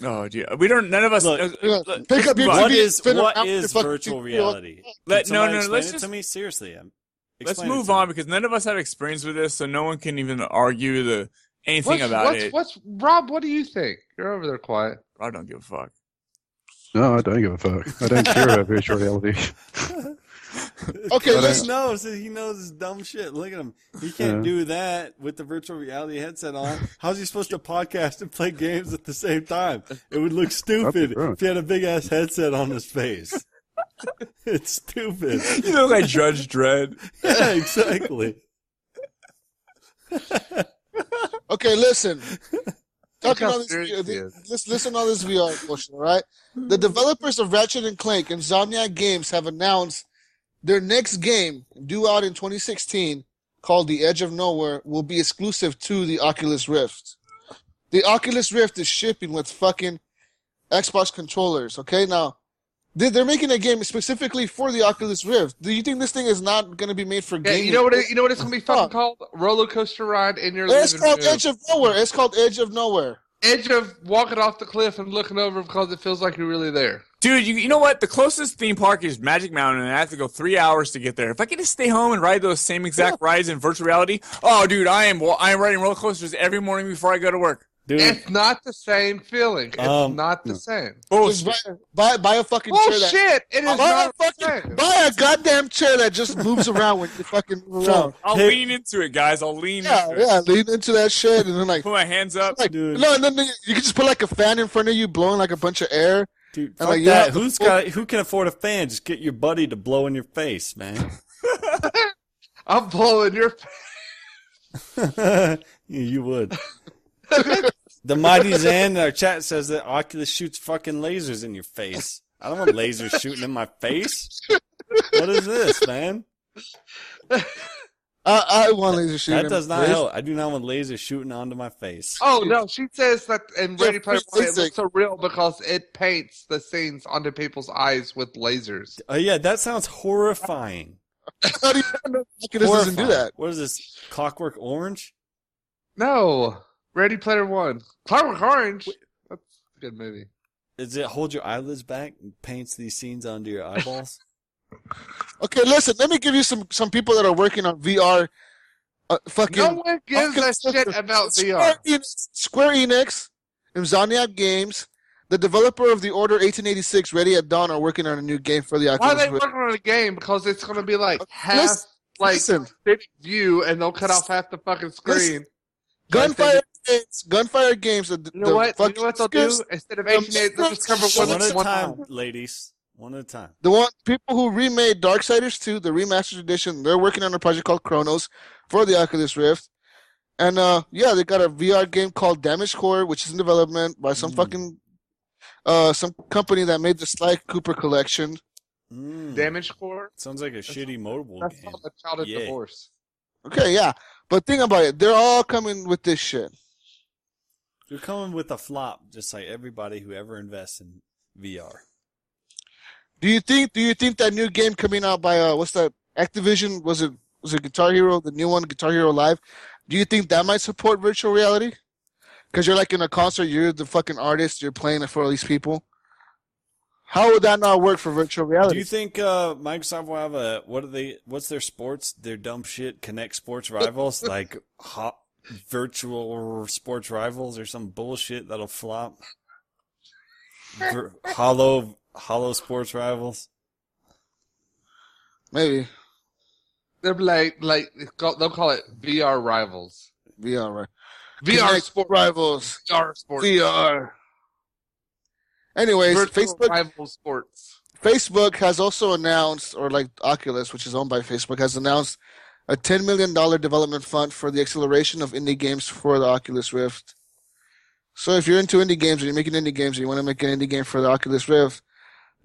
Speaker 5: Oh, dude, we don't. None of us.
Speaker 4: Look,
Speaker 5: uh,
Speaker 2: Yeah,
Speaker 5: let-
Speaker 2: pick up your
Speaker 5: What
Speaker 4: what
Speaker 2: TV,
Speaker 4: is
Speaker 2: spin
Speaker 4: what
Speaker 2: around your
Speaker 4: is
Speaker 2: fucking
Speaker 4: virtual
Speaker 2: TV.
Speaker 4: reality?
Speaker 5: Let-
Speaker 4: Can
Speaker 5: no,
Speaker 4: somebody
Speaker 5: no,
Speaker 4: explain
Speaker 5: let's
Speaker 4: it to
Speaker 5: just-
Speaker 4: me seriously. I'm-
Speaker 5: let's
Speaker 4: explain it
Speaker 5: move
Speaker 4: to
Speaker 5: on
Speaker 4: me.
Speaker 5: because none of us have experience with this, so no one can even argue the anything
Speaker 3: What's,
Speaker 5: about
Speaker 3: what's,
Speaker 5: it.
Speaker 3: what's Rob? What do you think? You're over there quiet.
Speaker 5: I don't give a fuck. [LAUGHS]
Speaker 6: No, I don't give a fuck. I don't care about virtual reality. [LAUGHS]
Speaker 2: Okay,
Speaker 4: he
Speaker 2: listen.
Speaker 4: just knows. He knows his dumb shit. Look at him. He can't
Speaker 6: Yeah.
Speaker 4: do that with the virtual reality headset on. How's he supposed to podcast and play games at the same time? It would look stupid
Speaker 6: wrong.
Speaker 4: if he had a big ass headset on his face. [LAUGHS] it's
Speaker 5: [LAUGHS]
Speaker 4: stupid.
Speaker 5: You look like Judge Dredd.
Speaker 4: Yeah, exactly.
Speaker 2: Okay,
Speaker 3: [LAUGHS]
Speaker 2: listen. Talking
Speaker 3: how
Speaker 2: all this,
Speaker 3: serious he
Speaker 2: VR, listen, listen to all this
Speaker 3: [LAUGHS]
Speaker 2: VR bullshit, all right? The developers of Ratchet and Clank and Zomniac Games have announced their next game, due out in 2016, called The Edge of Nowhere, will be exclusive to the Oculus Rift. The Oculus Rift is shipping with fucking Xbox controllers, okay? Now, they- they're making a game specifically for the Oculus Rift. Do you think this thing is not going to be made for
Speaker 3: Yeah,
Speaker 2: gaming?
Speaker 3: you know what? It, you know what it's
Speaker 4: [LAUGHS]
Speaker 3: gonna be fucking
Speaker 2: Fuck.
Speaker 3: called? Roller coaster ride in your
Speaker 2: It's
Speaker 3: living room.
Speaker 2: called Edge of Nowhere. It's called Edge of Nowhere.
Speaker 3: edge of walking off the cliff and looking over because it feels like you're really there.
Speaker 5: Dude, you, you know what? The closest theme park is Magic Mountain, and I have to go three hours to get there. If I could just stay home and ride those same exact rides in virtual reality, oh, dude, I am well, I am riding roller coasters every morning before I go to work.
Speaker 4: Dude,
Speaker 3: It's not the same feeling. It's
Speaker 4: Um,
Speaker 3: not the same.
Speaker 5: Oh,
Speaker 2: Just buy, buy, buy a fucking chair that.
Speaker 3: Bullshit! It is
Speaker 2: Buy a
Speaker 3: not the
Speaker 2: fucking
Speaker 3: same.
Speaker 2: buy a goddamn chair that just moves around when you
Speaker 3: [LAUGHS]
Speaker 2: fucking move around.
Speaker 5: I'll
Speaker 4: Hey-
Speaker 5: lean into it, guys. I'll lean
Speaker 2: Yeah,
Speaker 5: into it.
Speaker 2: yeah. Lean into that shit and then like,
Speaker 5: Put my hands up.
Speaker 2: like
Speaker 4: Dude.
Speaker 2: no, and then you you can just put like a fan in front of you, blowing like a bunch of air.
Speaker 4: dude,
Speaker 2: I'm
Speaker 4: fuck
Speaker 2: like, you
Speaker 4: that.
Speaker 2: have to-
Speaker 4: Who's got? Who can afford a fan? Just get your buddy to blow in your face, man.
Speaker 3: I'm blowing your.
Speaker 4: Yeah, [LAUGHS] you would. the mighty Zan in our chat says that Oculus shoots fucking lasers in your face. I don't want lasers shooting in my face. What is this, man?
Speaker 2: I, I want laser shooting.
Speaker 4: That does not
Speaker 2: please.
Speaker 4: help. I do not want lasers shooting onto my face.
Speaker 3: Oh no, she says that in
Speaker 2: Yeah,
Speaker 3: Ready Player One it
Speaker 2: basic.
Speaker 3: looks so real because it paints the scenes onto people's eyes with lasers.
Speaker 4: Oh yeah, that sounds horrifying.
Speaker 2: [LAUGHS] Not even- Oculus doesn't do
Speaker 4: Horrifying.
Speaker 2: that.
Speaker 4: What is this? Clockwork Orange?
Speaker 3: No, Ready Player One, Clockwork Orange. That's a good movie.
Speaker 4: Does it hold your eyelids back and paints these scenes onto your eyeballs?
Speaker 2: Okay, listen. Let me give you some some people that are working on VR. Uh, fucking
Speaker 3: No one gives a
Speaker 2: Oculus
Speaker 3: shit
Speaker 2: Rift. [LAUGHS]
Speaker 3: about VR.
Speaker 2: Square Enix, Square Enix, Insomniac Games, the developer of the Order 1886, Ready at Dawn, are working on a new game for the
Speaker 3: Why are
Speaker 2: Oculus
Speaker 3: they
Speaker 2: Rift.
Speaker 3: working on a game? Because it's going to be like half
Speaker 2: Listen,
Speaker 3: like
Speaker 2: listen.
Speaker 3: city view, and they'll cut off half the fucking screen.
Speaker 2: Gunfire Games, Gunfire Games. The,
Speaker 3: You know
Speaker 2: the
Speaker 3: what? You
Speaker 2: fucking
Speaker 3: know what they'll
Speaker 2: skins,
Speaker 3: do? Instead of
Speaker 2: the
Speaker 3: eighteen eight, they'll just cover one
Speaker 4: one at a
Speaker 3: one
Speaker 4: time, ladies. One at a time.
Speaker 2: The one people who remade Darksiders 2, the remastered edition, they're working on a project called Chronos for the Oculus Rift. And uh, yeah, they got a VR game called Damage Core, which is in development by some
Speaker 4: Mm.
Speaker 2: fucking uh, some company that made the Sly Cooper collection.
Speaker 4: Mm.
Speaker 3: damage score.
Speaker 4: Sounds like a shitty mobile
Speaker 3: That's
Speaker 4: game.
Speaker 3: called a childhood
Speaker 4: Yeah.
Speaker 3: divorce.
Speaker 2: Okay, yeah. But think about it. They're all coming with this shit.
Speaker 4: You're coming with a flop, just like everybody who ever invests in VR.
Speaker 2: Do you think do you think that new game coming out by uh what's that Activision was it was it Guitar Hero, the new one Guitar Hero Live? Do you think that might support virtual reality? Cuz you're like in a concert, you're the fucking artist, you're playing it for all these people. How would that not work for virtual
Speaker 4: Do
Speaker 2: reality?
Speaker 4: you think uh, Microsoft will have a what are they? What's their sports? Their dumb shit connect
Speaker 2: [LAUGHS]
Speaker 4: sports rivals like hot virtual sports rivals or some bullshit that'll flop. Vir- hollow hollow sports rivals.
Speaker 2: Maybe.
Speaker 3: They're like like it's called- they'll call it VR rivals.
Speaker 2: VR right.
Speaker 3: VR
Speaker 2: Connect
Speaker 3: sport
Speaker 2: rivals.
Speaker 3: VR sports.
Speaker 2: VR. Anyways,
Speaker 3: Virtual
Speaker 2: Facebook
Speaker 3: rival sports.
Speaker 2: Facebook has also announced, or like Oculus, which is owned by Facebook, has announced a $10 million development fund for the acceleration of indie games for the Oculus Rift. So if you're into indie games or you're making indie games and you want to make an indie game for the Oculus Rift,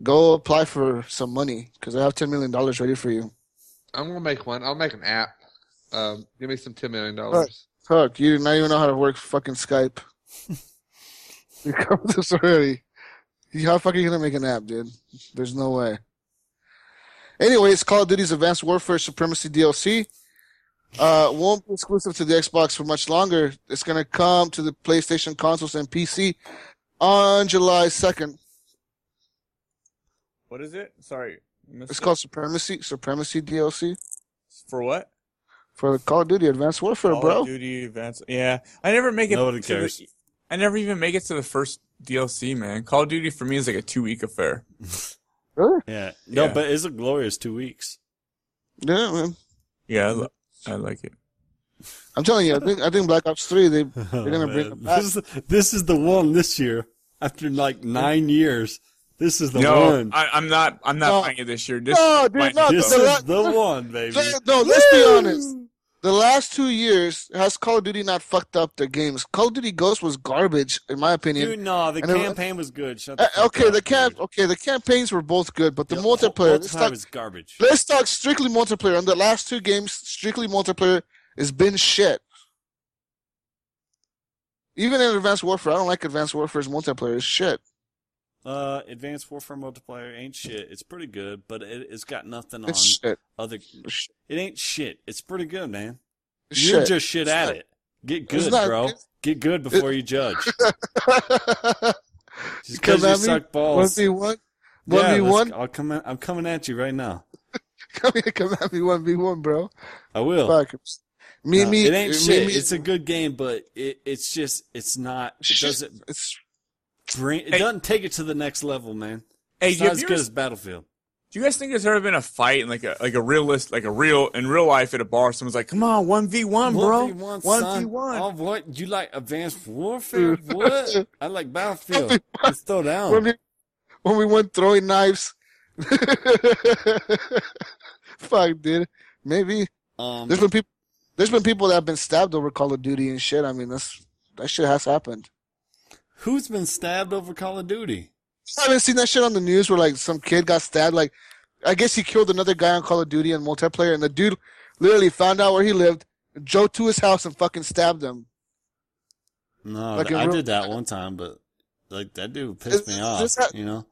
Speaker 2: go apply for some money because I have $10 million ready for you.
Speaker 3: I'm gonna make one. I'll make an app. Um, give me some ten million dollars.
Speaker 2: Fuck, you do not even know how to work fucking Skype. you covered this already. You- How fucking gonna make an app, dude? There's no way. Anyway, it's Call of Duty's Advanced Warfare Supremacy DLC. Uh, won't be exclusive to the Xbox for much longer. It's gonna come to the PlayStation consoles and PC on July 2nd.
Speaker 5: What is it? Sorry. missed
Speaker 2: It's
Speaker 5: it.
Speaker 2: called Supremacy Supremacy DLC
Speaker 5: for what?
Speaker 2: for the Call of Duty Advanced Warfare,
Speaker 5: Call
Speaker 2: bro.
Speaker 5: of Duty events. Yeah, I never make it.
Speaker 4: Nobody
Speaker 5: to the-
Speaker 4: cares.
Speaker 5: I never even make it to the first DLC, man. Call of Duty for me is like a two week affair.
Speaker 2: Really?
Speaker 4: Yeah. No,
Speaker 5: Yeah.
Speaker 4: but it's a glorious two weeks.
Speaker 2: Yeah, man.
Speaker 5: Yeah, I, li- I like it.
Speaker 2: I'm telling you, I think I think Black Ops Three. They [LAUGHS] they're gonna
Speaker 4: Oh,
Speaker 2: bring
Speaker 4: man.
Speaker 2: it back.
Speaker 4: This is, this is the one this year. After like nine years, this is the
Speaker 5: No,
Speaker 4: one.
Speaker 5: I, I'm not. I'm not
Speaker 2: No.
Speaker 5: buying it this year. This
Speaker 2: No, Oh, dude,
Speaker 5: my-
Speaker 2: no.
Speaker 4: this
Speaker 2: the
Speaker 4: is
Speaker 2: la-
Speaker 4: the one, baby.
Speaker 2: So- no, let's be honest. The last two years has Call of Duty not fucked up their games. Call of Duty Ghost was garbage, in my opinion.
Speaker 4: Dude, no, the
Speaker 2: And it-
Speaker 4: campaign was good. Shut the
Speaker 2: Uh,
Speaker 4: fuck
Speaker 2: okay,
Speaker 4: up,
Speaker 2: the camp.
Speaker 4: dude.
Speaker 2: Okay, the campaigns were both good, but the
Speaker 4: Yeah,
Speaker 2: multiplayer.
Speaker 4: whole
Speaker 2: Let's
Speaker 4: time
Speaker 2: talk,
Speaker 4: is garbage.
Speaker 2: let's talk strictly multiplayer. On the last two games, strictly multiplayer has been shit. Even in Advanced Warfare, I don't like Advanced Warfare's multiplayer. It's shit.
Speaker 4: Uh, Advanced Warfare multiplayer ain't shit. It's pretty good, but it, it's got nothing on
Speaker 2: It's shit.
Speaker 4: other.
Speaker 2: It's shit.
Speaker 4: It ain't shit. It's pretty good, man.
Speaker 2: It's
Speaker 4: You're
Speaker 2: shit.
Speaker 4: just shit
Speaker 2: It's
Speaker 4: at
Speaker 2: not-
Speaker 4: it. Get
Speaker 2: it's
Speaker 4: good,
Speaker 2: not-
Speaker 4: bro.
Speaker 2: it's-
Speaker 4: Get good before you
Speaker 2: [LAUGHS]
Speaker 4: judge. Just
Speaker 2: Come
Speaker 4: because you
Speaker 2: at me,
Speaker 4: suck
Speaker 2: [LAUGHS] One
Speaker 4: balls.
Speaker 2: v one. [LAUGHS]
Speaker 4: Yeah,
Speaker 2: One v
Speaker 4: let's-
Speaker 2: one.
Speaker 4: I'll come. At, I'm coming at you right now.
Speaker 2: Come here, come at me. One v one, bro.
Speaker 4: I will.
Speaker 2: Fuck. Me,
Speaker 4: No,
Speaker 2: me.
Speaker 4: it ain't
Speaker 2: me,
Speaker 4: shit.
Speaker 2: me-
Speaker 4: It's a good game, but it, it's just it's not. It
Speaker 2: Shit.
Speaker 4: doesn't
Speaker 2: It's
Speaker 4: bring. It
Speaker 5: Hey.
Speaker 4: doesn't take it to the next level, man.
Speaker 5: Hey,
Speaker 4: it's not
Speaker 5: have
Speaker 4: as
Speaker 5: you
Speaker 4: good
Speaker 5: ever-
Speaker 4: as Battlefield.
Speaker 5: Do you guys think there's ever been a fight in like a like a realist like a real in real life at a bar? Someone's like, "Come on, one v one, bro,
Speaker 4: one
Speaker 5: one v one."
Speaker 4: Oh, what you like? Advanced
Speaker 2: [LAUGHS]
Speaker 4: Warfare? what? I like Battlefield. Let's throw
Speaker 2: when
Speaker 4: down.
Speaker 2: we when we went throwing knives. [LAUGHS] Fuck, dude. Maybe
Speaker 4: Um,
Speaker 2: there's been people. There's been people that have been stabbed over Call of Duty and shit. I mean, that's that shit has happened.
Speaker 4: who's been stabbed over Call of Duty?
Speaker 2: I haven't seen that shit on the news where like some kid got stabbed. Like, I guess he killed another guy on Call of Duty in multiplayer, and the dude literally found out where he lived, drove to his house, and fucking stabbed him. [LAUGHS]
Speaker 4: No,
Speaker 2: Like in
Speaker 4: I
Speaker 2: real-
Speaker 4: did that one time, but like that dude pissed me
Speaker 2: Is
Speaker 4: off.
Speaker 2: this how-
Speaker 4: you know?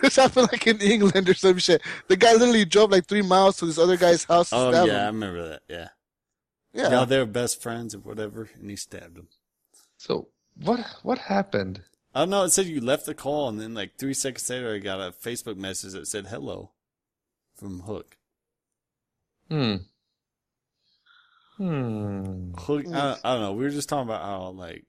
Speaker 2: this happened like in England or some shit. The guy literally drove like three miles to this other guy's house. to
Speaker 4: Oh
Speaker 2: stab
Speaker 4: yeah, I
Speaker 2: him.
Speaker 4: remember that. Yeah.
Speaker 2: yeah.
Speaker 4: Now they're best friends or whatever, and he stabbed him.
Speaker 3: So what what happened?
Speaker 4: I don't know. It said you left the call, and then like three seconds later, I got a Facebook message that said "hello" from Hook.
Speaker 3: Hmm. Hmm.
Speaker 4: Hook.
Speaker 2: Mm.
Speaker 4: I, I don't know. We were just talking about how like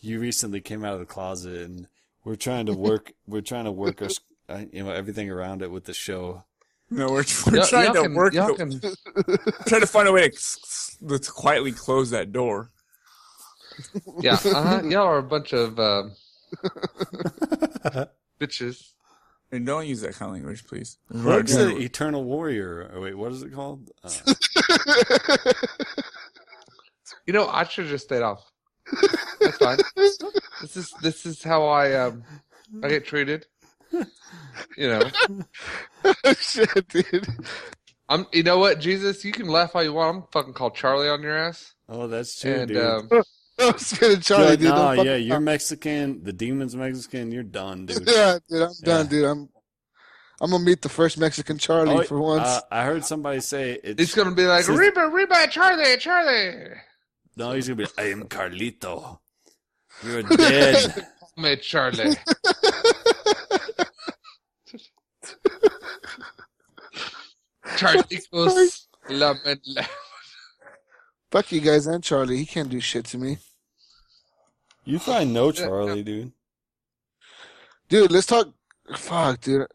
Speaker 4: you recently came out of the closet, and we're trying to work.
Speaker 2: [LAUGHS]
Speaker 4: we're trying to work our, s- uh, you know, everything around it with the show.
Speaker 5: No, we're, we're
Speaker 3: Y'all-
Speaker 5: trying
Speaker 3: y'all
Speaker 5: to
Speaker 3: can-
Speaker 5: work,
Speaker 3: y'all
Speaker 5: the-
Speaker 3: can-
Speaker 5: trying to find a way to, to quietly close that door.
Speaker 3: yeah, uh-huh. y'all are a bunch of
Speaker 4: [LAUGHS]
Speaker 3: uh, bitches.
Speaker 5: And don't use that kind of language, please.
Speaker 4: Hook's the Eternal Warrior. Oh, wait, what is it called? Uh,
Speaker 2: [LAUGHS]
Speaker 3: You know, I should have just stayed off. That's fine. this is this is how I um I get treated. You know,
Speaker 2: [LAUGHS] shit, dude.
Speaker 3: I'm. You know what, Jesus? You can laugh all you want. I'm gonna fucking call Charlie on your ass.
Speaker 4: oh, that's true,
Speaker 3: And
Speaker 4: dude.
Speaker 3: um,
Speaker 2: [LAUGHS] I'm spinning Charlie,
Speaker 4: Good,
Speaker 2: dude.
Speaker 4: no,
Speaker 2: Don't fuck-
Speaker 4: yeah, you're Mexican. The demon's Mexican. You're done, dude.
Speaker 2: [LAUGHS] yeah, dude. I'm done,
Speaker 4: Yeah.
Speaker 2: dude. I'm. I'm gonna meet the first Mexican Charlie
Speaker 4: Oh,
Speaker 2: for once.
Speaker 4: uh, I heard somebody say it's,
Speaker 3: it's gonna be like
Speaker 4: This is-
Speaker 3: Reba, Reba, Charlie, Charlie.
Speaker 4: No, he's gonna be. I am Carlito.
Speaker 2: [LAUGHS]
Speaker 4: You're dead.
Speaker 3: Me, Charlie. Charlicos, love and laugh.
Speaker 2: fuck you guys and Charlie. He can't do shit to me,
Speaker 4: you probably know Charlie, dude.
Speaker 2: dude. Let's talk. Fuck, dude.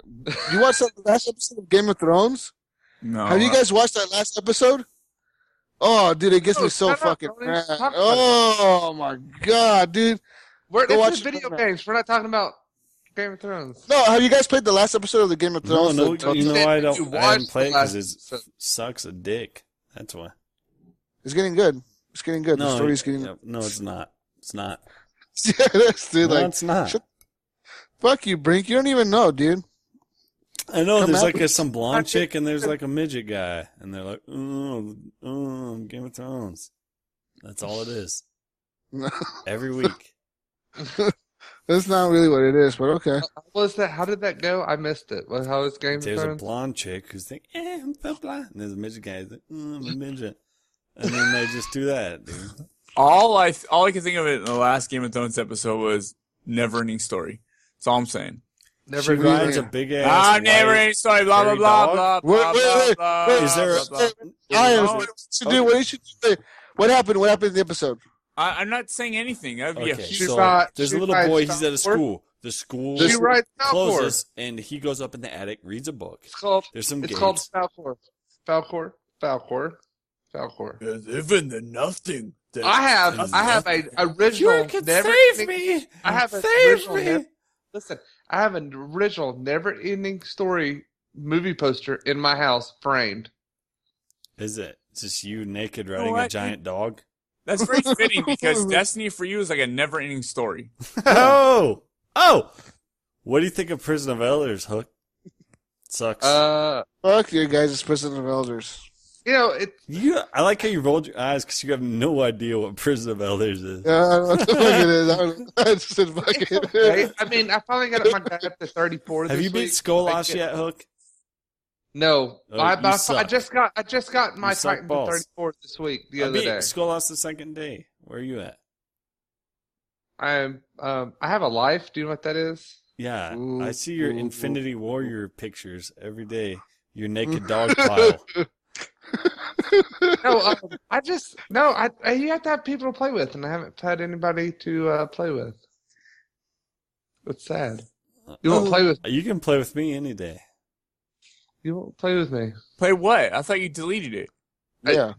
Speaker 2: You watched
Speaker 4: [LAUGHS]
Speaker 2: that last episode of Game of Thrones?
Speaker 5: No,
Speaker 2: Have you guys watched that last episode? Oh, dude, it gets
Speaker 3: No,
Speaker 2: me so
Speaker 3: shut up,
Speaker 2: fucking
Speaker 3: Tony.
Speaker 2: mad.
Speaker 3: Stop.
Speaker 2: Oh my god, dude.
Speaker 3: We're
Speaker 2: Go
Speaker 3: this is
Speaker 2: watch-
Speaker 3: video games. We're not talking about Game of Thrones.
Speaker 2: No, have you guys played the last episode of the Game of
Speaker 4: No,
Speaker 2: Thrones?
Speaker 4: no,
Speaker 2: The-
Speaker 4: you know why I
Speaker 3: You
Speaker 4: don't. I
Speaker 3: watched
Speaker 4: didn't play it
Speaker 3: the last
Speaker 4: because it
Speaker 3: episode.
Speaker 4: sucks a dick. That's why.
Speaker 2: It's getting good. It's getting good. the
Speaker 4: No,
Speaker 2: story's getting.
Speaker 4: no, no, it's not. It's not.
Speaker 2: Yeah, [LAUGHS] that's dude.
Speaker 4: no,
Speaker 2: like,
Speaker 4: it's not.
Speaker 2: shut- fuck you, Brink. You don't even know, dude. [LAUGHS]
Speaker 4: I know
Speaker 2: come
Speaker 4: there's
Speaker 2: out
Speaker 4: like
Speaker 2: with-
Speaker 4: a, some blonde chick and there's like a midget guy, and they're like, oh, oh, Game of Thrones. That's all it is. Every week.
Speaker 2: That's not really what it is, but okay.
Speaker 3: What was that? How did that go? I missed it. What, how was Game of
Speaker 4: There's a
Speaker 3: Thrones?
Speaker 4: blonde chick who's like, eh, I'm so blonde. And there's a midget guy who's like, mm, I'm a midget. And then they just do that, dude.
Speaker 5: all I all I can think of it in the last Game of Thrones episode was never ending story. That's all I'm saying.
Speaker 3: Never
Speaker 4: she
Speaker 3: knew
Speaker 4: rides
Speaker 3: it.
Speaker 4: a big ass.
Speaker 5: Ah, never
Speaker 4: white-
Speaker 5: ending story. Blah blah
Speaker 4: hairy
Speaker 5: blah
Speaker 4: dog?
Speaker 5: blah
Speaker 2: Wait,
Speaker 5: blah
Speaker 2: wait,
Speaker 5: blah
Speaker 2: wait,
Speaker 5: blah.
Speaker 2: wait.
Speaker 4: Is there?
Speaker 5: blah, blah.
Speaker 2: I am.
Speaker 5: Oh,
Speaker 2: What you should do? What you should do? What happened? What happened in the episode?
Speaker 5: I, I'm not saying anything. That'd be
Speaker 4: Okay,
Speaker 5: a huge
Speaker 3: She
Speaker 4: so
Speaker 3: thought-
Speaker 4: there's
Speaker 3: she
Speaker 4: a little
Speaker 3: thought
Speaker 4: boy.
Speaker 3: she
Speaker 4: He's at a
Speaker 3: thought-
Speaker 4: school. The school
Speaker 2: She
Speaker 3: writes
Speaker 4: closes, and he goes up in the attic, reads a book.
Speaker 3: It's called
Speaker 4: There's some
Speaker 3: it's
Speaker 4: gates.
Speaker 3: called Falcor. Falcor. Falcor. Falcor.
Speaker 1: Even the nothing. that-
Speaker 3: I have I have a original never ending,
Speaker 4: me.
Speaker 3: I have a
Speaker 4: save
Speaker 3: original
Speaker 4: me.
Speaker 3: never- listen, I have an original never ending story movie poster in my house framed.
Speaker 4: Is it it's just you naked riding a
Speaker 5: what?
Speaker 3: [LAUGHS]
Speaker 4: giant dog?
Speaker 5: That's very fitting because Destiny for you is like a never-ending story.
Speaker 4: oh, oh. What do you think of Prison of Elders, Hook? Sucks.
Speaker 3: Uh
Speaker 2: Fuck you guys, Prison of Elders.
Speaker 3: you know, it
Speaker 4: you, I like how you rolled your eyes because you have no idea what Prison of Elders is.
Speaker 2: Yeah, I don't know what the fuck it is. I, don't, [LAUGHS] I just said fuck
Speaker 3: I,
Speaker 2: it.
Speaker 3: I mean, I finally got my guy up to 34.
Speaker 4: have
Speaker 3: this
Speaker 4: you beat
Speaker 3: week.
Speaker 4: Skolosh
Speaker 3: I-
Speaker 4: yet, Hook?
Speaker 3: No,
Speaker 4: Oh,
Speaker 3: I,
Speaker 4: you
Speaker 3: but I- I,
Speaker 4: suck.
Speaker 3: just got I just got my
Speaker 4: You suck
Speaker 3: Titan to
Speaker 4: balls.
Speaker 3: 34 this week. The
Speaker 4: I
Speaker 3: other
Speaker 4: beat
Speaker 3: day,
Speaker 4: Skolosh the second day. Where are you at?
Speaker 3: I'm um I have a life. Do you know what that is?
Speaker 4: Yeah,
Speaker 2: Ooh,
Speaker 4: I see your
Speaker 2: ooh, Mm. ooh,
Speaker 4: Infinity Warrior pictures every day. Your
Speaker 3: [LAUGHS]
Speaker 4: naked dog pile.
Speaker 3: No, um, I just no. I, I you have to have people to play with, and I haven't had anybody to uh, play with. It's sad. You won't play with
Speaker 4: You can play with me any day.
Speaker 3: you won't play with me.
Speaker 5: Play what? I thought you deleted it.
Speaker 2: [LAUGHS] yeah.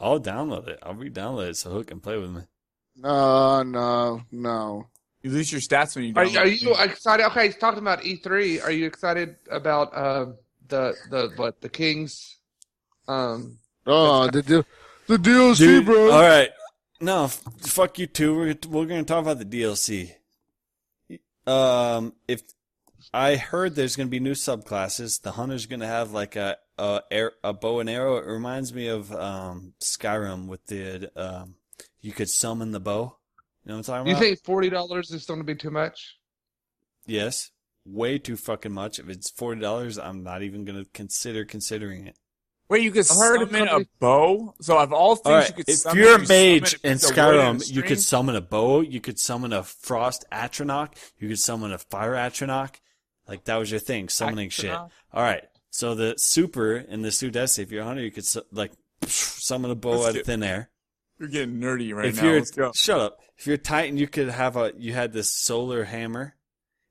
Speaker 4: I'll download it. I'll re-download it so Hook can play with me.
Speaker 2: No, no, no.
Speaker 5: You lose your stats when you.
Speaker 3: Are,
Speaker 5: download
Speaker 3: are
Speaker 5: it.
Speaker 3: you excited? Okay, he's talking about E3. Are you excited about um the the what the Kings? Um,
Speaker 2: Oh, the deal, the DLC,
Speaker 4: Dude,
Speaker 2: bro.
Speaker 4: all right. No, f- fuck you two. We're we're gonna talk about the DLC. Um, if I heard there's gonna be new subclasses, the hunter's gonna have like a a, air, a bow and arrow. It reminds me of um Skyrim with the um you could summon the bow. You know what I'm talking
Speaker 3: you
Speaker 4: about?
Speaker 3: think forty dollars is going to be too much?
Speaker 4: Yes. Way too fucking much. If it's forty dollars, I'm not even gonna consider considering it.
Speaker 5: Wait, you could
Speaker 3: I heard
Speaker 5: summon
Speaker 3: somebody-
Speaker 5: a bow. So of all things,
Speaker 4: All right.
Speaker 5: you could.
Speaker 4: If
Speaker 5: summon,
Speaker 4: you're a
Speaker 5: you
Speaker 4: mage
Speaker 5: summon a-
Speaker 4: in
Speaker 5: it's a word and a
Speaker 4: Skyrim, you
Speaker 5: string.
Speaker 4: could summon a bow. You could summon a frost atronach. You could summon a fire atronach. Like that was your thing, summoning shit.
Speaker 5: Atronach.
Speaker 4: All right. So the super in the Sudesi, if you're a hunter, you could su- like summon a bow
Speaker 5: Let's
Speaker 4: out
Speaker 5: do-
Speaker 4: of thin air.
Speaker 5: You're getting nerdy right
Speaker 4: if
Speaker 5: now.
Speaker 4: you're
Speaker 5: Let's go.
Speaker 4: shut up. If you're Titan, you could have a you had this solar hammer.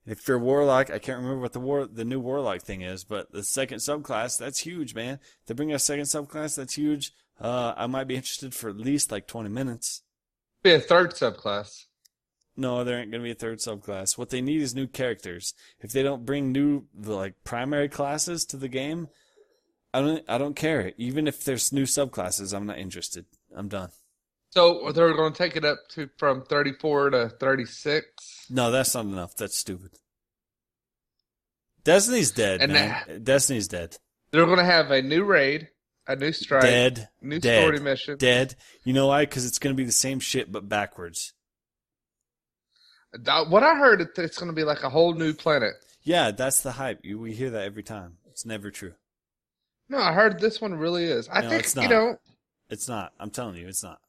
Speaker 4: And if you're Warlock, I can't remember what the war the new Warlock thing is, but the second subclass that's huge, man. If they bring a second subclass that's huge. Uh, I might be interested for at least like 20 minutes.
Speaker 3: Be a third subclass.
Speaker 4: No, there ain't gonna be a third subclass. What they need is new characters. If they don't bring new like primary classes to the game, I don't I don't care. Even if there's new subclasses, I'm not interested. I'm done.
Speaker 3: So they're going to take it up to from thirty four to thirty six.
Speaker 4: No, that's not enough. That's stupid. Destiny's dead,
Speaker 3: And
Speaker 4: man. Destiny's dead.
Speaker 3: They're going to have a new raid, a new strike,
Speaker 4: Dead.
Speaker 3: new
Speaker 4: dead.
Speaker 3: story mission.
Speaker 4: Dead. You know why? Because it's gonna be the same shit but backwards.
Speaker 3: Uh, What I heard, it- it's going to be like a whole new planet.
Speaker 4: Yeah, that's the hype. You, we hear that every time. It's never true.
Speaker 3: No, I heard this one really is. I
Speaker 4: No,
Speaker 3: think
Speaker 4: it's
Speaker 3: you
Speaker 4: not.
Speaker 3: know.
Speaker 4: It's not. I'm telling you, it's not.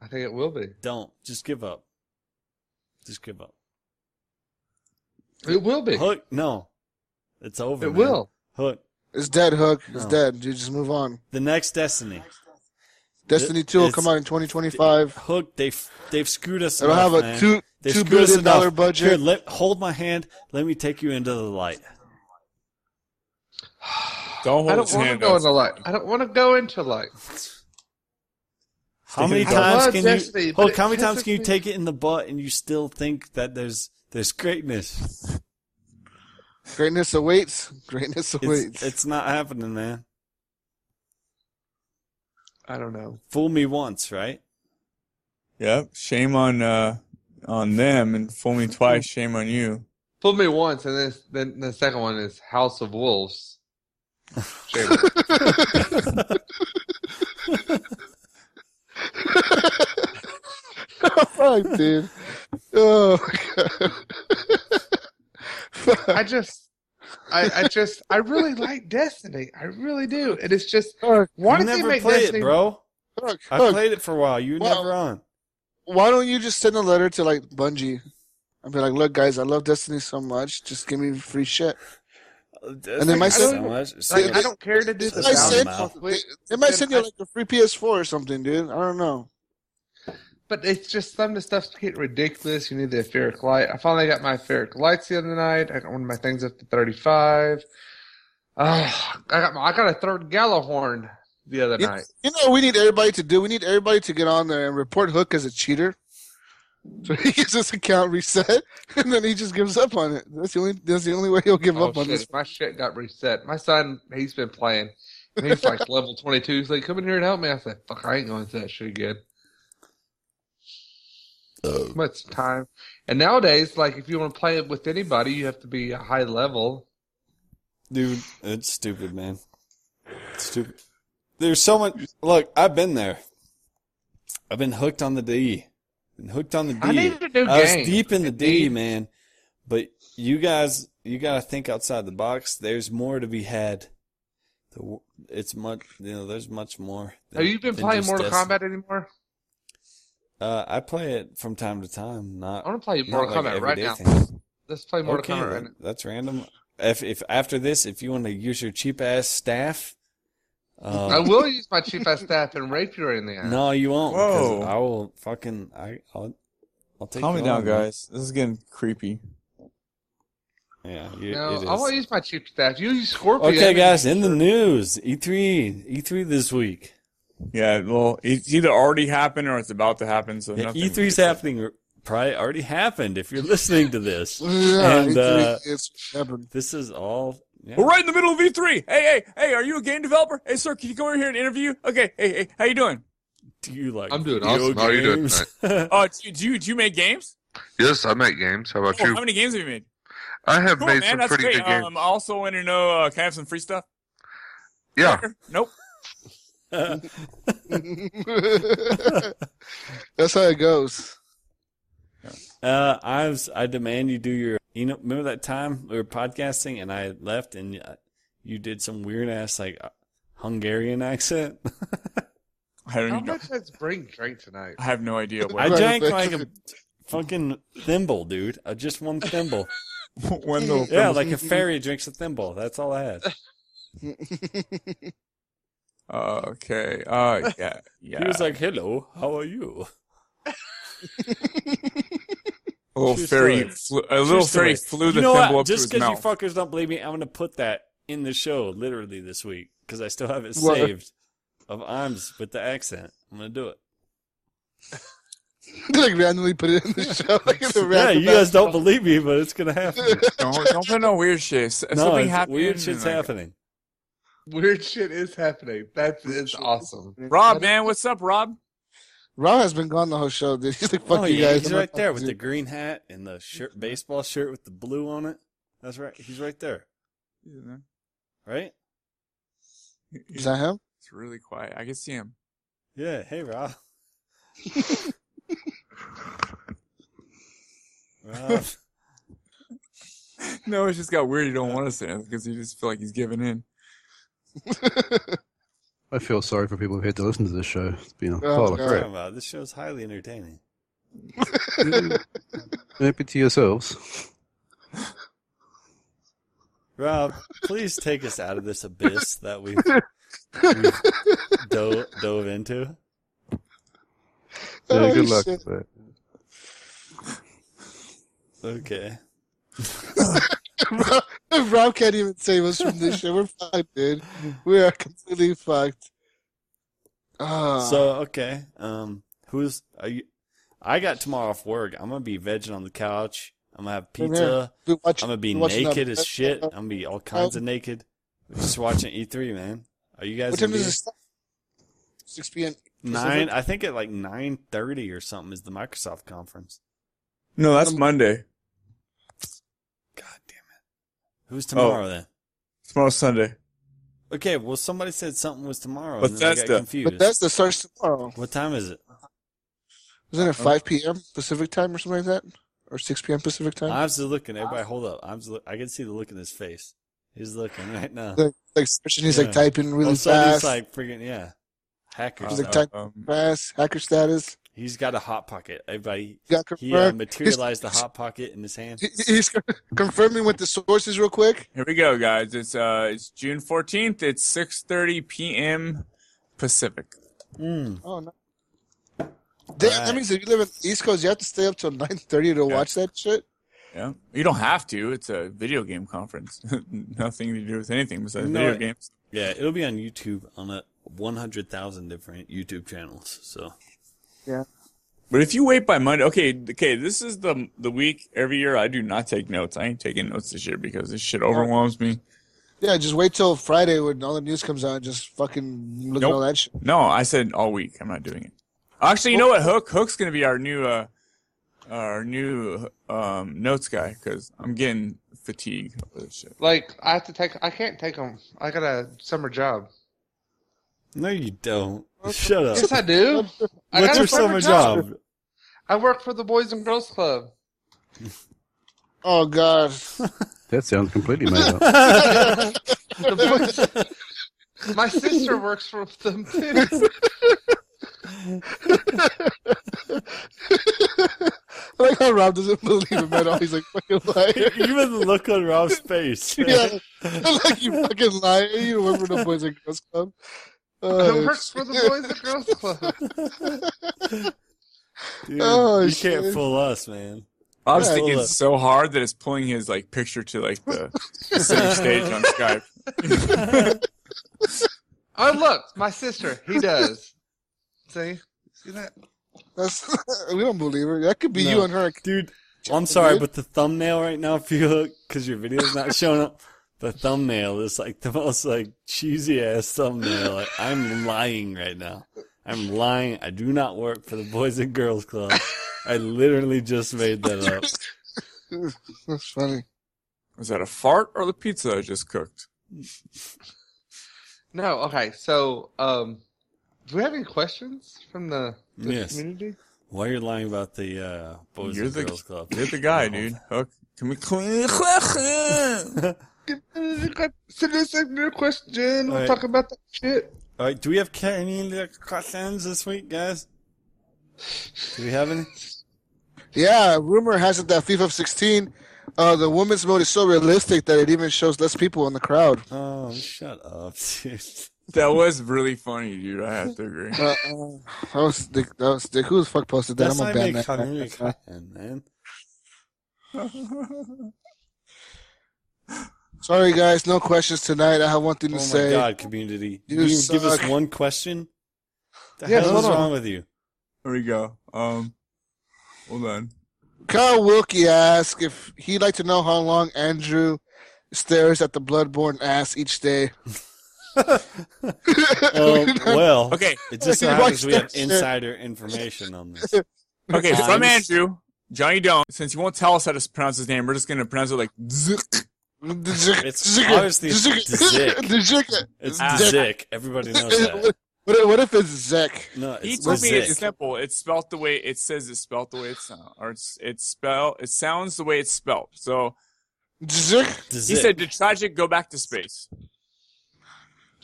Speaker 3: I think it will be.
Speaker 4: Don't just give up. Just give up.
Speaker 3: It will be.
Speaker 4: Hook, no. It's over.
Speaker 3: it
Speaker 4: man.
Speaker 3: will.
Speaker 4: Hook.
Speaker 2: It's dead, Hook. It's
Speaker 4: No.
Speaker 2: dead. Dude, just move on.
Speaker 4: The next Destiny.
Speaker 2: Destiny Two will
Speaker 4: it's-
Speaker 2: come out in 2025.
Speaker 4: Hook, they've they've screwed us.
Speaker 2: It'll
Speaker 4: enough,
Speaker 2: have a
Speaker 4: man.
Speaker 2: two
Speaker 4: They've
Speaker 2: two
Speaker 4: screwed us
Speaker 2: billion dollar
Speaker 4: enough.
Speaker 2: budget.
Speaker 4: Here, let, hold my hand. Let me take you into the light.
Speaker 5: Don't hold
Speaker 3: I don't
Speaker 5: his
Speaker 3: want to
Speaker 5: hand
Speaker 3: go
Speaker 5: up.
Speaker 3: into light. I don't want to go into light.
Speaker 4: How many
Speaker 5: I
Speaker 4: times
Speaker 3: love
Speaker 4: can
Speaker 3: Destiny,
Speaker 4: you?
Speaker 3: but
Speaker 4: Hook,
Speaker 3: it
Speaker 4: how many times
Speaker 3: pisses
Speaker 4: can you
Speaker 3: me-
Speaker 4: take it in the butt and you still think that there's there's greatness?
Speaker 2: Greatness awaits. Greatness awaits.
Speaker 4: It's, it's not happening, man.
Speaker 3: I don't know.
Speaker 4: Fool me once, right?
Speaker 5: Yep. Shame on uh on them and fool me twice. Shame on you.
Speaker 3: Fool me once, and this, then the second one is House of Wolves. Shame.
Speaker 2: [LAUGHS] Fuck, dude. Oh my [LAUGHS] god.
Speaker 3: [LAUGHS] I just, I, I just, I really like Destiny. I really do. And it's just,
Speaker 2: Fuck,
Speaker 3: why
Speaker 4: you
Speaker 3: did they
Speaker 4: never
Speaker 3: make
Speaker 4: play
Speaker 3: Destiny?
Speaker 4: it, bro.
Speaker 2: fuck,
Speaker 4: I
Speaker 2: fuck.
Speaker 4: played it for a while. You were
Speaker 2: Well-
Speaker 4: never on.
Speaker 2: Why don't you just send a letter to like Bungie and be like, "Look, guys, I love Destiny so much. Just give me free shit."
Speaker 4: And
Speaker 2: then my
Speaker 4: so
Speaker 3: son-
Speaker 4: much. so
Speaker 3: Like,
Speaker 4: much.
Speaker 3: I don't care to do the
Speaker 4: That's
Speaker 2: I
Speaker 4: out of
Speaker 2: said-
Speaker 4: mouth.
Speaker 2: They,
Speaker 3: Wait,
Speaker 2: they might
Speaker 3: then
Speaker 2: send you
Speaker 3: I-
Speaker 2: like a free PS4 or something, dude. I don't know.
Speaker 3: But it's just some of the stuff's getting ridiculous. You need the etheric light. I finally got my etheric lights the other night. I got one of my things up to thirty-five. Ah, I got my, I got a third Gallahorn the other
Speaker 2: You-
Speaker 3: night.
Speaker 2: You know what we need everybody to do? We need everybody to get on there and report Hook as a cheater. So [LAUGHS] he gets his account reset, [LAUGHS] and then he just gives up on it. That's the only. That's the only way he'll give
Speaker 3: Oh,
Speaker 2: up on
Speaker 3: shit.
Speaker 2: this.
Speaker 3: My shit got reset. My son, he's been playing. And he's like level twenty-two. He's like, "Come in here and help me." I said, "Fuck, I ain't going to that shit again."
Speaker 4: Oh.
Speaker 3: Too much time. And nowadays, like if you want to play it with anybody, you have to be a high level.
Speaker 4: Dude, it's stupid, man. It's stupid. There's so much. Look, I've been there. I've been hooked on the D. Been hooked on the D.
Speaker 3: I need a new
Speaker 4: I was
Speaker 3: game.
Speaker 4: deep in the D,
Speaker 3: Indeed.
Speaker 4: man. But you guys, you gotta think outside the box. There's more to be had. The w- It's much, you know. There's much more. than-
Speaker 3: Have you been
Speaker 4: than
Speaker 3: playing
Speaker 4: just
Speaker 3: Mortal
Speaker 4: Destiny.
Speaker 3: Kombat anymore?
Speaker 4: Uh, I play it from time to time. Not
Speaker 3: I want to play
Speaker 4: not
Speaker 3: Mortal
Speaker 4: like
Speaker 3: Kombat right
Speaker 4: everyday
Speaker 3: now.
Speaker 4: things.
Speaker 3: Let's play Mortal
Speaker 4: Okay,
Speaker 3: Kombat right
Speaker 4: that-
Speaker 3: now.
Speaker 4: that's random. If if after this, if you want to use your cheap ass staff, um,
Speaker 3: I will use my cheap ass staff and rape you in the ass.
Speaker 4: No, you won't. 'cause
Speaker 5: Whoa.
Speaker 4: I will fucking. I, I'll. I'll take.
Speaker 5: Calm me
Speaker 4: you
Speaker 5: down,
Speaker 4: on, man.
Speaker 5: guys. This is getting creepy.
Speaker 4: Yeah, you-
Speaker 3: No,
Speaker 4: it is.
Speaker 3: I won't use my cheap staff. You use Scorpion.
Speaker 4: okay, guys. In the news, E E3, E3 this week.
Speaker 5: Yeah, well, it's either already happened or it's about to happen. So
Speaker 4: Yeah,
Speaker 5: nothing.
Speaker 4: E3's happening. or Probably already happened. If you're listening to
Speaker 2: [LAUGHS]
Speaker 4: this,
Speaker 2: Yeah,
Speaker 4: And,
Speaker 2: it's,
Speaker 4: uh,
Speaker 2: it's happened.
Speaker 4: this is all. yeah.
Speaker 5: We're right in the middle of E3. Hey, hey, hey, are you a game developer? Hey, sir, can you come over here and interview? Okay, hey, hey, how you doing?
Speaker 4: Do you like?
Speaker 3: I'm doing
Speaker 4: video
Speaker 3: awesome. How are you doing
Speaker 4: games?
Speaker 5: Uh, do, you- do you do you make games?
Speaker 7: Yes, I make games. How about
Speaker 3: Oh,
Speaker 5: Cool.
Speaker 7: you?
Speaker 5: How many games have you made?
Speaker 7: I have
Speaker 5: Cool,
Speaker 7: made
Speaker 5: man,
Speaker 7: some
Speaker 5: that's
Speaker 7: pretty
Speaker 5: great.
Speaker 7: good games.
Speaker 5: Um, I also want to know, uh, can I have some free stuff?
Speaker 7: yeah,
Speaker 5: Nope.
Speaker 2: [LAUGHS] that's how it goes.
Speaker 4: [LAUGHS]
Speaker 2: [LAUGHS]
Speaker 4: Uh, I was, I demand you do your. You know, remember that time we were podcasting and I left and uh, you did some weird ass like uh, Hungarian accent. [LAUGHS]
Speaker 5: I don't
Speaker 3: How
Speaker 5: even know.
Speaker 3: much has Bring drank tonight? [LAUGHS]
Speaker 5: I have no idea what.
Speaker 4: I
Speaker 2: Right,
Speaker 4: drank
Speaker 2: but-
Speaker 4: like a fucking thimble, dude. Uh, just
Speaker 3: [LAUGHS]
Speaker 4: one thimble. [LAUGHS]
Speaker 5: when the
Speaker 4: yeah, like a fairy drinks a thimble. That's all I had.
Speaker 5: Uh, okay.
Speaker 4: [LAUGHS]
Speaker 5: Uh, yeah, yeah.
Speaker 4: He was like, "Hello, how are you?"
Speaker 5: a little
Speaker 4: True
Speaker 5: fairy,
Speaker 4: story.
Speaker 5: flew, a little
Speaker 4: Seriously.
Speaker 5: fairy flew the
Speaker 4: you know
Speaker 5: thimble
Speaker 4: what?
Speaker 5: up
Speaker 4: Just
Speaker 5: to his
Speaker 4: you
Speaker 5: mouth.
Speaker 4: fuckers don't believe me, I'm gonna put that in the show literally this week because I still have it
Speaker 2: What?
Speaker 4: saved of Imes with the accent. I'm gonna do it.
Speaker 2: They, like randomly put it in
Speaker 4: [LAUGHS]
Speaker 2: the show. Like in the
Speaker 4: yeah,
Speaker 2: random
Speaker 4: you guys don't believe me, but it's gonna happen.
Speaker 5: don't, don't put no weird shit. S-
Speaker 4: no,
Speaker 5: Something
Speaker 4: it's-
Speaker 5: happened.
Speaker 4: weird
Speaker 5: and,
Speaker 4: shit's
Speaker 5: like,
Speaker 4: happening.
Speaker 3: Weird shit is happening. That is awesome.
Speaker 5: Rob, man, what's up, Rob?
Speaker 2: Rob has been gone the whole show, dude. [LAUGHS] He's like, "Fuck
Speaker 4: oh,
Speaker 2: you
Speaker 4: yeah,
Speaker 2: guys."
Speaker 4: he's
Speaker 2: I'm
Speaker 4: right
Speaker 2: not
Speaker 4: there
Speaker 2: talking
Speaker 4: with
Speaker 2: to
Speaker 4: the
Speaker 2: you.
Speaker 4: green hat and the shirt, baseball shirt with the blue on it. That's right. He's right there. Right?
Speaker 2: Is that him?
Speaker 5: It's really quiet. I can see him. [LAUGHS]
Speaker 4: Yeah. Hey, Rob. [LAUGHS] Rob.
Speaker 5: No, it's just got weird. You don't want to say it because you just feel like he's giving in.
Speaker 6: I feel sorry for people who've had to listen to this show. It's been a
Speaker 2: Oh,
Speaker 6: pile of
Speaker 2: God.
Speaker 4: Talking
Speaker 6: crap.
Speaker 4: about this show's highly entertaining.
Speaker 2: [LAUGHS]
Speaker 6: Happy to yourselves.
Speaker 4: Rob, please take us out of this abyss
Speaker 2: [LAUGHS]
Speaker 4: that we we've dove, dove into.
Speaker 6: [LAUGHS] Yeah,
Speaker 2: Holy
Speaker 6: good luck
Speaker 2: Oh, shit. [LAUGHS]
Speaker 6: with that.
Speaker 4: Okay.
Speaker 2: Rob, Rob can't even save us from this shit. We're fucked, dude. We are completely fucked. Ah.
Speaker 4: So okay, um, who's are you? I got tomorrow off work. I'm gonna be vegging on the couch. I'm gonna have
Speaker 2: Come
Speaker 4: pizza.
Speaker 2: We're watching-
Speaker 4: I'm gonna be
Speaker 2: we're watching
Speaker 4: naked
Speaker 2: that-
Speaker 4: as shit. I'm gonna be all kinds of naked. We're just watching E3, man. Are you guys
Speaker 2: What time
Speaker 4: gonna be
Speaker 2: does
Speaker 4: here?
Speaker 2: it start? 6 p.m.
Speaker 4: nine? I think at like nine thirty or something is the Microsoft conference.
Speaker 5: No, that's Monday.
Speaker 4: God damn it! Who's
Speaker 2: Oh.
Speaker 4: tomorrow then?
Speaker 5: Tomorrow's Sunday.
Speaker 4: Okay, well somebody said something was tomorrow, and then I got
Speaker 5: Bethesda.
Speaker 4: confused.
Speaker 2: But that's the starts tomorrow.
Speaker 4: what time is it?
Speaker 2: Isn't it 5 p.m. Pacific time or something like that? Or 6 p.m. Pacific time?
Speaker 4: I'm just looking. Everybody, hold up. I'm just look, I can see the look in his face. He's looking right now.
Speaker 2: like, like searching, he's
Speaker 4: Yeah.
Speaker 2: like typing really
Speaker 4: All of a sudden,
Speaker 2: fast.
Speaker 4: he's like freaking yeah, hackers.
Speaker 2: He's like,
Speaker 5: Uh,
Speaker 2: time-
Speaker 5: um,
Speaker 2: fast, hacker status.
Speaker 4: He's got a hot pocket. Everybody,
Speaker 2: You got
Speaker 4: he uh,
Speaker 2: confirmed. [LAUGHS]
Speaker 4: materialized the hot pocket in his hand.
Speaker 2: He- He's [LAUGHS] confirming with the sources real quick.
Speaker 5: Here we go, guys. It's uh, it's June fourteenth. It's six thirty p.m. Pacific.
Speaker 4: Mm.
Speaker 2: Oh no. Damn,
Speaker 4: Alright.
Speaker 2: That means if you live in the East Coast, you have to stay up till [LAUGHS] nine thirty to watch that shit.
Speaker 5: Yeah, you don't have to. It's a video game conference. [LAUGHS] Nothing to do with anything besides
Speaker 4: No,
Speaker 5: video
Speaker 4: it-
Speaker 5: games.
Speaker 4: Yeah, it'll be on YouTube on a 100,000 different YouTube channels. So
Speaker 5: But if you wait by Monday, okay, okay, this is the the week every year I do not take notes. I ain't taking notes this year because this shit overwhelms me.
Speaker 2: Yeah, just wait till Friday when all the news comes out. and Just fucking look
Speaker 5: Nope.
Speaker 2: at all that shit.
Speaker 5: No, I said all week. I'm not doing it. Actually, you know what? Hook Hook's gonna be our new uh our new um notes guy because I'm getting fatigued over this shit.
Speaker 3: Like I have to take. I can't take them. I got a summer job.
Speaker 4: no, you don't. Shut up.
Speaker 3: Yes, I
Speaker 4: [LAUGHS]
Speaker 3: do. I
Speaker 4: What's
Speaker 3: got
Speaker 4: your
Speaker 3: a summer
Speaker 4: summer job?
Speaker 3: I work for the Boys and Girls Club.
Speaker 2: Oh god.
Speaker 6: That sounds completely made
Speaker 2: [LAUGHS]
Speaker 6: up.
Speaker 4: [LAUGHS]
Speaker 3: The boys- [LAUGHS] My sister works for them
Speaker 4: [LAUGHS]
Speaker 3: too.
Speaker 2: I like how Rob doesn't believe him at all. He's like fucking
Speaker 4: [LAUGHS]
Speaker 2: liar.
Speaker 4: Even the look on Rob's face.
Speaker 2: [LAUGHS] yeah, like you fucking liar. You work for the Boys and Girls Club.
Speaker 3: I
Speaker 2: Uh,
Speaker 3: work for the Boys and Girls Club.
Speaker 4: Dude,
Speaker 2: Oh,
Speaker 4: you
Speaker 2: shit.
Speaker 4: can't fool us, man.
Speaker 5: I was
Speaker 2: Yeah,
Speaker 5: thinking
Speaker 4: well, uh,
Speaker 5: so hard that it's pulling his like picture to like the center stage on
Speaker 4: [LAUGHS]
Speaker 5: Skype.
Speaker 3: Oh look, my sister. He does. See, see that?
Speaker 2: that's, [LAUGHS] we don't believe her. That could be
Speaker 4: No.
Speaker 2: you and her.
Speaker 4: Dude, I'm sorry, but the thumbnail right now, [LAUGHS] if you look, because your video's not showing up, the thumbnail is like the most like cheesy ass thumbnail. Like, I'm lying right now. I'm lying. I do not work for the Boys and Girls Club. I literally just made that up.
Speaker 2: That's funny.
Speaker 5: Was that a fart or the pizza I just cooked?
Speaker 3: No. Okay. So, um, do we have any questions from the, the
Speaker 4: Yes.
Speaker 3: community?
Speaker 4: Why you're lying about the uh, Boys
Speaker 5: You're
Speaker 4: and
Speaker 5: the-
Speaker 4: Girls Club?
Speaker 5: You're the guy, dude. Hook. Can we clean? [LAUGHS] All
Speaker 3: Send us a new question. We'll
Speaker 4: Alright.
Speaker 3: talk about that shit.
Speaker 4: All right, do we have ca- any other questions this week, guys? Do we have any?
Speaker 2: Yeah, rumor has it that FIFA 16, uh, the women's mode is so realistic that it even shows less people in the crowd.
Speaker 4: Oh, shut up, dude.
Speaker 5: That was really funny, dude. I have to agree.
Speaker 2: Uh, uh, that was dick. That was dick. Who the fuck posted that?
Speaker 4: That's
Speaker 2: I'm a
Speaker 4: not
Speaker 2: bad
Speaker 4: even
Speaker 2: man.
Speaker 4: a communication, man.
Speaker 2: Sorry guys, no questions tonight. I have one thing to
Speaker 4: Oh
Speaker 2: say.
Speaker 4: my god, community.
Speaker 2: You
Speaker 4: You didn't even give us
Speaker 2: suck.
Speaker 4: one question? The
Speaker 3: Yes,
Speaker 4: hell is
Speaker 3: hold on.
Speaker 4: wrong with
Speaker 2: [LAUGHS]
Speaker 4: you?
Speaker 5: Here we go. Um, hold on.
Speaker 2: Kyle Wilkie asked if he'd like to know how long Andrew stares at the bloodborne ass each
Speaker 4: [LAUGHS]
Speaker 2: day. [LAUGHS]
Speaker 4: Um, well,
Speaker 5: Okay,
Speaker 4: it just so
Speaker 2: Why
Speaker 4: happens we
Speaker 2: is that
Speaker 4: have
Speaker 2: shit?
Speaker 4: insider information
Speaker 2: [LAUGHS]
Speaker 4: on this.
Speaker 5: okay.
Speaker 4: Nice.
Speaker 5: From Andrew, Johnny Don't. Since you won't tell us how to pronounce his name, we're just gonna pronounce it like. Zuck.
Speaker 4: It's
Speaker 2: [LAUGHS]
Speaker 4: obviously Dzig. It's
Speaker 5: Ah.
Speaker 4: the Zick. Everybody knows that.
Speaker 2: What if- what if it's Zek?
Speaker 4: No,
Speaker 5: He
Speaker 4: it's the
Speaker 5: told me it's
Speaker 4: Zick.
Speaker 5: simple. It's spelt the way it says. It's spelt the way it sounds, or it's it's spell. It sounds the way it's spelled. So
Speaker 2: Zek?
Speaker 4: The
Speaker 5: he
Speaker 4: Zick.
Speaker 5: said, "Did tragic go back to space?"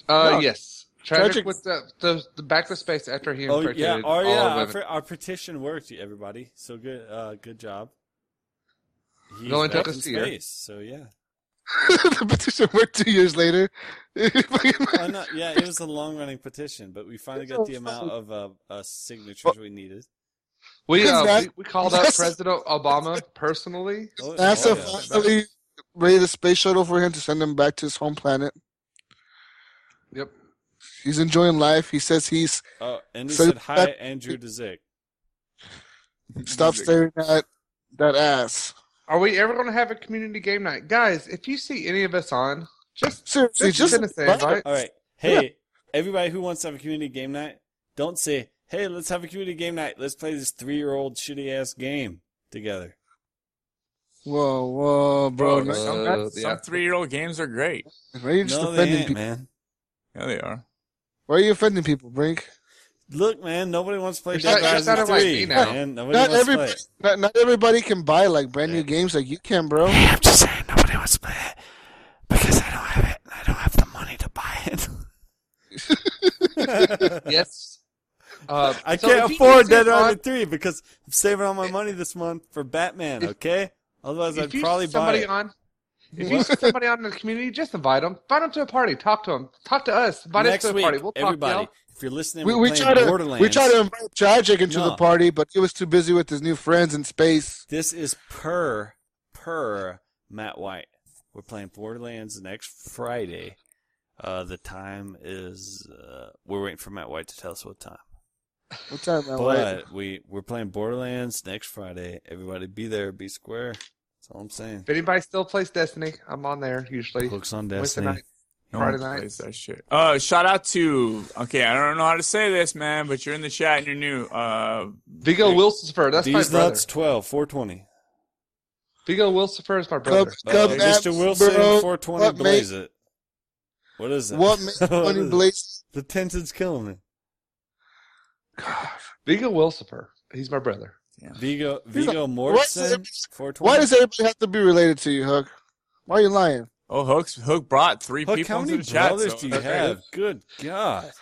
Speaker 3: Uh,
Speaker 2: No.
Speaker 3: yes. Tragic,
Speaker 2: Tragic-
Speaker 3: with the, the the back of space after he
Speaker 4: Oh
Speaker 3: impregnated
Speaker 4: yeah, oh
Speaker 3: all
Speaker 4: yeah. Our,
Speaker 3: women.
Speaker 4: per- our petition worked, everybody. So good, uh, good job. He's
Speaker 3: It only
Speaker 4: back
Speaker 3: took
Speaker 4: in
Speaker 3: us a year.
Speaker 4: space, so yeah.
Speaker 2: [LAUGHS] the petition worked two years later. [LAUGHS]
Speaker 4: Why not? Oh, Yeah, it was a long-running petition, but we finally got the amount of uh, uh, signatures we needed.
Speaker 3: we, uh,
Speaker 2: That-
Speaker 3: we we called up
Speaker 2: that's-
Speaker 3: President Obama personally.
Speaker 4: [LAUGHS] Oh,
Speaker 2: NASA
Speaker 4: oh, yeah.
Speaker 2: finally raised a space shuttle for him to send him back to his home planet.
Speaker 3: Yep.
Speaker 2: He's enjoying life. He says he's
Speaker 4: Oh, and he
Speaker 2: So
Speaker 4: said hi,
Speaker 2: that-
Speaker 4: Andrew DeZick.
Speaker 2: stopped staring at that ass.
Speaker 3: Are we ever going to have a community game night, guys? If you see any of us
Speaker 4: [LAUGHS]
Speaker 3: on, just
Speaker 2: Seriously,
Speaker 3: Just
Speaker 2: just
Speaker 3: send us an invite.
Speaker 4: All right, hey, everybody who wants to have a community game night, don't say, "Hey, let's have a community game night. Let's play this three-year-old shitty-ass game together."
Speaker 2: Whoa, whoa, bro!
Speaker 5: Oh,
Speaker 2: no-
Speaker 5: some
Speaker 3: Uh,
Speaker 5: some
Speaker 3: yeah.
Speaker 5: three-year-old games are great.
Speaker 2: why are you just
Speaker 4: No, they
Speaker 2: offending
Speaker 4: ain't,
Speaker 2: people?
Speaker 4: man.
Speaker 5: Yeah, they are.
Speaker 2: Why are you offending people, Brink?
Speaker 4: Look, man, nobody wants to play
Speaker 3: It's
Speaker 4: Dead
Speaker 3: not- it's not
Speaker 4: Rising
Speaker 3: a white
Speaker 4: Three,
Speaker 3: bee now.
Speaker 4: man. Nobody
Speaker 2: Not
Speaker 4: wants to
Speaker 2: everybody,
Speaker 4: play. it.
Speaker 2: not, not everybody can buy like brand new games like you can, bro.
Speaker 8: I'm just saying nobody wants to play it because I don't have it. and I don't have the money to buy it.
Speaker 3: yes. Uh,
Speaker 4: [LAUGHS] I
Speaker 3: so if
Speaker 4: can't
Speaker 3: you
Speaker 4: afford
Speaker 3: use your
Speaker 4: Dead Island
Speaker 3: mod-
Speaker 4: 3 because I'm saving all my money this month for Batman,
Speaker 3: If-
Speaker 4: okay? Otherwise, I'd
Speaker 3: If you
Speaker 4: probably
Speaker 3: see
Speaker 4: buy
Speaker 3: somebody
Speaker 4: it.
Speaker 3: on, if you see somebody on in the community, just invite them. Invite them to a party. Talk to them. Talk to us. Invite
Speaker 4: Next
Speaker 3: us to a
Speaker 4: week,
Speaker 3: party. We'll talk
Speaker 4: everybody,
Speaker 3: y'all.
Speaker 4: if you're listening,
Speaker 2: We,
Speaker 4: we're
Speaker 2: we
Speaker 4: playing
Speaker 2: tried to
Speaker 4: Borderlands.
Speaker 2: we tried to invite Tragic into
Speaker 4: No.
Speaker 2: the party, but he was too busy with his new friends in space.
Speaker 4: This is per per Matt White. We're playing Borderlands next Friday. Uh, the time is uh, we're waiting for Matt White to tell us what time.
Speaker 2: What time now? right?
Speaker 4: But we we're playing Borderlands next Friday. Everybody be there, be square. That's all I'm saying.
Speaker 3: If anybody still plays Destiny, I'm on there usually.
Speaker 4: Hooks on
Speaker 3: Wednesday
Speaker 4: Destiny.
Speaker 3: night.
Speaker 5: No one
Speaker 3: Friday night.
Speaker 5: plays that shit. Uh, shout out to okay, I don't know how to say this, man, but you're in the chat and you're new. Uh,
Speaker 3: Vigo Wilsifer. That's my
Speaker 4: These
Speaker 3: brother.
Speaker 4: nuts 12, 420.
Speaker 3: Vigo Wilsifer is my brother.
Speaker 2: Cubs,
Speaker 4: Uh,
Speaker 2: Cubs,
Speaker 4: Mr.
Speaker 2: Abs,
Speaker 4: Wilson,
Speaker 2: bro.
Speaker 4: 420,
Speaker 2: What makes
Speaker 4: blaze it. What is it?
Speaker 2: what
Speaker 4: [LAUGHS]
Speaker 2: makes
Speaker 4: What
Speaker 2: money
Speaker 4: is it?
Speaker 2: blaze?
Speaker 4: The tension's killing me.
Speaker 3: Vigo Wilsifer. He's my brother.
Speaker 4: Vigo Vigo
Speaker 2: why is
Speaker 4: Mortensen,
Speaker 2: it-
Speaker 4: 420.
Speaker 2: Why does everybody have to be related to you, Hook? Why are you lying?
Speaker 5: oh, Hook's Hook brought three
Speaker 4: Hook,
Speaker 5: people
Speaker 4: how
Speaker 5: into
Speaker 4: many
Speaker 5: the chat.
Speaker 4: brothers
Speaker 5: so-
Speaker 4: do you have? Good God.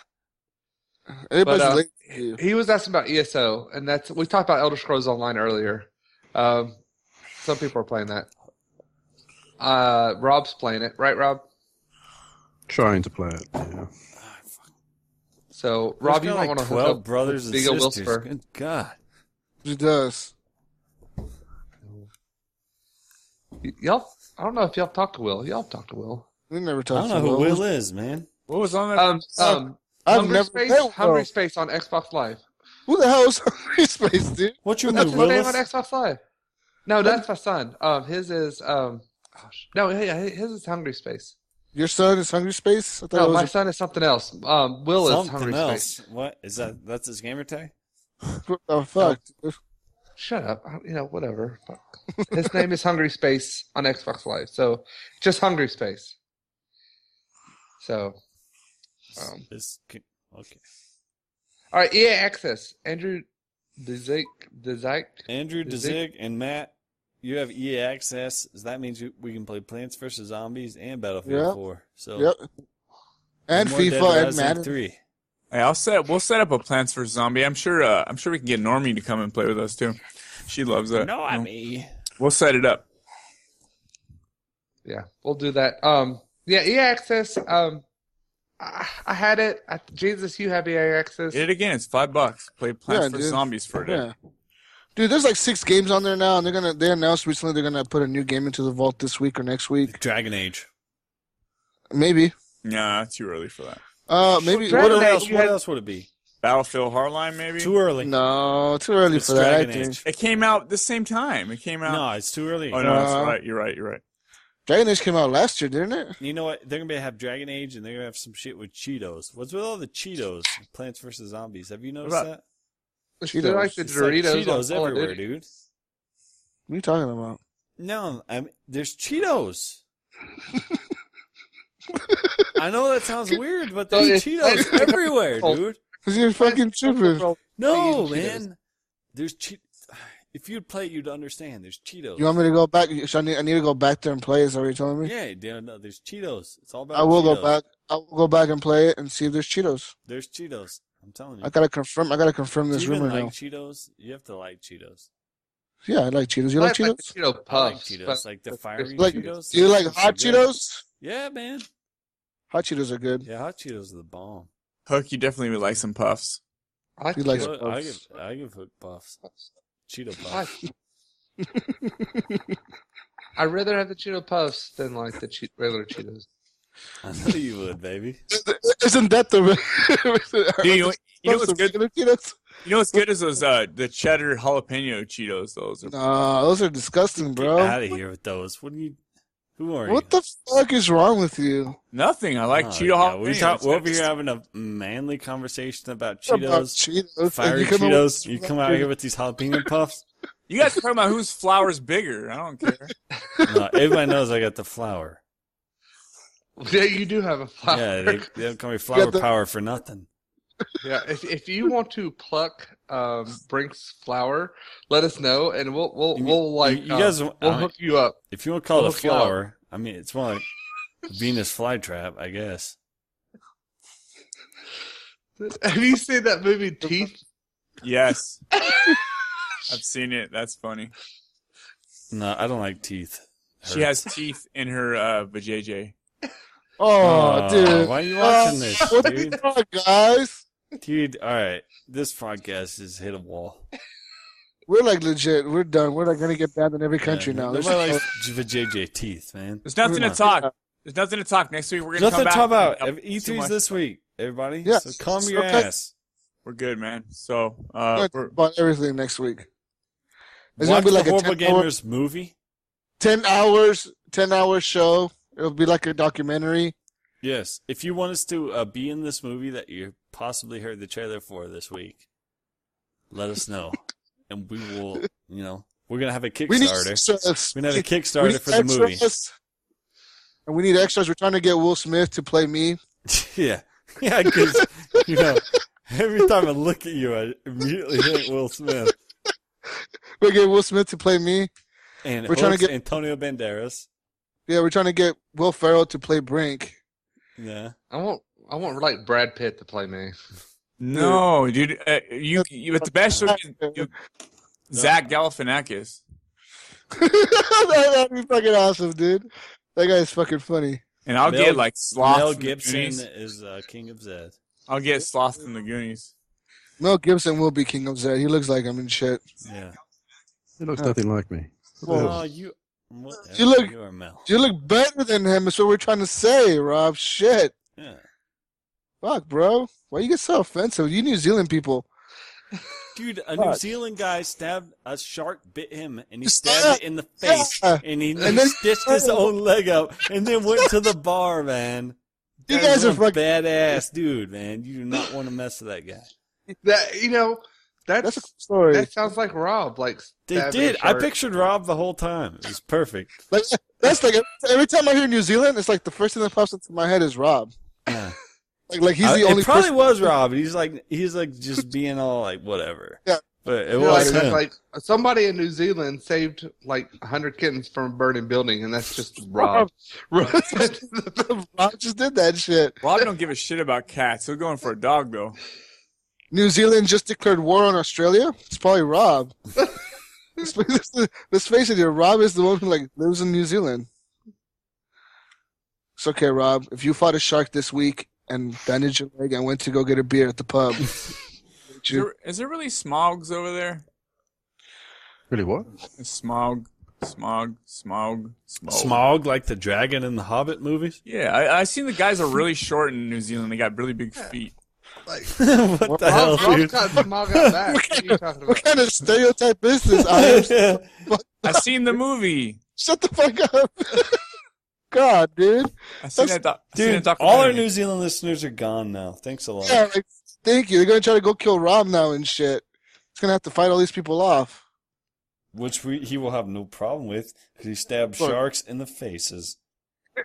Speaker 2: Everybody's
Speaker 3: uh,
Speaker 2: related to you.
Speaker 3: He was asking about ESO, and that's we talked about Elder Scrolls Online earlier. Um, some people are playing that. Uh, Rob's playing it, right, Rob?
Speaker 6: Trying to play it. Yeah.
Speaker 3: So, [LAUGHS] Rob,
Speaker 4: There's
Speaker 3: you
Speaker 4: got
Speaker 3: might
Speaker 4: like
Speaker 3: want to hook
Speaker 4: 12
Speaker 3: up
Speaker 4: brothers and
Speaker 3: Vigo
Speaker 4: sisters.
Speaker 3: Wilsifer.
Speaker 4: Good God.
Speaker 2: He does.
Speaker 3: Y- y'all. I don't know if y'all talked to Will. Y'all talked to Will.
Speaker 2: We never
Speaker 4: I
Speaker 2: talked
Speaker 4: don't
Speaker 2: to
Speaker 4: know who
Speaker 2: Will.
Speaker 4: Will is, man.
Speaker 5: What was on that?
Speaker 3: Um, um,
Speaker 2: Uh, I've
Speaker 3: Hungry
Speaker 2: never
Speaker 3: Space,
Speaker 2: met Will.
Speaker 3: Hungry Space on Xbox Live.
Speaker 2: Who the hell is [LAUGHS] Hungry Space, dude?
Speaker 4: What's your
Speaker 3: That's
Speaker 4: name,
Speaker 3: his name on
Speaker 4: Willis?
Speaker 3: Xbox Live. No, that's my son. Um, his is um, gosh, no, hi- hi- his is Hungry Space.
Speaker 2: Your son is Hungry Space? I thought
Speaker 3: No,
Speaker 2: it
Speaker 3: my
Speaker 2: was
Speaker 3: son is something else. Um, Will is Hungry
Speaker 4: Something
Speaker 3: Space.
Speaker 4: else. What is that? That's his gamer tag.
Speaker 2: what the Oh, fuck. dude?
Speaker 3: Shut up. I- You know, whatever. Fuck. his name is Hungry Space on Xbox Live. So just Hungry Space. So, um,
Speaker 4: This ca- okay.
Speaker 3: all right, EA Access. Andrew Dzike, Dzike.
Speaker 4: Andrew
Speaker 3: Is it-
Speaker 4: Dzig and Matt, you have E EA access. That means you, we can play Plants vs Zombies and Battlefield
Speaker 2: Yep.
Speaker 4: 4. So
Speaker 2: Yep.
Speaker 4: no
Speaker 2: And
Speaker 4: more Dead
Speaker 2: FIFA and
Speaker 4: Rising
Speaker 2: Madden.
Speaker 4: 3.
Speaker 5: Hey, I'll set. We'll set up a Plants vs Zombie. I'm sure. Uh, I'm sure we can get Normie to come and play with us too. She loves that.
Speaker 4: No, I
Speaker 5: We'll-
Speaker 4: mean
Speaker 5: We'll set it up.
Speaker 3: yeah, we'll do that. Um, yeah, EA Access. Um, I, I had it. I, Jesus, you have EA Access.
Speaker 5: Get it again. It's five bucks. Play Plants
Speaker 2: Yeah,
Speaker 5: vs
Speaker 2: dude.
Speaker 5: Zombies for a day.
Speaker 2: Yeah. Dude, there's like six games on there now, and they're gonna they announced recently they're gonna put a new game into the vault this week or next week.
Speaker 4: Dragon Age.
Speaker 2: Maybe.
Speaker 5: Nah, too early for that.
Speaker 2: Uh maybe
Speaker 3: Dragon
Speaker 2: what
Speaker 4: What
Speaker 3: Age,
Speaker 4: else?
Speaker 3: you
Speaker 4: What
Speaker 3: had-
Speaker 4: else would it be?
Speaker 5: Battlefield Hardline, maybe.
Speaker 4: Too early.
Speaker 2: No, too early
Speaker 4: It's
Speaker 2: for that, I
Speaker 4: Dragon
Speaker 2: think.
Speaker 4: Age.
Speaker 5: It came out the same time. It came out.
Speaker 4: No, it's too early.
Speaker 5: Oh no, that's
Speaker 2: No.
Speaker 5: right. You're right. You're right.
Speaker 2: Dragon Age came out last year, didn't it?
Speaker 4: You know what? They're gonna be have Dragon Age, and they're gonna have some shit with Cheetos. What's with all the Cheetos? in Plants vs Zombies. Have you noticed
Speaker 5: What
Speaker 4: that?
Speaker 3: It's they're like the
Speaker 4: It's like
Speaker 3: Doritos on
Speaker 4: Cheetos
Speaker 3: Call of
Speaker 4: everywhere,
Speaker 3: Duty.
Speaker 4: dude.
Speaker 2: What are you talking about?
Speaker 4: No, I mean,
Speaker 2: [LAUGHS]
Speaker 4: there's Cheetos. I know that sounds weird, but
Speaker 2: Oh,
Speaker 3: So
Speaker 4: there's
Speaker 3: it's-
Speaker 4: Cheetos
Speaker 2: [LAUGHS]
Speaker 4: everywhere,
Speaker 3: Oh.
Speaker 4: dude.
Speaker 2: Because you're fucking tripping.
Speaker 4: No,
Speaker 3: eating Cheetos.
Speaker 4: man. There's che- If you'd play, you'd understand. There's Cheetos.
Speaker 2: You want me to go back? So I need, I need to go back there and play. Is that what you're telling me?
Speaker 4: yeah, dude, no, there's Cheetos. It's all about.
Speaker 2: I will
Speaker 4: Cheetos.
Speaker 2: go back. I will go back and play it and see if there's Cheetos.
Speaker 4: There's Cheetos. I'm telling you.
Speaker 2: I gotta confirm. I gotta confirm
Speaker 4: Do
Speaker 2: this
Speaker 4: you even
Speaker 2: rumor
Speaker 4: like
Speaker 2: now.
Speaker 4: Cheetos? You have to like Cheetos.
Speaker 2: Yeah, I like Cheetos. You
Speaker 3: I
Speaker 2: like
Speaker 3: like
Speaker 2: Cheetos?
Speaker 3: the Cheeto
Speaker 4: I like
Speaker 3: puffs.
Speaker 4: Cheetos,
Speaker 3: but-
Speaker 4: like the fiery
Speaker 2: Like,
Speaker 4: Cheetos.
Speaker 2: do you like
Speaker 4: Those are
Speaker 2: hot
Speaker 4: good.
Speaker 2: Cheetos?
Speaker 4: Yeah, man.
Speaker 2: Hot Cheetos are good.
Speaker 4: Yeah, hot Cheetos are the bomb.
Speaker 5: Hook, you definitely would like some puffs.
Speaker 3: I like
Speaker 2: He likes-
Speaker 3: Cheetos.
Speaker 4: Well, I give
Speaker 2: uh,
Speaker 4: I give it buffs. Cheeto
Speaker 3: I,
Speaker 4: puffs. [LAUGHS]
Speaker 3: I'd rather have the Cheeto puffs than like the che- regular Cheetos.
Speaker 4: I know you would, baby.
Speaker 2: Isn't that the? [LAUGHS]
Speaker 5: Dude, you, you know
Speaker 2: Uh, Those
Speaker 5: what's good?
Speaker 2: regular Cheetos?
Speaker 5: You know what's good is those uh, the cheddar jalapeno Cheetos. Those are
Speaker 2: Nah, those are disgusting, bro.
Speaker 4: Out of here with those. What do you? Who are you?
Speaker 2: What the fuck is wrong with you?
Speaker 5: nothing. I like
Speaker 4: Oh,
Speaker 5: Cheeto
Speaker 4: yeah,
Speaker 5: jalapeno.
Speaker 4: we talk, we're over here having a manly conversation about
Speaker 2: About
Speaker 4: Cheetos,
Speaker 2: Cheetos.
Speaker 4: fiery
Speaker 2: You come up-
Speaker 4: Cheetos. You come out here with these jalapeno puffs.
Speaker 5: You guys are talking about whose flower's bigger. I don't care.
Speaker 4: No, everybody knows I got
Speaker 2: [LAUGHS]
Speaker 4: the flour.
Speaker 3: [LAUGHS] Yeah, you do have a flower.
Speaker 4: Yeah, they, they don't call me
Speaker 2: You
Speaker 4: flour
Speaker 2: got the-
Speaker 4: power for nothing.
Speaker 3: [LAUGHS] Yeah, if if you want to pluck um, Brink's flower, let us know, and we'll we'll
Speaker 4: You-
Speaker 3: we'll like
Speaker 4: you- you
Speaker 3: uh,
Speaker 4: guys-
Speaker 3: we'll
Speaker 4: I mean-
Speaker 3: hook you up.
Speaker 4: If you want to call it a
Speaker 3: Look it up.
Speaker 4: flower, I mean it's more like a Venus flytrap, I guess.
Speaker 3: [LAUGHS] Have you seen that movie Teeth?
Speaker 5: Yes. I've seen it. That's funny.
Speaker 4: No, I don't like teeth.
Speaker 5: She has teeth in her uh, vajayjay.
Speaker 2: Oh,
Speaker 4: Oh,
Speaker 2: dude.
Speaker 4: Why are you watching this,
Speaker 2: What
Speaker 4: dude?
Speaker 2: the fuck, guys?
Speaker 4: Dude, all right. This podcast has hit a wall.
Speaker 2: We're like legit. We're done. We're like gonna get banned in every country
Speaker 4: Yeah,
Speaker 2: now. There's
Speaker 4: Nobody likes JJ teeth, man.
Speaker 5: There's nothing to
Speaker 4: Come
Speaker 5: talk. There's nothing to talk. E Next week we're gonna
Speaker 4: Nothing
Speaker 5: come
Speaker 4: to
Speaker 5: back.
Speaker 4: talk about.
Speaker 5: Yep, too
Speaker 4: E3's
Speaker 5: much.
Speaker 4: this week, everybody.
Speaker 2: Yeah.
Speaker 4: So calm your
Speaker 2: Okay.
Speaker 4: ass.
Speaker 5: We're good, man. So uh,
Speaker 2: no,
Speaker 5: we're,
Speaker 2: about everything next week. It's
Speaker 4: Watch
Speaker 2: gonna be like
Speaker 4: the
Speaker 2: a
Speaker 4: Horrible
Speaker 2: 10 hour,
Speaker 4: Gamers movie.
Speaker 2: ten hours, ten hour show. It'll be like a documentary.
Speaker 4: Yes. If you want us to uh, be in this movie that you possibly heard the trailer for this week, let
Speaker 2: [LAUGHS]
Speaker 4: us know. and we will, you know, we're going to have a Kickstarter.
Speaker 2: We need
Speaker 4: we're going to have a
Speaker 2: We
Speaker 4: Kickstarter
Speaker 2: need
Speaker 4: for the movie.
Speaker 2: extras. And we need extras. We're trying to get Will Smith to play me.
Speaker 4: [LAUGHS] yeah. Yeah, because, you know, every time I look at you, I immediately think Will Smith.
Speaker 2: We're getting Will Smith to play me.
Speaker 4: And
Speaker 2: We're trying to
Speaker 4: Jose
Speaker 2: get-
Speaker 4: Antonio Banderas.
Speaker 2: Yeah, we're trying to get Will Ferrell to play Brink. [LAUGHS]
Speaker 4: Yeah.
Speaker 3: I want I want like Brad Pitt to play me.
Speaker 5: no, dude. Uh, you, you at the best you'll get you- Zach Galifianakis.
Speaker 2: that, would be fucking awesome, dude. That guy's fucking funny.
Speaker 5: And I'll
Speaker 4: Mel-
Speaker 5: get like sloth.
Speaker 4: Mel
Speaker 5: from the
Speaker 4: Gibson
Speaker 5: Goonies.
Speaker 4: is uh, King of Zed.
Speaker 5: I'll get sloth from the Goonies.
Speaker 2: Mel Gibson will be King of Zed. He looks like him and shit.
Speaker 4: Yeah.
Speaker 6: It
Speaker 2: Oh.
Speaker 6: looks nothing like me.
Speaker 4: Well, you, whatever,
Speaker 2: You look-
Speaker 4: you are Mel.
Speaker 2: You look better than him. That's what we're trying to say, Rob. Shit.
Speaker 4: Yeah.
Speaker 2: Fuck, bro. Why you get so offensive? You New Zealand people.
Speaker 4: Dude, a New
Speaker 2: Fuck.
Speaker 4: Zealand guy stabbed a shark, bit him, and he
Speaker 2: Just
Speaker 4: stabbed it in the face,
Speaker 2: Yeah.
Speaker 4: and he
Speaker 2: And then- [LAUGHS]
Speaker 4: stitched his own leg up, and then went to the bar, man.
Speaker 2: You
Speaker 4: That is
Speaker 2: guys are
Speaker 4: one
Speaker 2: fucking-
Speaker 4: badass, dude, man. You do not want to mess with that guy.
Speaker 3: That you know, that's,
Speaker 2: That's a cool story.
Speaker 3: that sounds like Rob. Like
Speaker 4: They
Speaker 3: stabbing
Speaker 4: did.
Speaker 3: a
Speaker 4: I
Speaker 3: shark.
Speaker 4: pictured Rob the whole time. It was perfect.
Speaker 2: Like, that's like every time I hear New Zealand, it's like the first thing that pops into my head is Rob.
Speaker 4: Yeah.
Speaker 2: Like, like he's
Speaker 4: I-
Speaker 2: the only
Speaker 4: it probably
Speaker 2: person.
Speaker 4: was Rob. He's like, he's like just being all like whatever.
Speaker 2: [LAUGHS] Yeah.
Speaker 4: But it
Speaker 3: You know,
Speaker 4: was
Speaker 3: like,
Speaker 4: him.
Speaker 3: like somebody in New Zealand saved like hundred kittens from a burning building, and that's just Rob. Rob. [LAUGHS]
Speaker 2: [LAUGHS] Rob just did that shit.
Speaker 5: Rob don't give a shit about cats. He'll go in for a dog though.
Speaker 2: New Zealand just declared war on Australia. It's probably Rob. let's, face- let's face it here. Rob is the one who like lives in New Zealand. It's okay, Rob. If you fought a shark this week and bandaged your leg and went to go get a beer at the pub,
Speaker 5: Is there, is there really smogs over there?
Speaker 6: Really, what?
Speaker 5: Smog, smog, smog, smog.
Speaker 4: [LAUGHS] Smog like the dragon in the Hobbit movies.
Speaker 5: Yeah, I, I seen the guys are really short in New Zealand. They got really big feet.
Speaker 4: [LAUGHS] what the hell,
Speaker 3: Rob, Rob
Speaker 4: dude?
Speaker 3: got smog out back. What are you talking
Speaker 2: what
Speaker 3: about?
Speaker 2: kind of stereotype is this? I
Speaker 4: [LAUGHS]
Speaker 2: am
Speaker 5: I seen the movie.
Speaker 2: Shut the fuck up. [LAUGHS] God, dude.
Speaker 5: I seen
Speaker 2: That's-
Speaker 5: that. doc- I seen
Speaker 4: Dude,
Speaker 5: that
Speaker 4: all our
Speaker 5: documentary.
Speaker 4: New Zealand listeners are gone now. Thanks a lot.
Speaker 2: Yeah, like, thank you. They're gonna try to go kill Rob now and shit. He's gonna have to fight all these people off. [LAUGHS]
Speaker 4: Which we, he will have no problem with because he stabbed
Speaker 2: Look.
Speaker 4: sharks in the faces.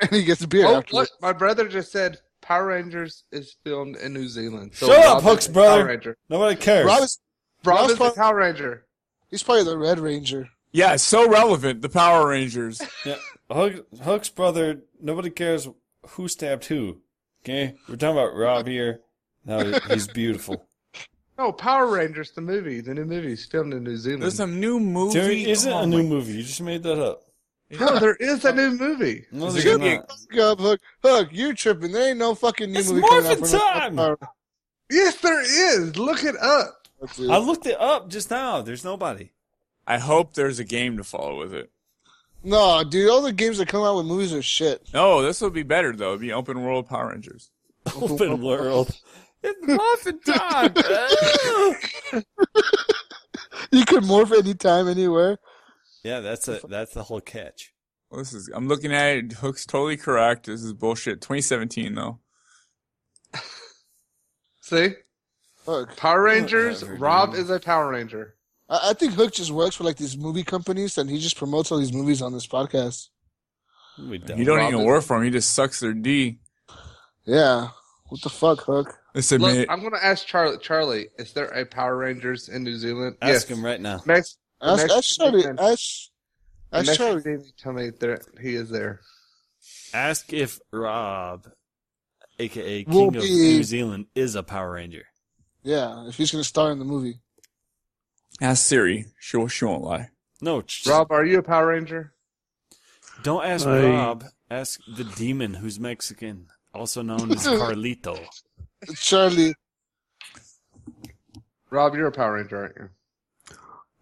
Speaker 2: And he gets beer
Speaker 3: Oh,
Speaker 2: afterwards.
Speaker 3: look, my brother just said Power Rangers is filmed in New Zealand.
Speaker 4: Shut up,
Speaker 3: Rob is
Speaker 4: Hooks,
Speaker 3: a
Speaker 4: brother.
Speaker 3: Power Ranger.
Speaker 4: Nobody cares.
Speaker 2: Rob is,
Speaker 3: Rob
Speaker 2: Rob's
Speaker 3: is a
Speaker 2: part-
Speaker 3: Power Ranger.
Speaker 2: he's probably the Red Ranger.
Speaker 5: Yeah, it's so relevant. The Power Rangers.
Speaker 4: Yeah, Hook, Hook's brother. Nobody cares who stabbed who. Okay, we're talking about Rob here. No, he's beautiful.
Speaker 3: No, Power Rangers, the movie, the new movie is filmed in New Zealand.
Speaker 5: There's a new movie.
Speaker 4: There isn't
Speaker 5: Oh
Speaker 4: a new
Speaker 5: my-
Speaker 4: movie. You just made that up.
Speaker 3: no, there is a new movie.
Speaker 4: No,
Speaker 5: Is it
Speaker 4: there's
Speaker 5: gonna be-
Speaker 4: not.
Speaker 2: Look up, Hook. Hook, you're tripping. There ain't no fucking new
Speaker 4: It's
Speaker 2: movie coming out.
Speaker 4: Morphin'
Speaker 2: for
Speaker 4: Time!
Speaker 2: another-
Speaker 3: Yes, there is. Look it up.
Speaker 2: dude.
Speaker 4: I looked it up just now. There's nobody.
Speaker 5: I hope there's a game to follow with it.
Speaker 2: No, dude, all the games that come out with movies are shit. [LAUGHS]
Speaker 5: No, this will be better though. It'll be open world Power Rangers.
Speaker 4: Open world. It's muffin time. bro.
Speaker 2: You could morph anytime, anywhere.
Speaker 4: yeah, that's a that's the whole catch.
Speaker 5: Well, this is. I'm looking at it. Hook's totally correct. This is bullshit. 2017 though.
Speaker 3: See,
Speaker 2: Hook.
Speaker 3: Power Rangers.
Speaker 4: Whatever,
Speaker 3: Rob
Speaker 4: dude.
Speaker 3: is a Power Ranger.
Speaker 2: I, I think Hook just works for like these movie companies and he just promotes all these movies on this podcast.
Speaker 4: We
Speaker 5: You don't
Speaker 4: Rob
Speaker 5: even
Speaker 4: is-
Speaker 5: work for him. He just sucks their D.
Speaker 2: Yeah. What the fuck, Hook?
Speaker 5: Let's
Speaker 3: Look,
Speaker 5: admit.
Speaker 3: I'm gonna ask Charlie. Charlie, is there a Power Rangers in New Zealand?
Speaker 4: Ask him right now.
Speaker 3: Max,
Speaker 2: Ask,
Speaker 3: Mexican
Speaker 2: ask Charlie.
Speaker 3: man.
Speaker 2: Ask, ask
Speaker 3: Max
Speaker 2: Charlie.
Speaker 3: Tell me there he is there.
Speaker 4: Ask if Rob aka
Speaker 2: Will
Speaker 4: King of
Speaker 2: be-
Speaker 4: New Zealand, is a Power Ranger.
Speaker 2: Yeah, if he's gonna star in the movie. [LAUGHS]
Speaker 5: Ask Siri. She, will- she won't lie. [LAUGHS]
Speaker 4: No, ch-
Speaker 3: Rob, are you a Power Ranger?
Speaker 4: don't ask
Speaker 6: I-
Speaker 4: Rob. Ask the demon who's Mexican, also known as Carlito.
Speaker 2: Charlie,
Speaker 3: Rob, you're a Power Ranger, aren't you?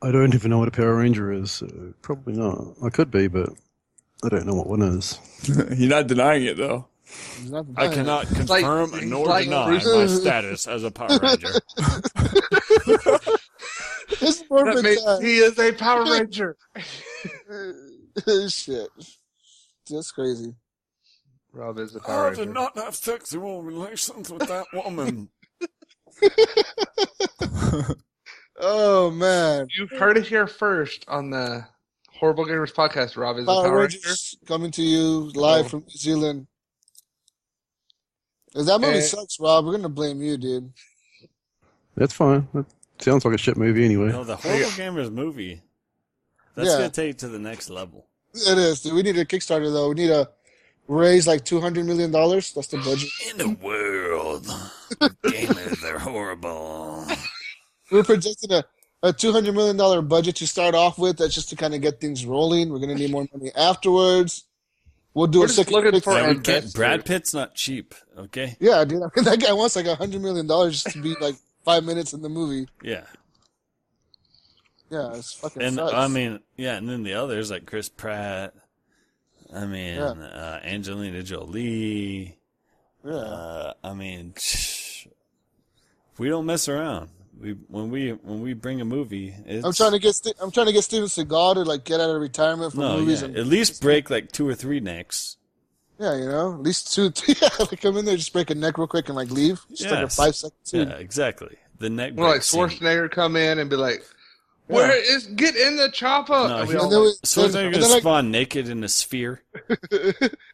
Speaker 6: I don't even know what a Power Ranger is. So probably not. I could be, but I don't know what one is.
Speaker 5: You're not denying it though.
Speaker 2: he's not the
Speaker 4: I
Speaker 2: guy.
Speaker 4: cannot
Speaker 3: like-
Speaker 4: confirm
Speaker 3: he's
Speaker 4: nor
Speaker 3: like
Speaker 4: deny
Speaker 3: Bruce-
Speaker 4: my status as a Power Ranger.
Speaker 2: [LAUGHS] It's more
Speaker 3: That
Speaker 2: than
Speaker 3: means he is a Power Ranger.
Speaker 2: that. [LAUGHS] Shit, that's crazy.
Speaker 3: Rob is a Power Ranger.
Speaker 4: not have sexual relations with that woman.
Speaker 2: Oh man,
Speaker 3: You've heard it here first on the Horrible Gamers podcast. Rob is a
Speaker 2: Power
Speaker 3: Power Ranger.
Speaker 2: Rangers coming to you live
Speaker 3: Oh.
Speaker 2: from New Zealand. If that movie
Speaker 3: Eh.
Speaker 2: sucks, Rob, we're gonna blame you, dude.
Speaker 6: That's fine. That sounds like a shit movie anyway.
Speaker 4: [LAUGHS] No, the Horrible Gamers movie. That's
Speaker 2: Yeah.
Speaker 4: gonna take it to the next level.
Speaker 2: It is. dude. We need a Kickstarter though. We need to raise like two hundred million dollars. That's the
Speaker 3: [SIGHS]
Speaker 2: budget.
Speaker 4: In the world,
Speaker 2: [LAUGHS]
Speaker 4: gamers are horrible.
Speaker 2: We're projecting a, a two hundred million dollar budget to start off with. That's just to kind of get things rolling. We're gonna need more money afterwards. We'll do
Speaker 3: We're
Speaker 2: a
Speaker 3: just
Speaker 2: second.
Speaker 3: looking
Speaker 2: Kickstarter.
Speaker 3: for-
Speaker 4: That would
Speaker 3: investors.
Speaker 4: get Brad Pitt's not cheap. Okay,
Speaker 2: Yeah, dude. [LAUGHS] I mean, that guy wants like a hundred million dollars just to be like five minutes in the movie.
Speaker 4: yeah,
Speaker 2: Yeah, it's fucking.
Speaker 4: and
Speaker 2: sucks.
Speaker 4: I mean, yeah, and then the others like Chris Pratt. I mean,
Speaker 2: Yeah.
Speaker 4: uh, Angelina Jolie.
Speaker 2: yeah.
Speaker 4: Uh, I mean, [SNIFFS] we don't mess around. We when we when we bring a movie, it's,
Speaker 2: I'm trying to get Ste- I'm trying to get Steven Seagal to like get out of retirement from
Speaker 4: no,
Speaker 2: movies
Speaker 4: Oh, yeah,
Speaker 2: and
Speaker 4: at least break like two or three necks.
Speaker 2: yeah, you know, at least two. [LAUGHS] yeah, like come in there, just break a neck real quick and like leave. Just like a
Speaker 4: Yes.
Speaker 2: five second. scene.
Speaker 4: Yeah, exactly. The neck.
Speaker 3: Well, like
Speaker 4: break scene.
Speaker 3: Schwarzenegger come in and be like, "Where is get in the chopper?"
Speaker 4: No,
Speaker 3: and we
Speaker 4: he-
Speaker 3: all
Speaker 2: And then,
Speaker 3: like,
Speaker 2: we-
Speaker 4: So
Speaker 2: then-
Speaker 4: they're
Speaker 2: and
Speaker 4: gonna
Speaker 2: then, like,
Speaker 4: spawn naked in a sphere.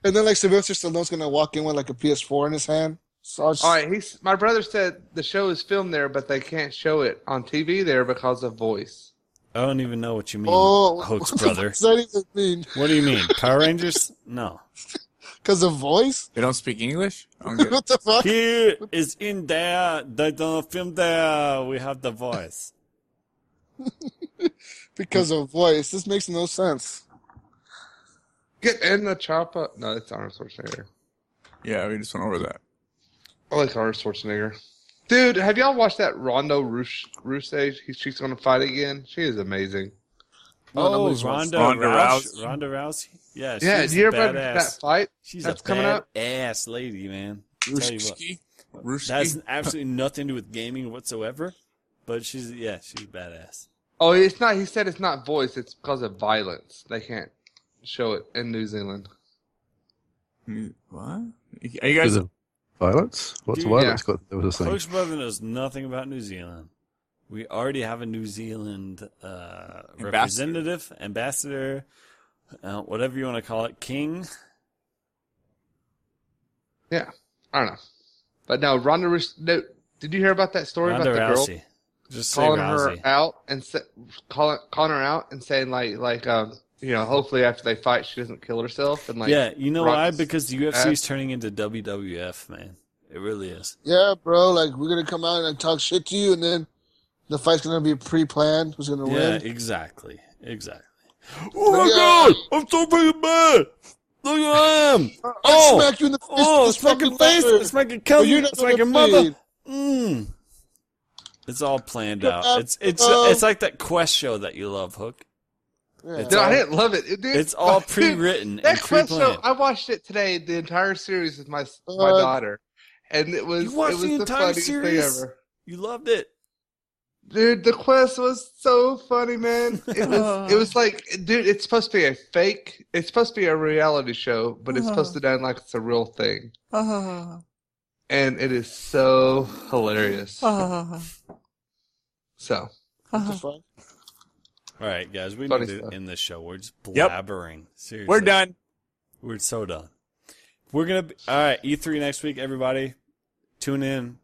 Speaker 2: and then like Sylvester Stallone's gonna walk in with like a PS4 in his hand. So I'll just,
Speaker 3: all right, he's my brother said the show is filmed there, but they can't show it on TV there because of voice.
Speaker 4: I don't even know what you mean,
Speaker 2: Oh, [LAUGHS]
Speaker 4: hoax
Speaker 2: what
Speaker 4: brother.
Speaker 2: Does that even mean?
Speaker 4: What do you mean, Power Rangers? No.
Speaker 2: Because of voice?
Speaker 5: They don't speak English. I'm good.
Speaker 2: what the
Speaker 4: [LAUGHS]
Speaker 2: fuck?
Speaker 4: Here is in there. They don't film there. We have the voice.
Speaker 2: Because of voice. This makes no sense.
Speaker 3: Get in the chopper. No, it's Arnold Schwarzenegger.
Speaker 5: [LAUGHS] yeah, we just went over that.
Speaker 3: I like Arnold Schwarzenegger. Dude, have y'all watched that Rondo Rousey? Rousey? He- She's gonna fight again. She is amazing.
Speaker 4: oh,
Speaker 2: nobody's watched-
Speaker 4: Ronda,
Speaker 5: Ronda
Speaker 4: Rouse-
Speaker 5: Rousey.
Speaker 4: Ronda Rousey. Yeah,
Speaker 3: yeah,
Speaker 4: she's
Speaker 3: do you
Speaker 4: a
Speaker 3: remember
Speaker 4: badass.
Speaker 3: that fight?
Speaker 4: she's
Speaker 3: that's
Speaker 4: a
Speaker 3: coming
Speaker 4: badass
Speaker 3: up?
Speaker 4: lady, man. Tell you what,
Speaker 5: Ruski?
Speaker 4: that has absolutely nothing to do with gaming whatsoever. But she's yeah, she's badass.
Speaker 3: Oh, it's not. He said it's not voice. It's because of violence. They can't show it in New Zealand.
Speaker 5: Mm, What? Are you guys?
Speaker 6: Is it violets? What's
Speaker 4: Dude,
Speaker 6: violets got? There was a thing.
Speaker 4: Coach Brother knows nothing about New Zealand. We already have a New Zealand uh, representative, ambassador, uh, whatever you want to call it, king.
Speaker 3: Yeah, I don't know. But no, Ronda Rousey. No, did you hear about that story
Speaker 4: Ronda
Speaker 3: about the girl
Speaker 4: Rousey. Just say
Speaker 3: calling
Speaker 4: Rousey.
Speaker 3: her out and sa- calling calling her out and saying like like um you know hopefully after they fight she doesn't kill herself and like
Speaker 4: yeah, you know why?
Speaker 3: Ronda's
Speaker 4: Because the UFC is
Speaker 3: ass.
Speaker 4: turning into WWF, man. It really is.
Speaker 2: Yeah, bro. Like we're gonna come out and talk shit to you, and then the fight's gonna be pre-planned. Who's gonna
Speaker 4: Yeah,
Speaker 2: win?
Speaker 4: exactly. Exactly.
Speaker 2: Oh my God!
Speaker 4: I'm so fucking bad! Look at him!
Speaker 2: Oh,
Speaker 4: Oh!
Speaker 2: smack you in the face.
Speaker 4: Oh,
Speaker 2: with
Speaker 4: it's
Speaker 2: this fucking
Speaker 4: fucking face!
Speaker 2: letter.
Speaker 4: It's fucking cousin!
Speaker 2: you're not
Speaker 4: It's like your
Speaker 2: gonna
Speaker 4: mother!
Speaker 2: bleed.
Speaker 4: Mm. It's all planned
Speaker 2: You're
Speaker 4: out.
Speaker 2: not
Speaker 4: It's it's
Speaker 2: gonna-
Speaker 4: it's like that Quest show that you love, Hook.
Speaker 2: Yeah.
Speaker 4: It's
Speaker 3: No,
Speaker 4: all-
Speaker 3: I didn't love it. it dude,
Speaker 4: It's
Speaker 3: [LAUGHS]
Speaker 4: all
Speaker 3: Dude,
Speaker 4: pre-written and
Speaker 3: That Quest
Speaker 4: pre-planned.
Speaker 3: show, I watched it today, the entire series with my my
Speaker 2: Uh,
Speaker 3: daughter, and it was
Speaker 4: You watched
Speaker 3: it was
Speaker 4: the
Speaker 3: the,
Speaker 4: entire
Speaker 3: funniest
Speaker 4: series?
Speaker 3: thing ever.
Speaker 4: You loved it.
Speaker 3: Dude, the quest was so funny, man. It was it was like, dude, it's supposed to be a fake. It's supposed to be a reality show, but it's supposed to done like it's a real thing. And it is so hilarious. So
Speaker 2: What
Speaker 4: Uh-huh.
Speaker 2: the fuck?
Speaker 4: All right, guys, we
Speaker 3: Funny
Speaker 4: need to
Speaker 3: stuff.
Speaker 4: end this show. We're just
Speaker 5: Yep.
Speaker 4: blabbering. Seriously,
Speaker 5: We're done.
Speaker 4: We're so done. We're gonna be, all right. E3 next week, everybody. Tune in.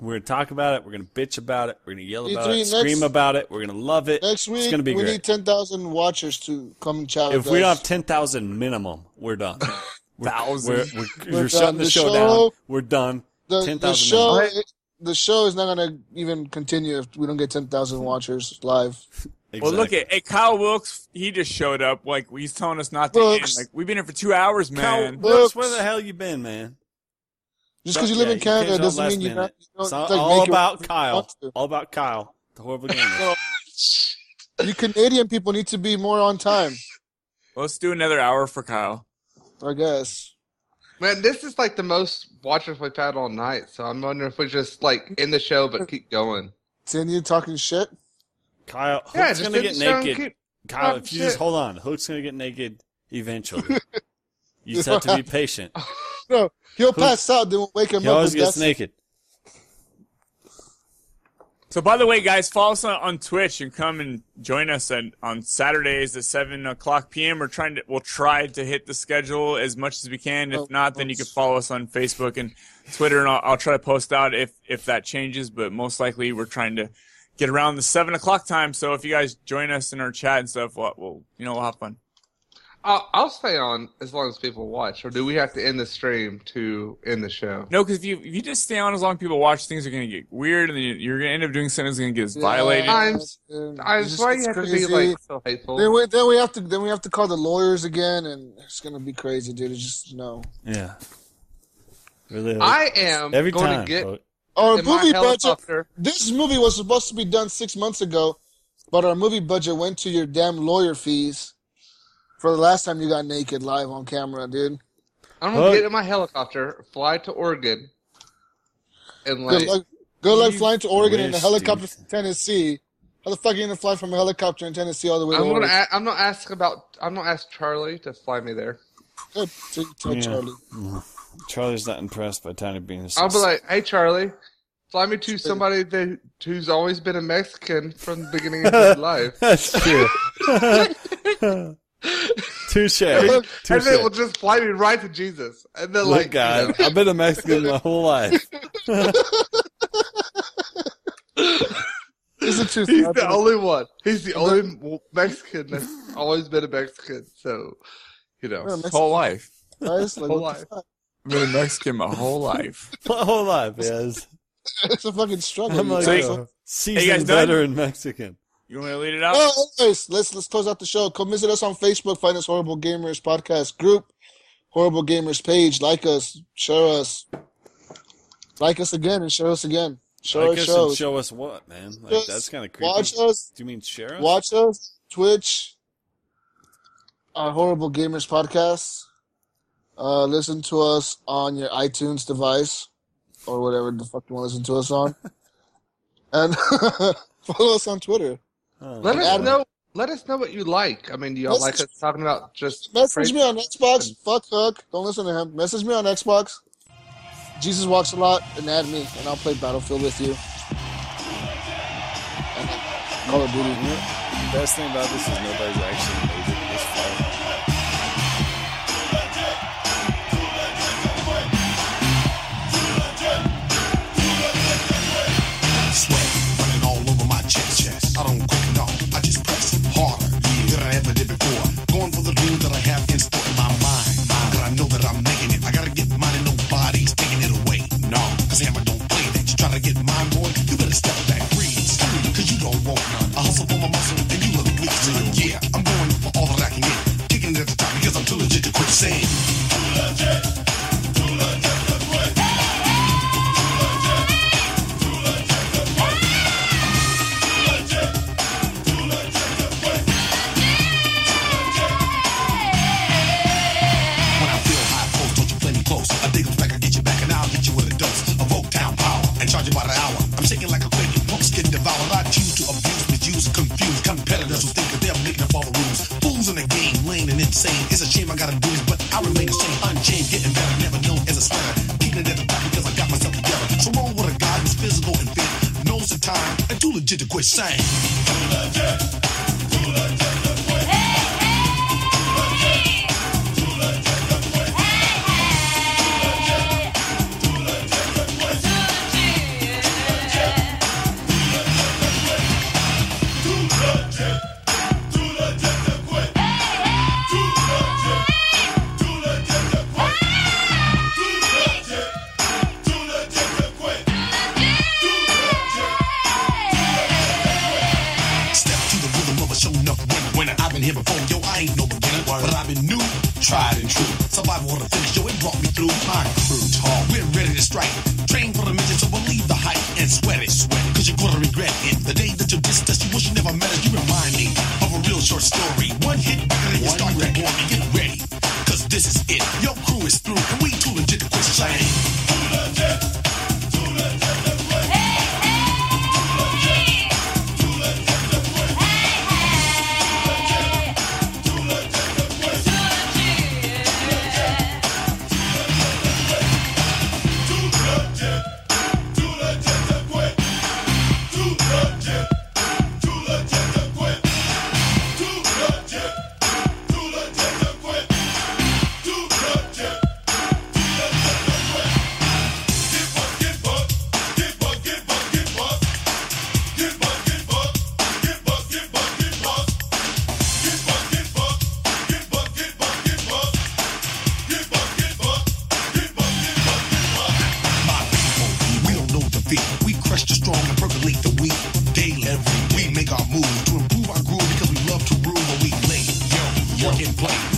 Speaker 4: We're gonna talk about it. We're gonna bitch about it. We're gonna yell about
Speaker 2: E3
Speaker 4: it.
Speaker 2: next-
Speaker 4: Scream about it. We're gonna love it.
Speaker 2: Next week,
Speaker 4: it's gonna be
Speaker 2: we
Speaker 4: great.
Speaker 2: need 10,000 watchers to come and chat
Speaker 4: if
Speaker 2: with
Speaker 4: we don't
Speaker 2: us.
Speaker 4: have ten thousand minimum, we're done. We're,
Speaker 5: thousand.
Speaker 4: we're,
Speaker 2: We're
Speaker 4: we're, shutting
Speaker 2: done.
Speaker 4: the,
Speaker 2: The
Speaker 4: show
Speaker 2: show-
Speaker 4: down. We're done.
Speaker 2: The, the
Speaker 4: 10,000
Speaker 2: show, the show is not gonna even continue if we don't get ten thousand watchers live.
Speaker 5: Well, look
Speaker 4: Exactly.
Speaker 5: at hey, Kyle Wilkes. He just showed up. Like he's telling us not to
Speaker 2: Wilkes.
Speaker 5: end. Like we've been here for two hours,
Speaker 4: Kyle
Speaker 5: man.
Speaker 4: Brooks, where the hell you been, man?
Speaker 2: Just because you
Speaker 4: Yeah,
Speaker 2: live in
Speaker 4: you can't
Speaker 2: Canada
Speaker 4: do it
Speaker 2: doesn't
Speaker 4: last
Speaker 2: mean you're not.
Speaker 4: minute.
Speaker 2: You don't,
Speaker 4: It's all,
Speaker 2: like,
Speaker 4: all
Speaker 2: make it-
Speaker 4: about Kyle.
Speaker 2: want to.
Speaker 4: All about Kyle.
Speaker 2: [LAUGHS]
Speaker 4: The horrible game.
Speaker 2: You Canadian people need to be more on time,
Speaker 5: Let's do another hour for Kyle.
Speaker 2: I guess.
Speaker 3: Man, this is like the most watchers we've had all night. So I'm wondering if we just like end the show but keep going.
Speaker 2: Continue talking shit.
Speaker 4: Kyle, Hook's
Speaker 3: Yeah, just
Speaker 4: gonna
Speaker 3: end
Speaker 4: get
Speaker 3: the show and
Speaker 4: naked.
Speaker 3: keep-
Speaker 4: Kyle,
Speaker 3: Oh,
Speaker 4: if you just
Speaker 3: shit.
Speaker 4: hold on, Hook's gonna get naked
Speaker 2: [LAUGHS]
Speaker 4: eventually. you just have to be patient.
Speaker 2: No, he'll pass out. Then we'll wake him
Speaker 4: He
Speaker 2: up.
Speaker 4: always
Speaker 2: with
Speaker 4: gets
Speaker 2: death.
Speaker 4: naked.
Speaker 5: So, by the way, guys, follow us on, on Twitch and come and join us on, on Saturdays at seven o'clock p.m. We're trying to we'll try to hit the schedule as much as we can. If
Speaker 2: Oh,
Speaker 5: not, then you can follow us on Facebook and Twitter, and I'll, I'll try to post out if if that changes. But most likely, we're trying to get around the seven o'clock time. So, if you guys join us in our chat and stuff, we'll, we'll you know we'll have fun.
Speaker 3: I'll, I'll stay on as long as people watch, or do we have to end the stream to end the show?
Speaker 5: No, because if you if you just stay on as long as people watch, things are gonna get weird, and then you- you're gonna end up doing something that's gonna get us
Speaker 2: Yeah,
Speaker 5: violated.
Speaker 3: Times-
Speaker 2: and
Speaker 3: I
Speaker 2: it
Speaker 3: just
Speaker 2: just
Speaker 3: why you
Speaker 2: gets
Speaker 3: have to
Speaker 2: crazy.
Speaker 3: be like so hateful.
Speaker 2: Then we, then we have to then we have to call the lawyers again, and it's gonna be crazy, dude. It's just no.
Speaker 4: Yeah. Really.
Speaker 3: I am
Speaker 4: every
Speaker 3: going
Speaker 4: time.
Speaker 3: to get
Speaker 4: Hook.
Speaker 2: Our
Speaker 3: in my
Speaker 2: movie budget.
Speaker 3: helicopter.
Speaker 2: This movie was supposed to be done six months ago, but our movie budget went to your damn lawyer fees for the last time you got naked live on camera, dude.
Speaker 3: I'm gonna
Speaker 4: Hook.
Speaker 3: get in my helicopter, fly to Oregon, and
Speaker 2: Good
Speaker 3: like
Speaker 2: luck. Good luck flying to Oregon in a
Speaker 4: wish,
Speaker 2: helicopter
Speaker 4: dude.
Speaker 2: from Tennessee. How the fuck are you gonna fly from a helicopter in Tennessee all the way to
Speaker 3: I'm gonna
Speaker 2: Oregon?
Speaker 3: a- I'm not asking about I'm not ask Charlie to fly me there.
Speaker 2: Good. So you tell
Speaker 4: Yeah. [LAUGHS]
Speaker 2: Charlie.
Speaker 4: Charlie's not impressed by Tiny Bean.
Speaker 3: I'll be like, hey Charlie, fly me to somebody that who's always been a Mexican from the
Speaker 2: [LAUGHS]
Speaker 3: beginning of his life.
Speaker 4: [LAUGHS] That's
Speaker 3: [LAUGHS]
Speaker 4: true. Touche.
Speaker 3: And
Speaker 4: Touche.
Speaker 3: then we'll just fly me right to Jesus. And then
Speaker 4: Look,
Speaker 3: like
Speaker 4: guys, I've been a Mexican my whole
Speaker 3: [LAUGHS]
Speaker 4: life.
Speaker 2: [LAUGHS] It's the truth.
Speaker 3: He's
Speaker 2: man.
Speaker 3: the only one. He's the only Mexican that's always been a Mexican. So, you
Speaker 2: You're a
Speaker 3: know,
Speaker 2: Mexican,
Speaker 5: whole life.
Speaker 2: guys. Like,
Speaker 3: whole
Speaker 2: what the
Speaker 3: life.
Speaker 2: fuck?
Speaker 5: I've been a Mexican my whole life.
Speaker 4: My whole life, yes.
Speaker 2: It's a fucking struggle.
Speaker 4: I'm
Speaker 2: you
Speaker 4: like
Speaker 5: So
Speaker 2: guys.
Speaker 5: you-
Speaker 4: a seasoned
Speaker 5: Hey, guys, done?
Speaker 4: veteran Mexican.
Speaker 5: [LAUGHS] You want me to lead it out?
Speaker 2: Well, anyways, let's let's close out the show. Come visit us on Facebook. Find us Horrible Gamers Podcast Group, Horrible Gamers page. Like us, share us, like us again, and share us again. Share
Speaker 4: Like
Speaker 2: our
Speaker 4: us
Speaker 2: shows.
Speaker 4: and show us what, man? Like,
Speaker 2: Just
Speaker 4: that's kind of creepy.
Speaker 2: watch
Speaker 4: Do
Speaker 2: us.
Speaker 4: you mean share us?
Speaker 2: Watch us. Twitch. Our Horrible Gamers Podcast. Uh, listen to us on your iTunes device or whatever the fuck you want to listen to us
Speaker 4: [LAUGHS]
Speaker 2: on. and [LAUGHS] follow us on Twitter.
Speaker 4: Oh,
Speaker 3: let us
Speaker 4: God.
Speaker 3: know. Let us know what you like. I mean, do y'all like us talking about just
Speaker 2: Message
Speaker 3: crazy-
Speaker 2: me on Xbox. Fuck Hook. Don't listen to him. Message me on Xbox. Jesus walks a lot and add me, and I'll play Battlefield with you. And Call of Duty.
Speaker 4: The best thing about this is nobody's actually made it this far.
Speaker 9: sweat running all over my chest. I don't quit, no, I just press harder than I ever did before. Going for the dreams that I have in store in my mind. But I know that I'm making it. I gotta get mine and nobody's taking it away. No, cause hammer don't play that. You try to get mine, boy, you better step back, breathe, stop, cause you don't want none. I hustle for my muscle and you look weak, so yeah, I'm going for all that I can get. Kicking it at the top because I'm too legit to quit saying. When I feel high pulse, don't you play me close. I dig 'em back, I get you back, and I'll get you with a dose of Oak Town power and charge you by the hour. I'm shaking like a quake, your punks getting devoured. I choose to abuse, misuse, confuse competitors who think that they're making up all the rules. Fools in the game, lame and insane. It's a shame I gotta do this, but I remain the same. Unchained, getting better, never known as a stunner. Kicking it at the top because I got myself together. So roll with a guy who's physical and fit, knows the time, and too legit to quit saying.
Speaker 10: Hey!
Speaker 9: here before, yo, I ain't no beginner, but I've been new, tried and true. Survival on the finish, yo, it brought me through. My crew tall, we're ready to strike. Train for the mission, so believe the hype and sweat it, sweat it, cause you're gonna regret it. The day that you dissed us, you wish you never met us, you remind me of a real short story. One hit, back and then you start to warn me, get ready, cause this is it. Your crew is through, and we too legit to quit shining. My people, we don't know defeat. We crush the strong and percolate the weak. Daily, we make our move to improve our groove because we love to rule, but we play. Yo, work and play.